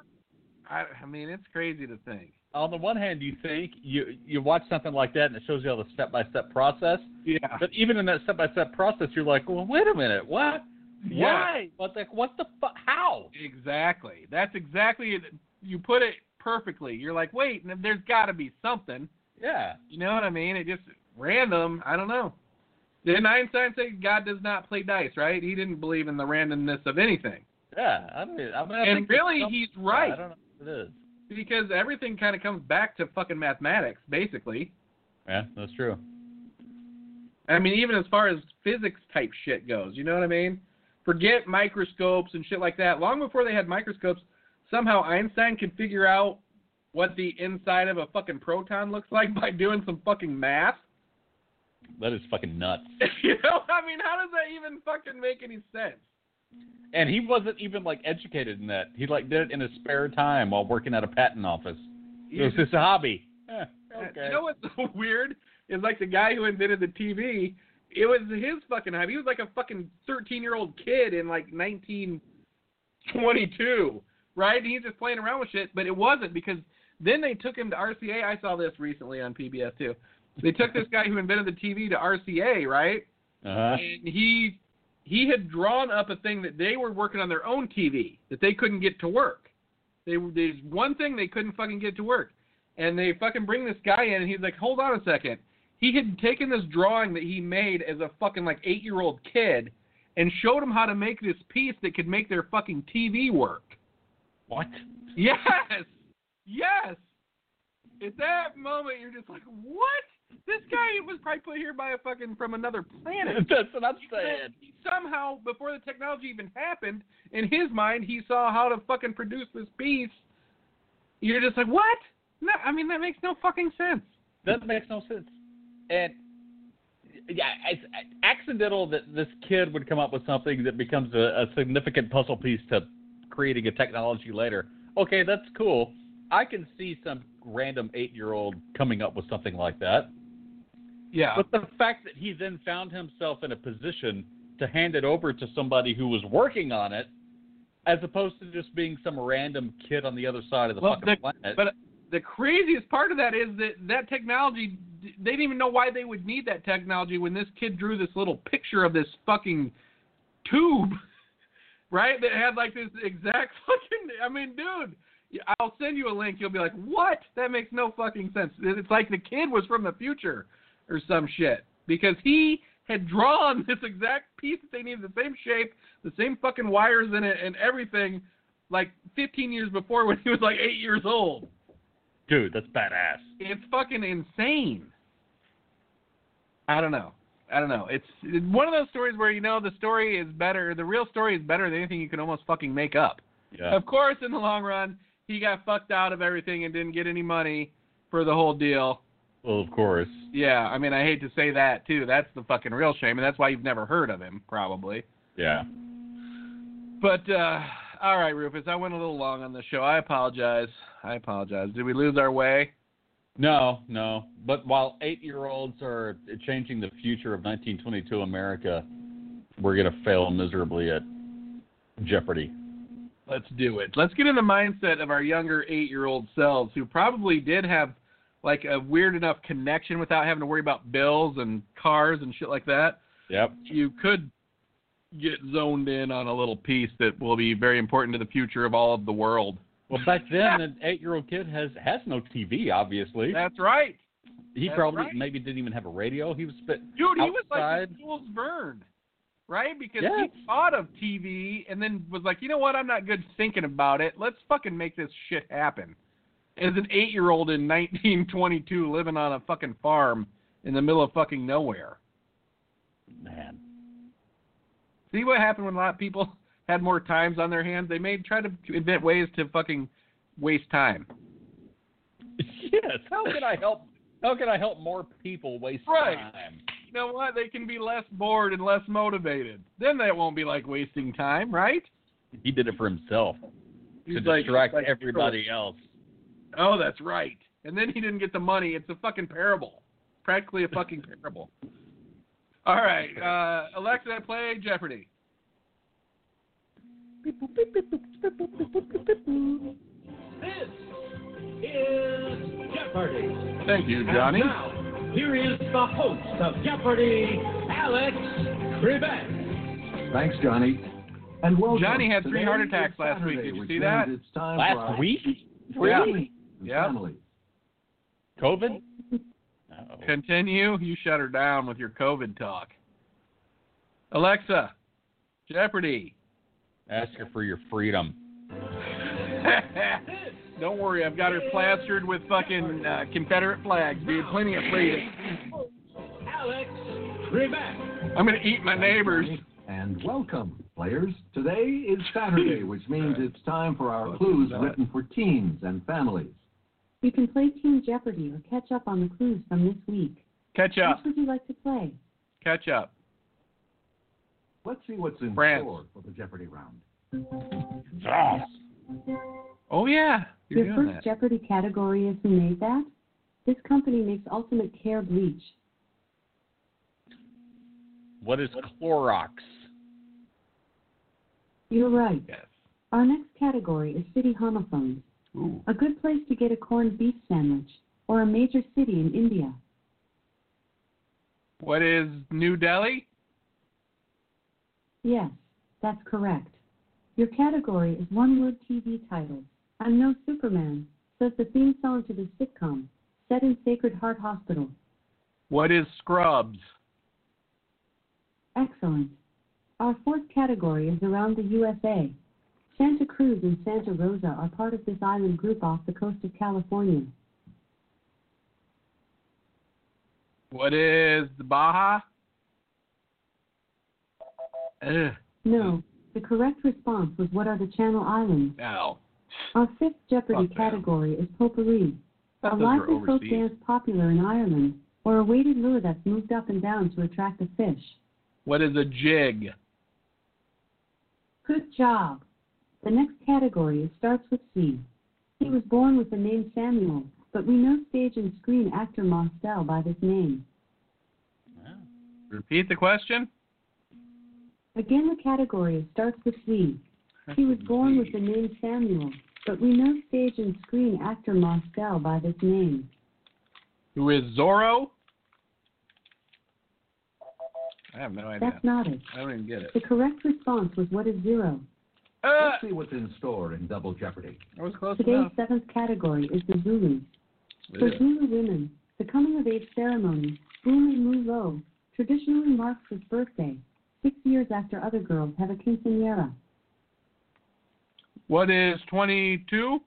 S1: I, I mean, it's crazy to think.
S3: on the one hand, you think you you watch something like that, and it shows you all the step by step process.
S1: Yeah.
S3: But even in that step by step process, you're like, well, wait a minute, what?
S1: Yeah.
S3: Why? What the? What the fuck? How?
S1: Exactly. That's exactly it. You put it perfectly. You're like, wait, n- there's got to be something.
S3: Yeah.
S1: You know what I mean? It just random. I don't know. Didn't Einstein say God does not play dice? Right? He didn't believe in the randomness of anything.
S3: Yeah. I mean, I mean, I
S1: And
S3: think there's
S1: really,
S3: some-
S1: he's right.
S3: I don't know what it is.
S1: Because everything kind of comes back to fucking mathematics, basically.
S3: Yeah, that's true.
S1: I mean, even as far as physics type shit goes, you know what I mean? Forget microscopes and shit like that. Long before they had microscopes, somehow Einstein could figure out what the inside of a fucking proton looks like (laughs) by doing some fucking math. (laughs)
S3: That is fucking nuts.
S1: you know, I mean, how does that even fucking make any sense?
S3: and he wasn't even like educated in that. He like did it in his spare time while working at a patent office. It was just a hobby. Eh, okay.
S1: Uh, You know what's (laughs) so weird is like the guy who invented the TV. It was his fucking hobby. He was like a fucking thirteen-year-old kid in like nineteen twenty-two, right? And he's just playing around with shit. But it wasn't because then they took him to RCA. I saw this recently on PBS too. They took this guy who invented the TV to RCA, right?
S3: Uh-huh.
S1: and he he had drawn up a thing that they were working on their own TV that they couldn't get to work. They there's one thing they couldn't fucking get to work, and they fucking bring this guy in, and he's like, hold on a second. He had taken this drawing that he made as a fucking like eight year old kid, and showed him how to make this piece that could make their fucking TV work.
S3: What?
S1: Yes, yes. At that moment, you're just like, what? This guy was probably put here by a fucking from another planet
S3: (laughs) That's what I'm saying.
S1: he somehow, before the technology even happened, in his mind, he saw how to fucking produce this piece. You're just like, what? No, I mean that makes no fucking sense.
S3: That makes no sense. And yeah, it's uh, accidental that this kid would come up with something that becomes a, a significant puzzle piece to creating a technology later. Okay, that's cool. I can see some random eight-year-old coming up with something like that.
S1: Yeah.
S3: But the fact that he then found himself in a position to hand it over to somebody who was working on it, as opposed to just being some random kid on the other side of the
S1: Well,
S3: fucking
S1: the-
S3: planet.
S1: but the craziest part of that is that that technology, they didn't even know why they would need that technology when this kid drew this little picture of this fucking tube, (laughs) right? That had like this exact (laughs) fucking. I mean, dude. I'll send you a link. You'll be like, "What? That makes no fucking sense." It's like the kid was from the future or some shit because he had drawn (laughs) this exact piece that they needed, the same shape, the same fucking wires in it, and everything, like 15 years before when he was like eight years old.
S3: Dude, that's badass.
S1: It's fucking insane. I don't know. I don't know. It's, it's one of those stories where you know the story is better, the real story is better than anything you can almost fucking make up.
S3: Yeah.
S1: Of course, in the long run, he got fucked out of everything and didn't get any money for the whole deal.
S3: Well, of course.
S1: Yeah, I mean, I hate to say that too. That's the fucking real shame, and that's why you've never heard of him, probably.
S3: Yeah.
S1: But uh, all right, Rufus, I went a little long on the show. I apologize. I apologize. Did we lose our way?
S3: No, no. But while eight-year-olds are changing the future of 1922 America, we're gonna fail miserably at Jeopardy.
S1: Let's do it. Let's get in the mindset of our younger eight-year-old selves who probably did have like a weird enough connection without having to worry about bills and cars and shit like that.
S3: Yep.
S1: you could get zoned in on a little piece that will be very important to the future of all of the world.
S3: Well, back then, an eight-year-old kid has has no TV. Obviously,
S1: That's right.
S3: he
S1: that's
S3: probably
S1: right.
S3: maybe didn't even have a radio. He was spit.
S1: Dude, he was like
S3: Outside.
S1: Jules Verne, right? Because
S3: Yes.
S1: he thought of TV and then was like, you know what? I'm not good thinking about it. Let's fucking make this shit happen. As an eight year old in (laughs) 1922 living on a fucking farm in the middle of fucking nowhere.
S3: (laughs) Man,
S1: See what happened when a lot of people (laughs) had more times on their hands? They may try to invent ways to fucking waste time.
S3: yes. How can I help? How can I help more people waste
S1: Right.
S3: time?
S1: you know what? They can be less bored and less motivated. Then that won't be like wasting time, right?
S3: He did it for himself
S1: He's
S3: to
S1: like-
S3: distract
S1: like,
S3: everybody else.
S1: Oh, that's right. And then he didn't get the money. It's a fucking parable. Practically a fucking parable. All right, uh, Alexa, play Jeopardy. Thank you, Johnny.
S4: here is the host of Jeopardy, Alex Trebek.
S7: Thanks, Johnny. And welcome.
S1: Johnny had three
S7: Today
S1: heart
S7: is
S1: attacks last week.
S7: Saturday,
S1: Did you
S7: which
S1: see
S7: means
S1: that?
S7: It's time for
S3: Last
S7: our
S3: week,
S7: Really?
S1: Yeah.
S7: Family.
S3: COVID. Uh-oh.
S1: Continue. You shut her down with your COVID talk. Alexa, Jeopardy. (laughs)
S3: Ask her for your freedom.
S1: Don't worry, I've got her plastered with fucking uh, Confederate flags, dude. Plenty of freedom.
S4: Alex Trebek.
S1: I'm gonna eat my neighbors.
S7: And welcome, players. Today is Saturday, which means it's time for our clues written for teens and families.
S8: You can play Team Jeopardy or catch up on the clues from this week.
S1: Catch up.
S8: Which would you like to play?
S1: Catch up.
S7: Let's see what's in
S1: France.
S7: store for the Jeopardy round.
S1: Oh yeah, you're
S8: Your
S1: doing
S8: first
S1: that.
S8: Jeopardy category is Who Made That? This company makes ultimate care bleach.
S3: What is Clorox?
S8: You're right.
S1: Yes.
S8: Our next category is city homophones.
S1: Ooh.
S8: A good place to get a corned beef sandwich, or a major city in India.
S1: What is New Delhi?
S8: Yes, that's correct. Your category is one word TV titles. I'm No Superman says the theme song to the sitcom set in Sacred Heart Hospital.
S1: What is Scrubs?
S8: Excellent. Our fourth category is around the USA. Santa Cruz and Santa Rosa are part of this island group off the coast of California.
S1: What is the Baja? Ugh,
S8: No, the correct response was what are the Channel Islands?
S1: no.
S8: Our fifth Jeopardy
S1: Fuck them.
S8: category is potpourri,
S1: Thought
S8: a
S1: those were
S8: lively folk
S1: overseas.
S8: dance popular in Ireland, or a weighted lure that's moved up and down to attract a fish.
S1: What is a jig?
S8: Good job. The next category starts with C. He was born with the name Samuel, but we know stage and screen actor Mostel by this name.
S1: Repeat the question.
S8: Again, the category starts with C. He was born with the name Samuel, but we know stage and screen actor Mostel by this name.
S1: Who is Zorro? I have no idea.
S8: That's not it.
S1: I don't even get it.
S8: The correct response was what is zero.
S1: Uh,
S7: Let's see what's in store in Double Jeopardy.
S1: I was close
S8: Today's
S1: enough.
S8: seventh category is the Zulu. For
S1: Yeah.
S8: Zulu women, the coming of age ceremony, Bulu Mulo, traditionally marks his birthday, six years after other girls have a quinceanera.
S1: What is 22?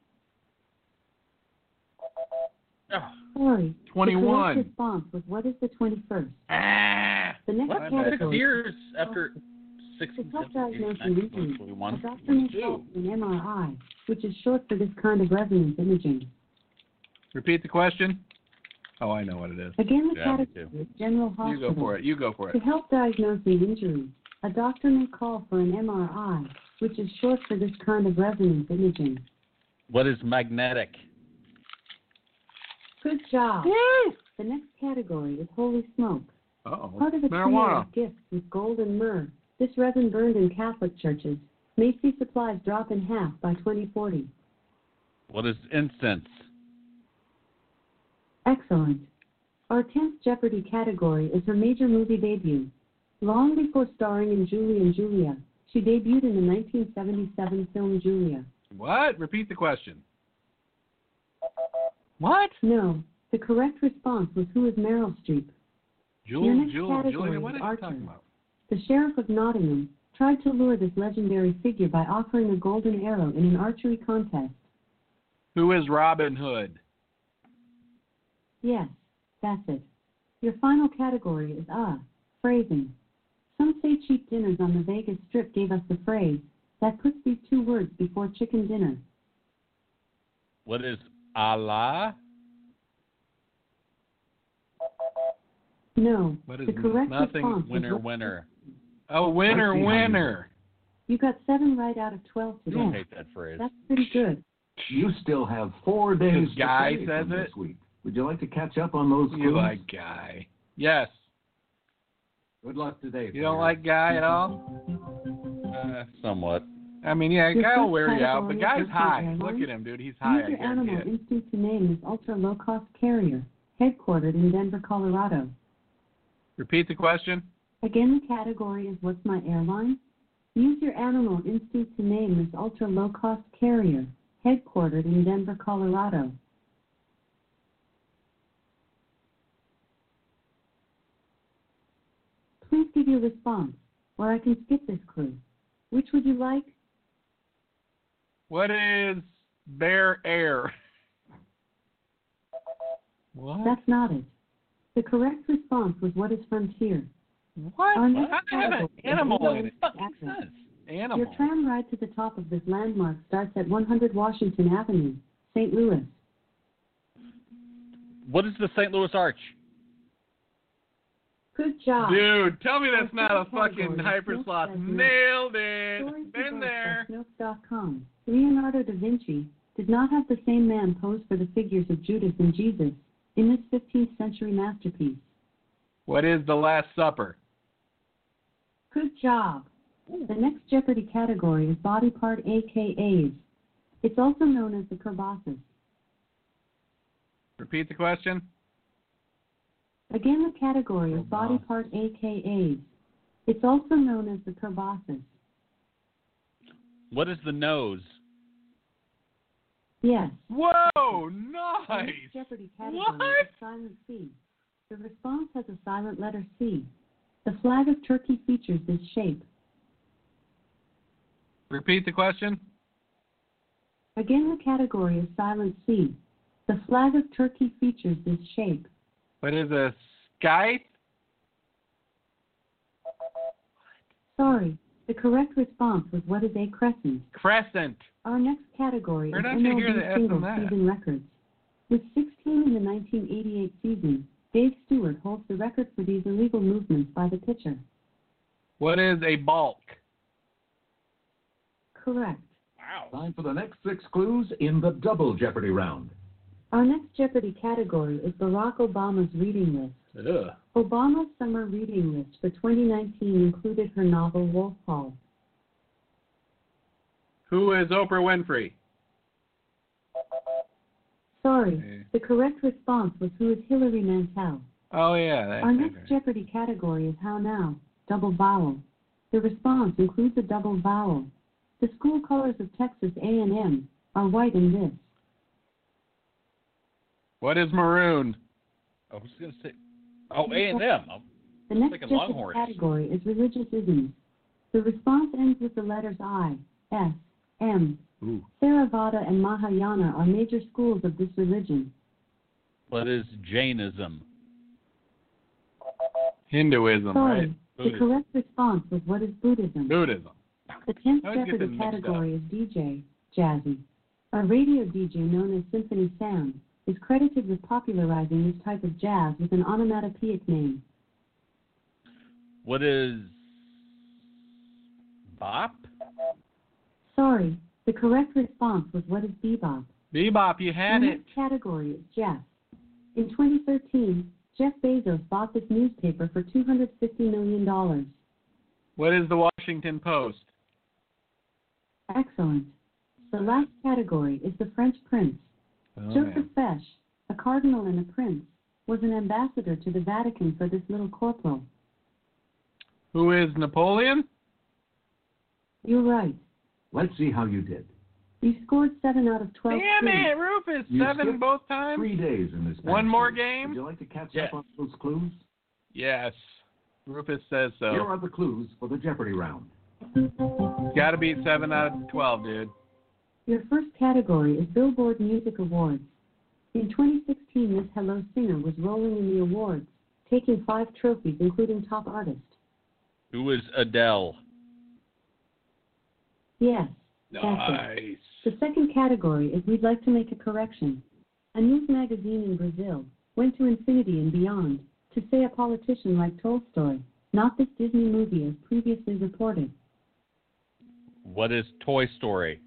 S8: Sorry, The
S1: 21.
S8: correct response was what is the 21st?
S1: Ah,
S8: The next
S3: What? Six
S8: category
S3: years after
S1: Oh.
S3: six
S8: The top diagnosis recently, a doctor may call
S3: 21.
S8: it an MRI, which is short for this kind of resonance imaging.
S1: repeat the question. Oh, I know what it is.
S8: Again, the
S3: Yeah, me
S8: category is General
S1: You
S8: Hospital.
S1: go for it. You go for
S8: To
S1: it.
S8: help diagnose an injury, a doctor may call for an MRI, which is short for this kind of resonance imaging.
S3: What is magnetic?
S8: Good job.
S1: Woo!
S8: The next category is holy smoke.
S1: Oh,
S8: Part of a trio
S1: marijuana.
S8: of gifts with gold and myrrh. This resin burned in Catholic churches may see supplies drop in half by 2040.
S3: What is incense?
S8: Excellent. Our 10th Jeopardy category is her major movie debut. Long before starring in Julie and Julia, she debuted in the 1977 film Julia.
S1: What? Repeat the question. What?
S8: No, the correct response was Who is Meryl Streep? Your
S1: Jewel,
S8: next
S1: Jewel,
S8: category
S1: Julia, what are
S8: is
S1: you talking
S8: archery.
S1: about?
S8: The Sheriff of Nottingham tried to lure this legendary figure by offering a golden arrow in an archery contest.
S1: Who is Robin Hood?
S8: Yes, that's it. Your final category is ah, phrasing. Some say cheap dinners on the Vegas Strip gave us the phrase that puts these two words before chicken dinner.
S3: What is Allah?
S8: No,
S1: What is
S8: the correct
S1: nothing
S8: response is
S3: Winner,
S8: what-
S3: winner.
S1: A winner,
S7: Let's see how you
S1: winner.
S8: You got seven right out of twelve
S3: You don't
S8: today.
S3: hate that phrase.
S8: Hmm. That's pretty good.
S7: You still have four days to
S1: guy
S7: play
S1: says
S7: from
S1: it.
S7: this week. Would you like to catch up on those clues?
S1: You like Guy. Yes.
S7: Good luck today.
S1: You don't
S7: players.
S1: like Guy at all?
S3: Uh, somewhat.
S1: I mean, yeah,
S8: Your
S1: Guy will
S8: first
S1: wear you out, but
S8: category
S1: Guy's
S8: is
S1: high.
S8: Pokemon.
S1: Look at him, dude. He's high, I
S8: Major
S1: guarantee
S8: Animal
S1: it.
S8: Instinct to name this ultra low cost carrier, headquartered in Denver, Colorado.
S1: Repeat the question.
S8: Again, the category is What's My Airline? Use your animal instinct to name this ultra low cost carrier, headquartered in Denver, Colorado. Please give your response, or I can skip this clue. Which would you like?
S1: What is Bear Air? What?
S8: That's not it. The correct response was What is Frontier?
S1: What?
S8: Our
S1: How
S8: next
S1: do you have an
S8: category is
S1: animal in it?
S8: Indonesia Accent. Your
S1: Animal.
S8: tram ride to the top of this landmark starts at 100 Washington Avenue, St. Louis.
S3: What is the St. Louis Arch?
S8: Good job.
S1: Dude, tell me that's not a fucking
S8: Category.
S1: hypersloth.
S8: Oh, Yes, I do.
S1: Nailed it.
S8: Stories
S1: Been
S8: developed
S1: there.
S8: by Snopes.com. Leonardo da Vinci did not have the same man pose for the figures of Judas and Jesus in this 15th century masterpiece.
S1: What is the Last Supper?
S8: Good job. The next Jeopardy category is body part AKAs. It's also known as the Kielbasa.
S1: Repeat the question.
S8: Again, the category is body part AKAs. It's also known as the Kielbasa.
S3: What is the nose?
S8: Yes.
S1: Whoa,
S8: the
S1: nice.
S8: next Jeopardy category
S1: What?
S8: is silent C. The response has a silent letter C. The flag of Turkey features this shape.
S1: Repeat the question.
S8: Again, the category is silent C. The flag of Turkey features this shape.
S1: What is a scythe?
S8: Sorry, the correct response was what is a crescent.
S1: Crescent.
S8: Our next category
S1: We're
S8: is
S1: not gonna hear the
S8: MLB
S1: F on
S8: single
S1: that.
S8: season records. With 16 in the 1988 season, Dave Stewart holds the record for these illegal movements by the pitcher.
S1: What is a bulk?
S8: Correct.
S7: Time for the next six clues in the double Jeopardy round.
S8: Our next Jeopardy category is Barack Obama's reading list.
S3: Ugh.
S8: Obama's summer reading list for 2019 included her novel Wolf Hall.
S1: Who is Oprah Winfrey? Yeah.
S8: Sorry, the correct response was who is Hillary Mantel.
S1: Oh yeah,
S8: Our
S1: that's
S8: next Jeopardy category is How Now, double vowel. The response includes a double vowel. The school colors of Texas A&M are white and this.
S1: What is maroon?
S3: I was gonna say. Oh, A and M.
S8: The next
S3: Thinking
S8: Jeopardy
S3: Longhorns.
S8: category is religious isms. The response ends with the letters I, S, M.
S3: Ooh.
S8: Theravada and Mahayana are major schools of this religion.
S3: What is Jainism?
S1: Hinduism,
S8: Sorry,
S1: right?
S8: the
S3: Buddhism.
S8: correct response was what is Buddhism.
S1: Buddhism.
S8: The 10th
S1: I always get
S8: Jeopardy
S3: them mixed
S8: category is DJ, Jazzy. A radio DJ known as Symphony Sam is credited with popularizing this type of jazz with an onomatopoeic name.
S3: What is Bop?
S8: Sorry, the correct response was what is bebop.
S1: Bebop, you had
S8: the
S1: it.
S8: next category is Jeff. In 2013, Jeff Bezos bought this newspaper for $250 million.
S1: What is the Washington Post?
S8: Excellent. The last category is the French prince.
S1: Oh,
S8: Joseph Fesch, a cardinal and a prince, was an ambassador to the Vatican for this little corporal.
S1: Who is Napoleon?
S8: You're right.
S7: Let's see how you did.
S8: You scored 7 out of 12.
S1: Damn
S8: clues.
S1: it, Rufus.
S7: You
S1: Seven
S7: skipped
S1: both times?
S7: Three days in this.
S1: One
S7: past
S1: more
S7: week.
S1: game?
S7: Would you like to catch
S3: Yes.
S7: up on those clues?
S1: Yes. Rufus says
S7: Here
S1: so.
S7: are the clues for the Jeopardy round.
S1: Gotta beat seven out of twelve, dude.
S8: Your first category is Billboard Music Awards. In 2016, this Hello Singer was rolling in the awards, taking five trophies, including Top Artist.
S3: Who is Adele?
S8: Yes. that's it.
S1: Nice.
S8: The second category is We'd Like to Make a Correction. A news magazine in Brazil went to infinity and beyond to say a politician like Tolstoy, not this Disney movie as previously reported.
S3: What is Toy Story?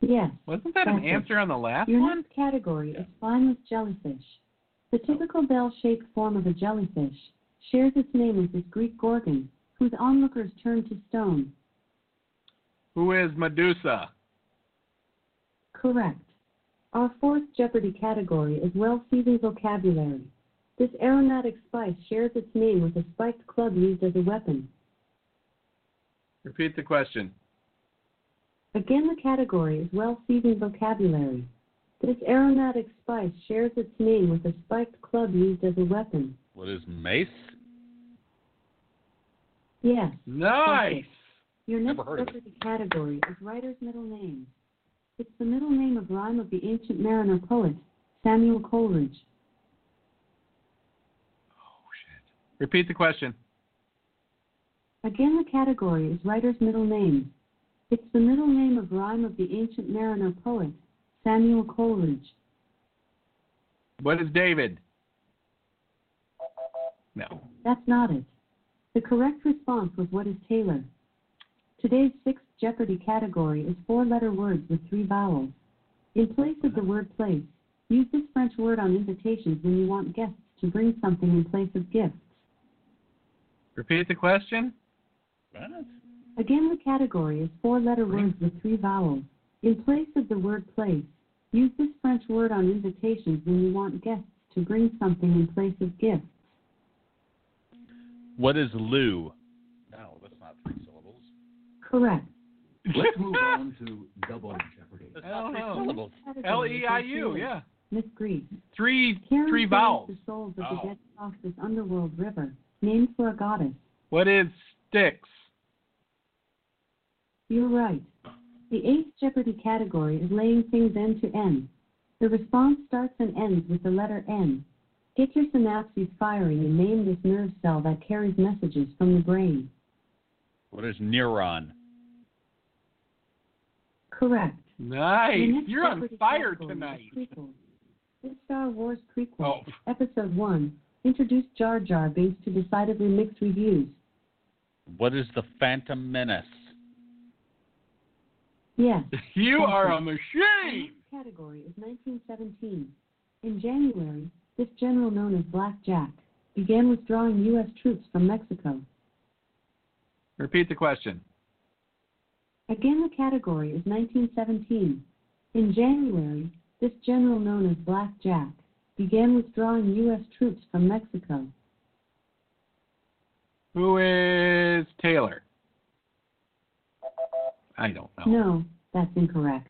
S8: Yes.
S1: Wasn't that an
S8: That's it.
S1: answer on the last
S8: Your
S1: one?
S8: next category is spineless jellyfish. The typical bell-shaped form of a jellyfish shares its name with this Greek gorgon, whose onlookers turned to stone.
S1: Who is Medusa?
S8: Correct. Our fourth Jeopardy category is well-seasoned vocabulary. This aromatic spice shares its name with a spiked club used as a weapon.
S1: Repeat the question.
S8: Again, the category is well-seasoned vocabulary. This aromatic spice shares its name with a spiked club used as a weapon.
S3: What is Mace?
S8: Yes.
S1: Nice.
S8: Your next
S3: Never heard of it.
S8: Jeopardy category is writer's middle name. It's the middle name of rhyme of the ancient mariner poet, Samuel Coleridge.
S1: Oh, Repeat the question.
S8: Again, the category is writer's middle name. It's the middle name of rhyme of the ancient mariner poet, Samuel Coleridge.
S1: What is David? No.
S8: That's not it. The correct response was what is Taylor? Today's sixth Jeopardy category is four letter words with three vowels. In place of the word place, use this French word on invitations when you want guests to bring something in place of gifts.
S1: Repeat the question.
S3: What?
S8: Again, the category is four letter words with three vowels. In place of the word place, use this French word on invitations when you want guests to bring something in place of gifts.
S3: What is Lou? No, that's not three syllables.
S8: Correct.
S7: Let's
S1: (laughs)
S7: move on to Double Jeopardy.
S3: That's
S1: I
S3: not
S1: don't
S3: three
S1: know.
S3: syllables.
S1: L E I U. Yeah.
S8: Miss Greece.
S1: Three
S8: Karen
S1: three
S8: saves
S1: vowels.
S8: The souls of
S3: Oh.
S8: the dead cross this underworld river, named for a goddess.
S1: What is sticks?
S8: You're right. The eighth Jeopardy category is laying things end to end. The response starts and ends with the letter N. Get your synapses firing and name this nerve cell that carries messages from the brain.
S3: What is neuron?
S8: Correct.
S1: Nice.
S8: The next
S1: You're on
S8: Jeopardy
S1: fire
S8: category is
S1: tonight.
S8: (laughs) prequels. This Star Wars prequel,
S1: Oh. (laughs)
S8: Episode 1, introduced Jar Jar Binks to decidedly mixed reviews.
S3: What is the Phantom Menace?
S8: Yes.
S1: You are a
S8: The
S1: machine.
S8: next category is 1917. In January, this general known as Black Jack began withdrawing U.S. troops from Mexico.
S1: Repeat the question.
S8: Again, the category is 1917. In January, this general known as Black Jack began withdrawing U.S. troops from Mexico.
S1: Who is Taylor? I don't know.
S8: No, that's incorrect.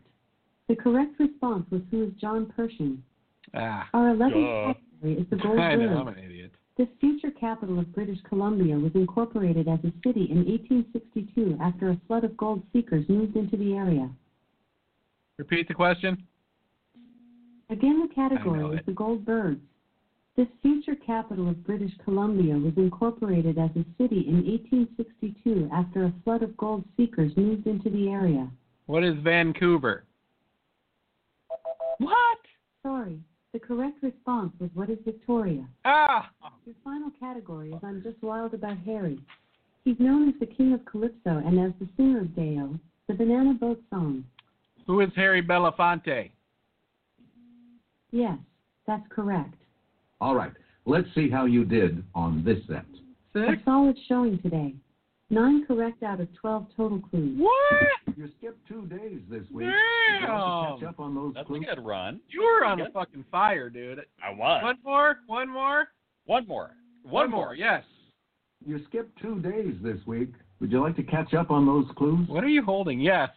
S8: The correct response was who is John Pershing.
S1: Ah,
S8: Our 11th
S3: Duh.
S8: category is the
S1: (laughs)
S8: Gold
S1: I know.
S8: Bird.
S1: I'm an idiot.
S8: This future capital of British Columbia was incorporated as a city in 1862 after a flood of gold seekers moved into the area.
S1: Repeat the question.
S8: Again, the
S1: I know
S8: category is
S1: it.
S8: the gold birds. This future capital of British Columbia was incorporated as a city in 1862 after a flood of gold seekers moved into the area.
S1: What is Vancouver? What?
S8: Sorry, the correct response was what is Victoria?
S1: Ah,
S8: Your final category is I'm Just Wild About Harry. He's known as the King of Calypso and as the singer of Deo, the Banana Boat song.
S1: who is Harry Belafonte?
S8: Yes, that's correct.
S7: All right, let's see how you did on this set.
S8: A
S1: Six.
S8: solid showing today. Nine correct out of 12 total clues.
S1: What?
S7: You skipped two days this week.
S1: Damn!
S7: You'll have to catch up on those
S3: That's a
S7: clues.
S3: good run.
S1: You were on a fucking fire, dude.
S3: I was.
S1: One more. One more.
S3: One more.
S1: One more. Yes.
S7: You skipped two days this week. Would you like to catch up on those clues?
S1: What are you holding? Yes.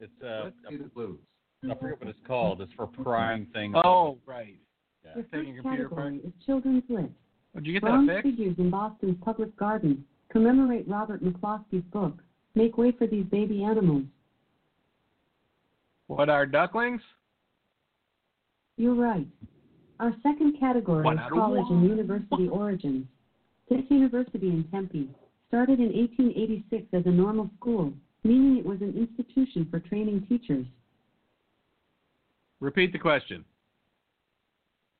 S3: It's uh,
S7: Let's see the clues.
S3: I forget what it's called. It's for prying things.
S1: Oh, right.
S3: Yeah.
S8: Your first
S1: Taking a computer
S8: category is Children's Lit.
S1: Did you get
S8: Bronze
S1: that fixed?
S8: figures in Boston's public garden commemorate Robert McCloskey's book, Make Way for These Baby Animals.
S1: What are ducklings?
S8: You're right. Our second category
S1: One
S8: is
S1: out of
S8: college and university origins. This university in Tempe started in 1886 as a normal school, meaning it was an institution for training teachers.
S1: Repeat the question.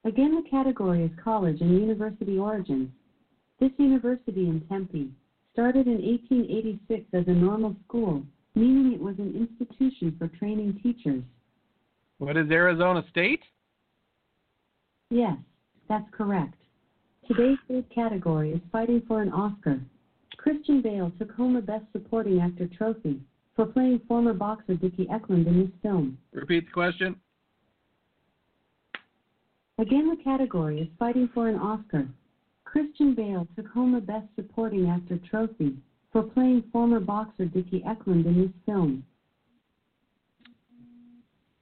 S8: Again, the category is college and university origins. This university in Tempe started in 1886 as a normal school, meaning it was an institution for training teachers.
S1: What is Arizona State?
S8: Yes, that's correct. Today's third category is fighting for an Oscar. Christian Bale took home a Best Supporting Actor trophy for playing former boxer Dickie Eklund in this film.
S1: Repeat the question.
S8: Again, the category is fighting for an Oscar. Christian Bale took home a Best Supporting Actor trophy for playing former boxer Dickie Eklund in this film.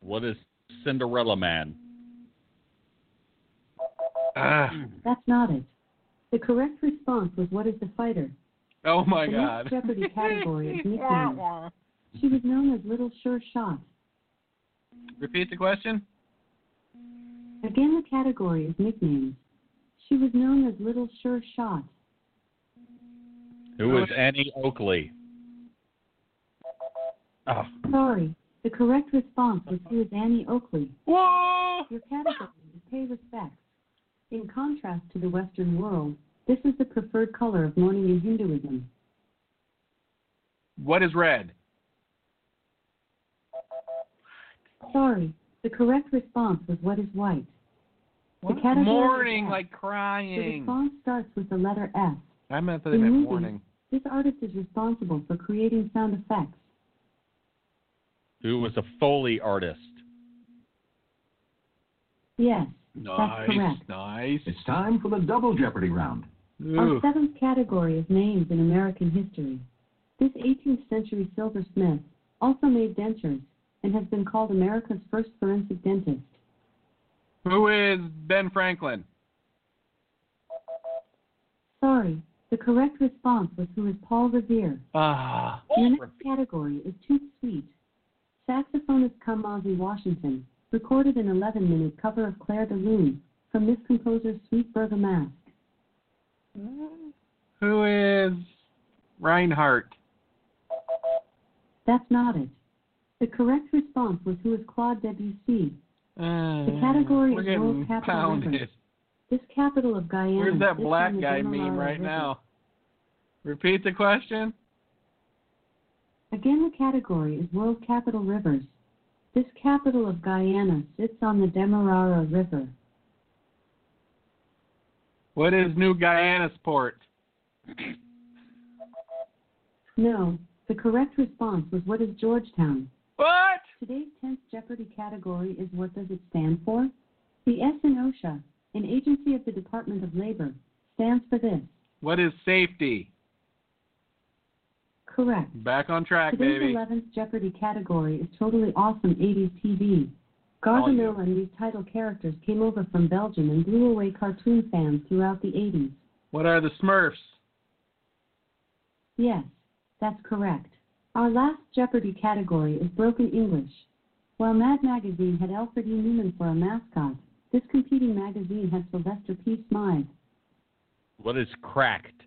S3: What is Cinderella Man?
S1: Ah,
S8: That's not it. The correct response was What is the Fighter?
S1: oh my
S8: The
S1: God.
S8: next Jeopardy category is nicknames. She was known as Little Sure Shot.
S1: Repeat the question.
S8: Again, the category is nicknames. She was known as Little Sure Shot.
S3: Who is Annie Oakley? Oh,
S8: Sorry, the correct response was who is Annie Oakley.
S1: Whoa!
S8: Your category is pay respects. In contrast to the Western world, this is the preferred color of mourning in Hinduism.
S1: What is red?
S8: Sorry, the correct response was what is white. The category
S1: Mourning,
S8: is F.
S1: like
S8: The
S1: crying.
S8: response starts with the letter S.
S1: I meant that I
S8: In
S1: meant
S8: movies,
S1: mourning.
S8: This artist is responsible for creating sound effects.
S3: Who was a Foley artist?
S8: Yes,
S1: Nice,
S8: correct.
S1: nice.
S7: It's time for the double jeopardy round.
S8: our
S1: Ooh.
S8: seventh category is names in American history. This 18th century silversmith also made dentures and has been called America's first forensic dentist.
S1: Who is Ben Franklin?
S8: Sorry, the correct response was who is Paul Revere.
S1: Ah,
S8: Your next category is Tooth Sweet. Saxophonist Kamasi Washington recorded an 11 minute cover of Claire de Lune from this composer's Sweet Bergamask.
S1: who is Reinhardt?
S8: That's not it. The correct response was who is Claude Debussy.
S1: Uh,
S8: category
S1: we're
S8: is
S1: getting
S8: World Capital
S1: pounded.
S8: Records. This capital of Guyana.
S1: Where's that
S8: is
S1: black
S8: on the
S1: guy meme
S8: Demerara
S1: right
S8: River.
S1: now? Repeat the question.
S8: Again, the category is World Capital Rivers. This capital of Guyana sits on the Demerara River.
S1: What is New Guyana's port?
S8: No, the correct response was what is Georgetown?
S1: What?
S8: Today's 10th Jeopardy category is What Does It Stand For? The S in OSHA, an agency of the Department of Labor, stands for this.
S1: What is safety?
S8: Correct.
S1: Back on track,
S8: Today's
S1: baby.
S8: 11th Jeopardy category is Totally Awesome 80s TV. Gargamel and these title characters came over from Belgium and blew away cartoon fans throughout the 80s.
S1: What are the Smurfs?
S8: Yes, that's correct. Our last Jeopardy category is Broken English. While Mad Magazine had Alfred E. Newman for a mascot, this competing magazine had Sylvester P. Smythe.
S3: What is cracked?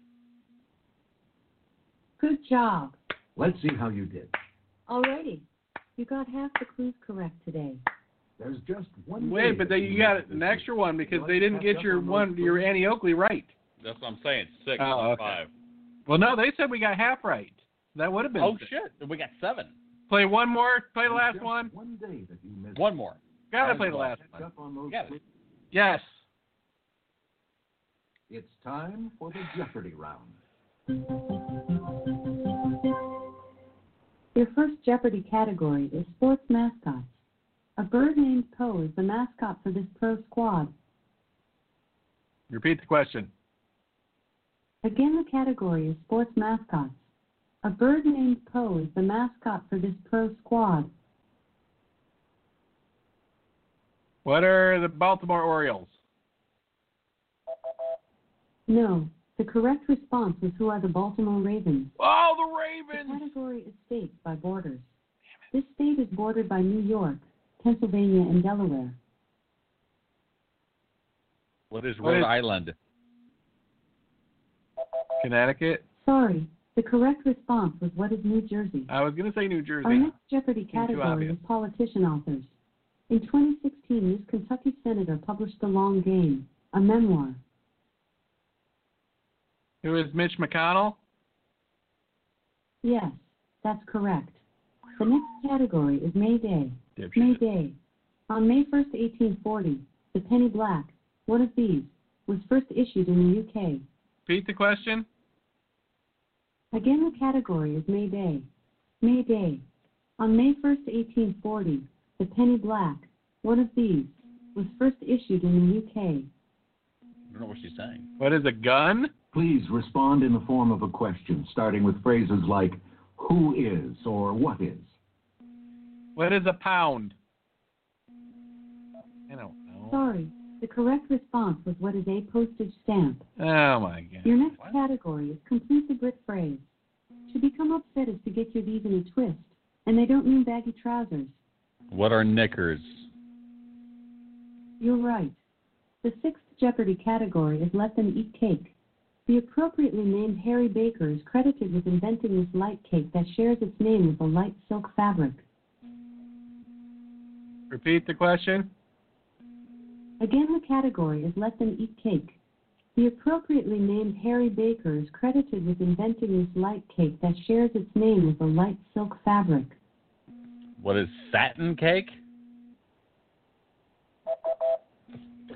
S8: Good job.
S7: Let's see how you did.
S8: Alrighty. You got half the clues correct today.
S7: There's just one. way
S1: Wait, but they,
S7: that
S1: you
S7: can
S1: got
S7: make it
S1: an
S7: this
S1: extra
S7: week.
S1: one because
S7: Let's
S1: they didn't
S7: catch
S1: get
S7: up
S1: your
S7: on those
S1: one, your
S7: clues.
S1: Annie Oakley right.
S3: That's what I'm saying. Six,
S1: Oh,
S3: not
S1: okay.
S3: five.
S1: Well, no, they said we got half right. That would have been.
S3: Oh
S1: six.
S3: shit! We got seven.
S1: Play one more. Play the
S7: There's
S1: last
S7: just
S1: one.
S7: One day that you missed.
S3: One more.
S1: Gotta play the
S3: One.
S1: last
S7: Catch
S1: one.
S7: up on those
S3: Got it.
S7: clues.
S1: Yes.
S7: It's time for the Jeopardy round.
S8: Your first Jeopardy category is sports mascots. A bird named Poe is the mascot for this pro squad.
S1: Repeat the question.
S8: Again, the category is sports mascots. A bird named Poe is the mascot for this pro squad.
S1: What are the Baltimore Orioles?
S8: No, the correct response was who are the Baltimore Ravens.
S1: Oh, the
S8: The
S1: Ravens.
S8: category is states by borders. This state is bordered by New York, Pennsylvania, and Delaware.
S3: What is
S1: What
S3: Rhode
S1: is-
S3: Island?
S1: Connecticut.
S8: Sorry, the correct response was what is New Jersey?
S1: I was gonna say New
S8: Our
S1: Jersey.
S8: next Jeopardy
S1: too
S8: category
S1: obvious.
S8: is politician authors. In 2016, this Kentucky senator published The Long Game, a memoir.
S1: Who is Mitch McConnell?
S8: Yes, that's correct. The next category is May Day. May
S1: Dipshit.
S8: Day. On May 1st, 1840, the penny black, one of these, was first issued in the UK.
S1: Repeat the question.
S8: Again, the category is May Day. May Day. On May 1st, 1840, the penny black, one of these, was first issued in the UK.
S3: I don't know what she's saying.
S1: What is a gun?
S7: Please respond in the form of a question, starting with phrases like "Who is" or "What is."
S1: What is a pound? I don't know.
S8: Sorry, the correct response was what is a postage stamp.
S1: Oh my god.
S8: Your next
S3: What?
S8: category is complete the Brit phrase. To become upset is to get your V's in a twist, and they don't mean baggy trousers.
S3: What are knickers?
S8: You're right. The sixth Jeopardy category is Let Them Eat Cake. The appropriately named Harry Baker is credited with inventing this light cake that shares its name with a light silk fabric.
S1: Repeat the question.
S8: Again, the category is Let Them Eat Cake. The appropriately named Harry Baker is credited with inventing this light cake that shares its name with a light silk fabric.
S3: What is satin cake?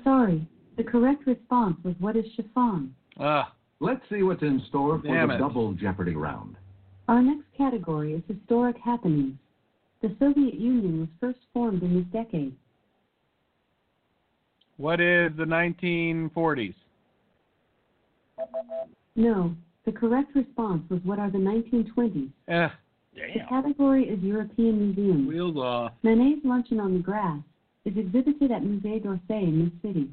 S8: Sorry, the correct response was What is chiffon?
S1: Ah,
S7: Let's see what's in store for
S1: Damn
S7: the
S1: it.
S7: double Jeopardy round.
S8: Our next category is Historic Happenings. The Soviet Union was first formed in this decade.
S1: what is the 1940s?
S8: No, the correct response was What are the 1920s?
S1: Eh,
S8: The category is European Museums.
S1: wheels off.
S8: Manet's Luncheon on the Grass is exhibited at Musée d'Orsay in this city.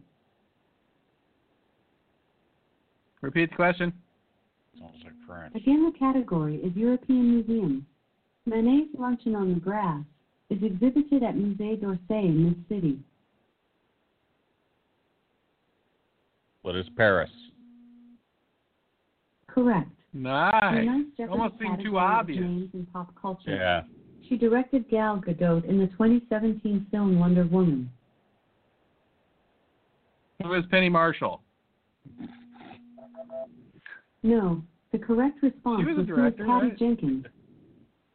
S1: Repeat the question.
S3: Sounds like French.
S8: Again, the category is European Museums. Manet's Luncheon on the Grass is exhibited at Musée d'Orsay in this city.
S3: What is Paris?
S8: Correct.
S1: Nice.
S8: Tonight's Jeopardy
S1: Almost seemed too
S8: category is
S1: obvious.
S8: Names in pop culture.
S3: Yeah.
S8: She directed Gal Gadot in the 2017 film Wonder Woman.
S1: Who is Penny Marshall?
S8: No, the correct response
S1: She was a
S8: who is
S1: director,
S8: Patty
S1: right?
S8: Jenkins.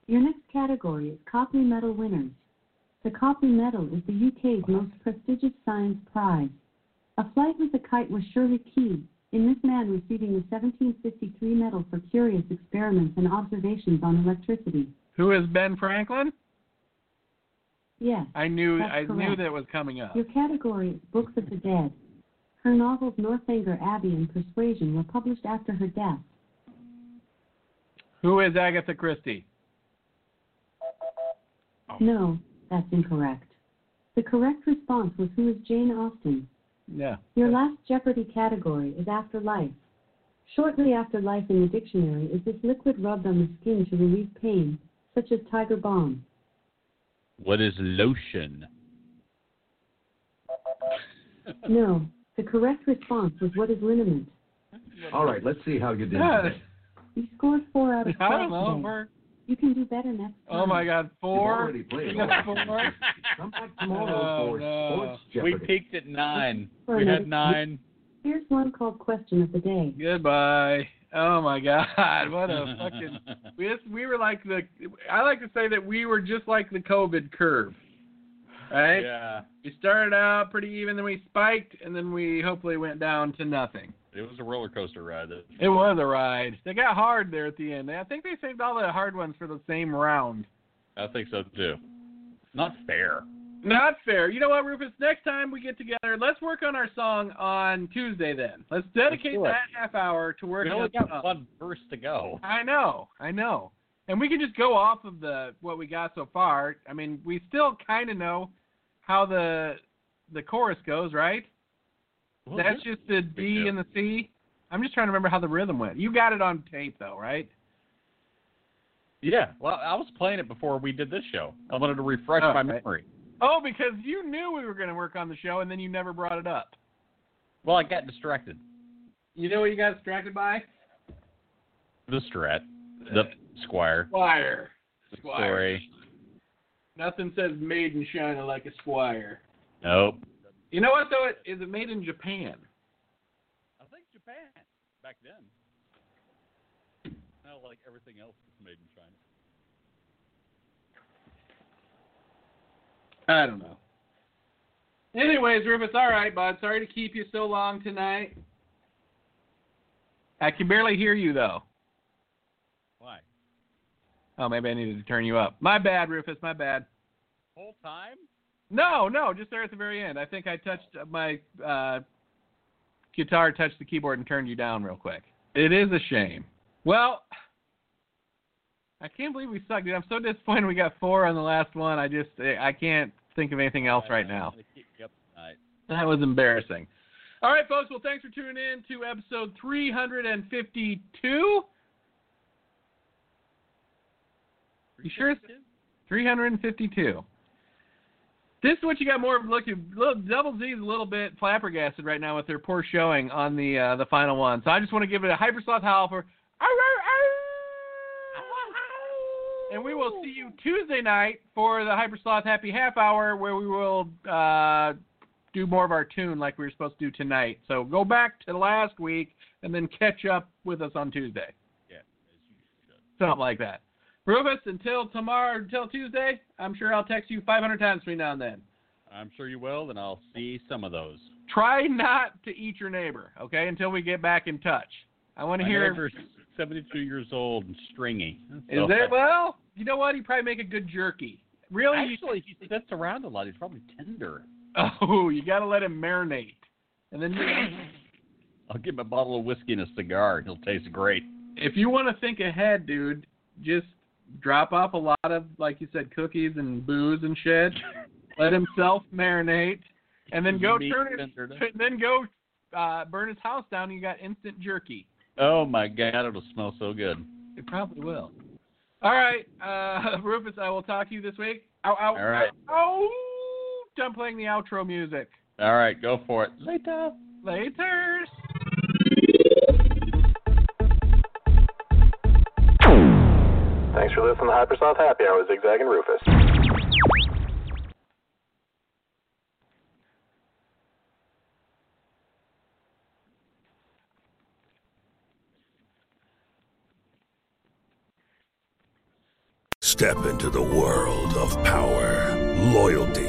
S8: Your next category is Copley Medal winners. The Copley Medal is the UK's most prestigious science prize. A flight with a kite was surely key in this man receiving the 1753 medal for curious experiments and observations on electricity.
S1: Who is Ben Franklin?
S8: Yes.
S1: I knew
S8: That's
S1: I knew
S8: correct.
S1: that was coming up.
S8: Your category is Books of the Dead. Her novels Northanger Abbey and Persuasion were published after her death.
S1: Who is Agatha Christie?
S8: No, that's incorrect. The correct response was Who is Jane Austen?
S1: Yeah.
S8: Your last Jeopardy category is Afterlife. Shortly after life in the dictionary is this liquid rubbed on the skin to relieve pain, such as Tiger Balm.
S3: What is
S1: (laughs)
S3: lotion?
S8: No, the correct response was What is liniment?
S7: All right, let's see how you did.
S1: Yeah.
S7: today.
S8: You scored four out of
S1: I
S8: five
S1: don't know.
S8: today.
S1: We're,
S8: You can do better next time.
S1: oh my God,
S7: You've
S1: four.
S7: already played.
S1: You got (laughs) four.
S7: Come back
S1: (laughs) Oh,
S7: tomorrow for
S1: no.
S7: Sports
S3: We
S7: Jeopardy.
S3: peaked at nine.
S8: For
S3: We
S8: another-
S3: had nine.
S8: Here's one called Question of the Day.
S1: Goodbye. Oh my God, (laughs) what
S3: (laughs)
S7: (laughs)
S1: a fucking. We just, we were like the. I like to say that we were just like the COVID curve, right?
S3: yeah.
S1: We started out pretty even, then we spiked, and then we hopefully went down to nothing.
S3: It was a roller coaster ride. That,
S1: It was a ride. They got hard there at the end. I think they saved all the hard ones for the same round.
S3: I think so too. Not fair.
S1: Not fair. You know what, Rufus? Next time we get together, let's work on our song on Tuesday then. Let's dedicate
S3: do it.
S1: that half hour to
S3: We
S1: working
S3: only
S1: on
S3: got
S1: songs.
S3: one verse to go.
S1: I know, I know. And we can just go off of the what we got so far. I mean, we still kind of know how the the chorus goes, right?
S3: Well,
S1: That's just the D
S3: We do.
S1: and the C. I'm just trying to remember how the rhythm went. You got it on tape though, right?
S3: yeah. Well, I was playing it before we did this show. I wanted to refresh
S1: Oh,
S3: my
S1: right.
S3: memory.
S1: Oh, because you knew we were going to work on the show, and then you never brought it up.
S3: Well, I got distracted.
S1: You know what you got distracted by?
S3: The strat, the squire,
S1: Squire.
S3: the story.
S1: Nothing says maiden shine like a squire.
S3: Nope.
S1: You know what though? It is it made in Japan.
S3: I think Japan back then. Now, like everything else, is made in China.
S1: I don't know. Anyways, Rufus, all right, bud. Sorry to keep you so long tonight. I can barely hear you though.
S3: Why?
S1: Oh, maybe I needed to turn you up. My bad, Rufus. My bad.
S3: Whole time?
S1: No, no, just there at the very end. I think I touched my uh, guitar, touched the keyboard, and turned you down real quick. It is a shame. Well, I can't believe we sucked, dude. I'm so disappointed we got four on the last one. I just I can't think of anything else right now.
S3: I'm gonna keep you up tonight.
S1: That was embarrassing. All right, folks. Well, thanks for tuning in to episode 352. You sure it's 352? This is what you got more of. Look, you- little- Double Z's a little bit flabbergasted right now with their poor showing on the uh, the final one. So I just want to give it a hypersloth howl for. And we will see you Tuesday night for the Hypersloth Happy Half Hour, where we will uh, do more of our tune like we were supposed to do tonight. So go back to last week and then catch up with us on Tuesday.
S3: Yeah, as you should.
S1: Something like that. Rufus, until tomorrow, until Tuesday, I'm sure I'll text you 500 times between now and then.
S3: I'm sure you will, and I'll see some of those.
S1: Try not to eat your neighbor, okay, until we get back in touch. I want to
S3: My
S1: hear.
S3: neighbor's 72 years old and stringy.
S1: Is
S3: So-
S1: it well? You know what? He'd probably make a good jerky. Really? you-
S3: Actually, he sits around a lot. He's probably tender.
S1: (laughs) oh, you got to let him marinate, and then
S3: I'll give him a bottle of whiskey and a cigar. He'll taste great.
S1: if you want to think ahead, dude, just drop off a lot of, like you said, cookies and booze and shit. let him self marinate, and then go
S3: Meat
S1: turn his,
S3: tendered.
S1: (laughs) then go uh, burn his house down. and You got instant jerky.
S3: Oh my God, it'll smell so good.
S1: It probably will. All right, uh, (laughs) Rufus, I will talk to you this week. Ow, ow,
S3: All right.
S1: ow, ow. Done playing the outro music.
S3: All right, go for it. Later.
S1: Later.
S9: Thanks for listening to Hypersloth Happy Hour with Zigzag and Rufus.
S10: Step into the world of power, loyalty,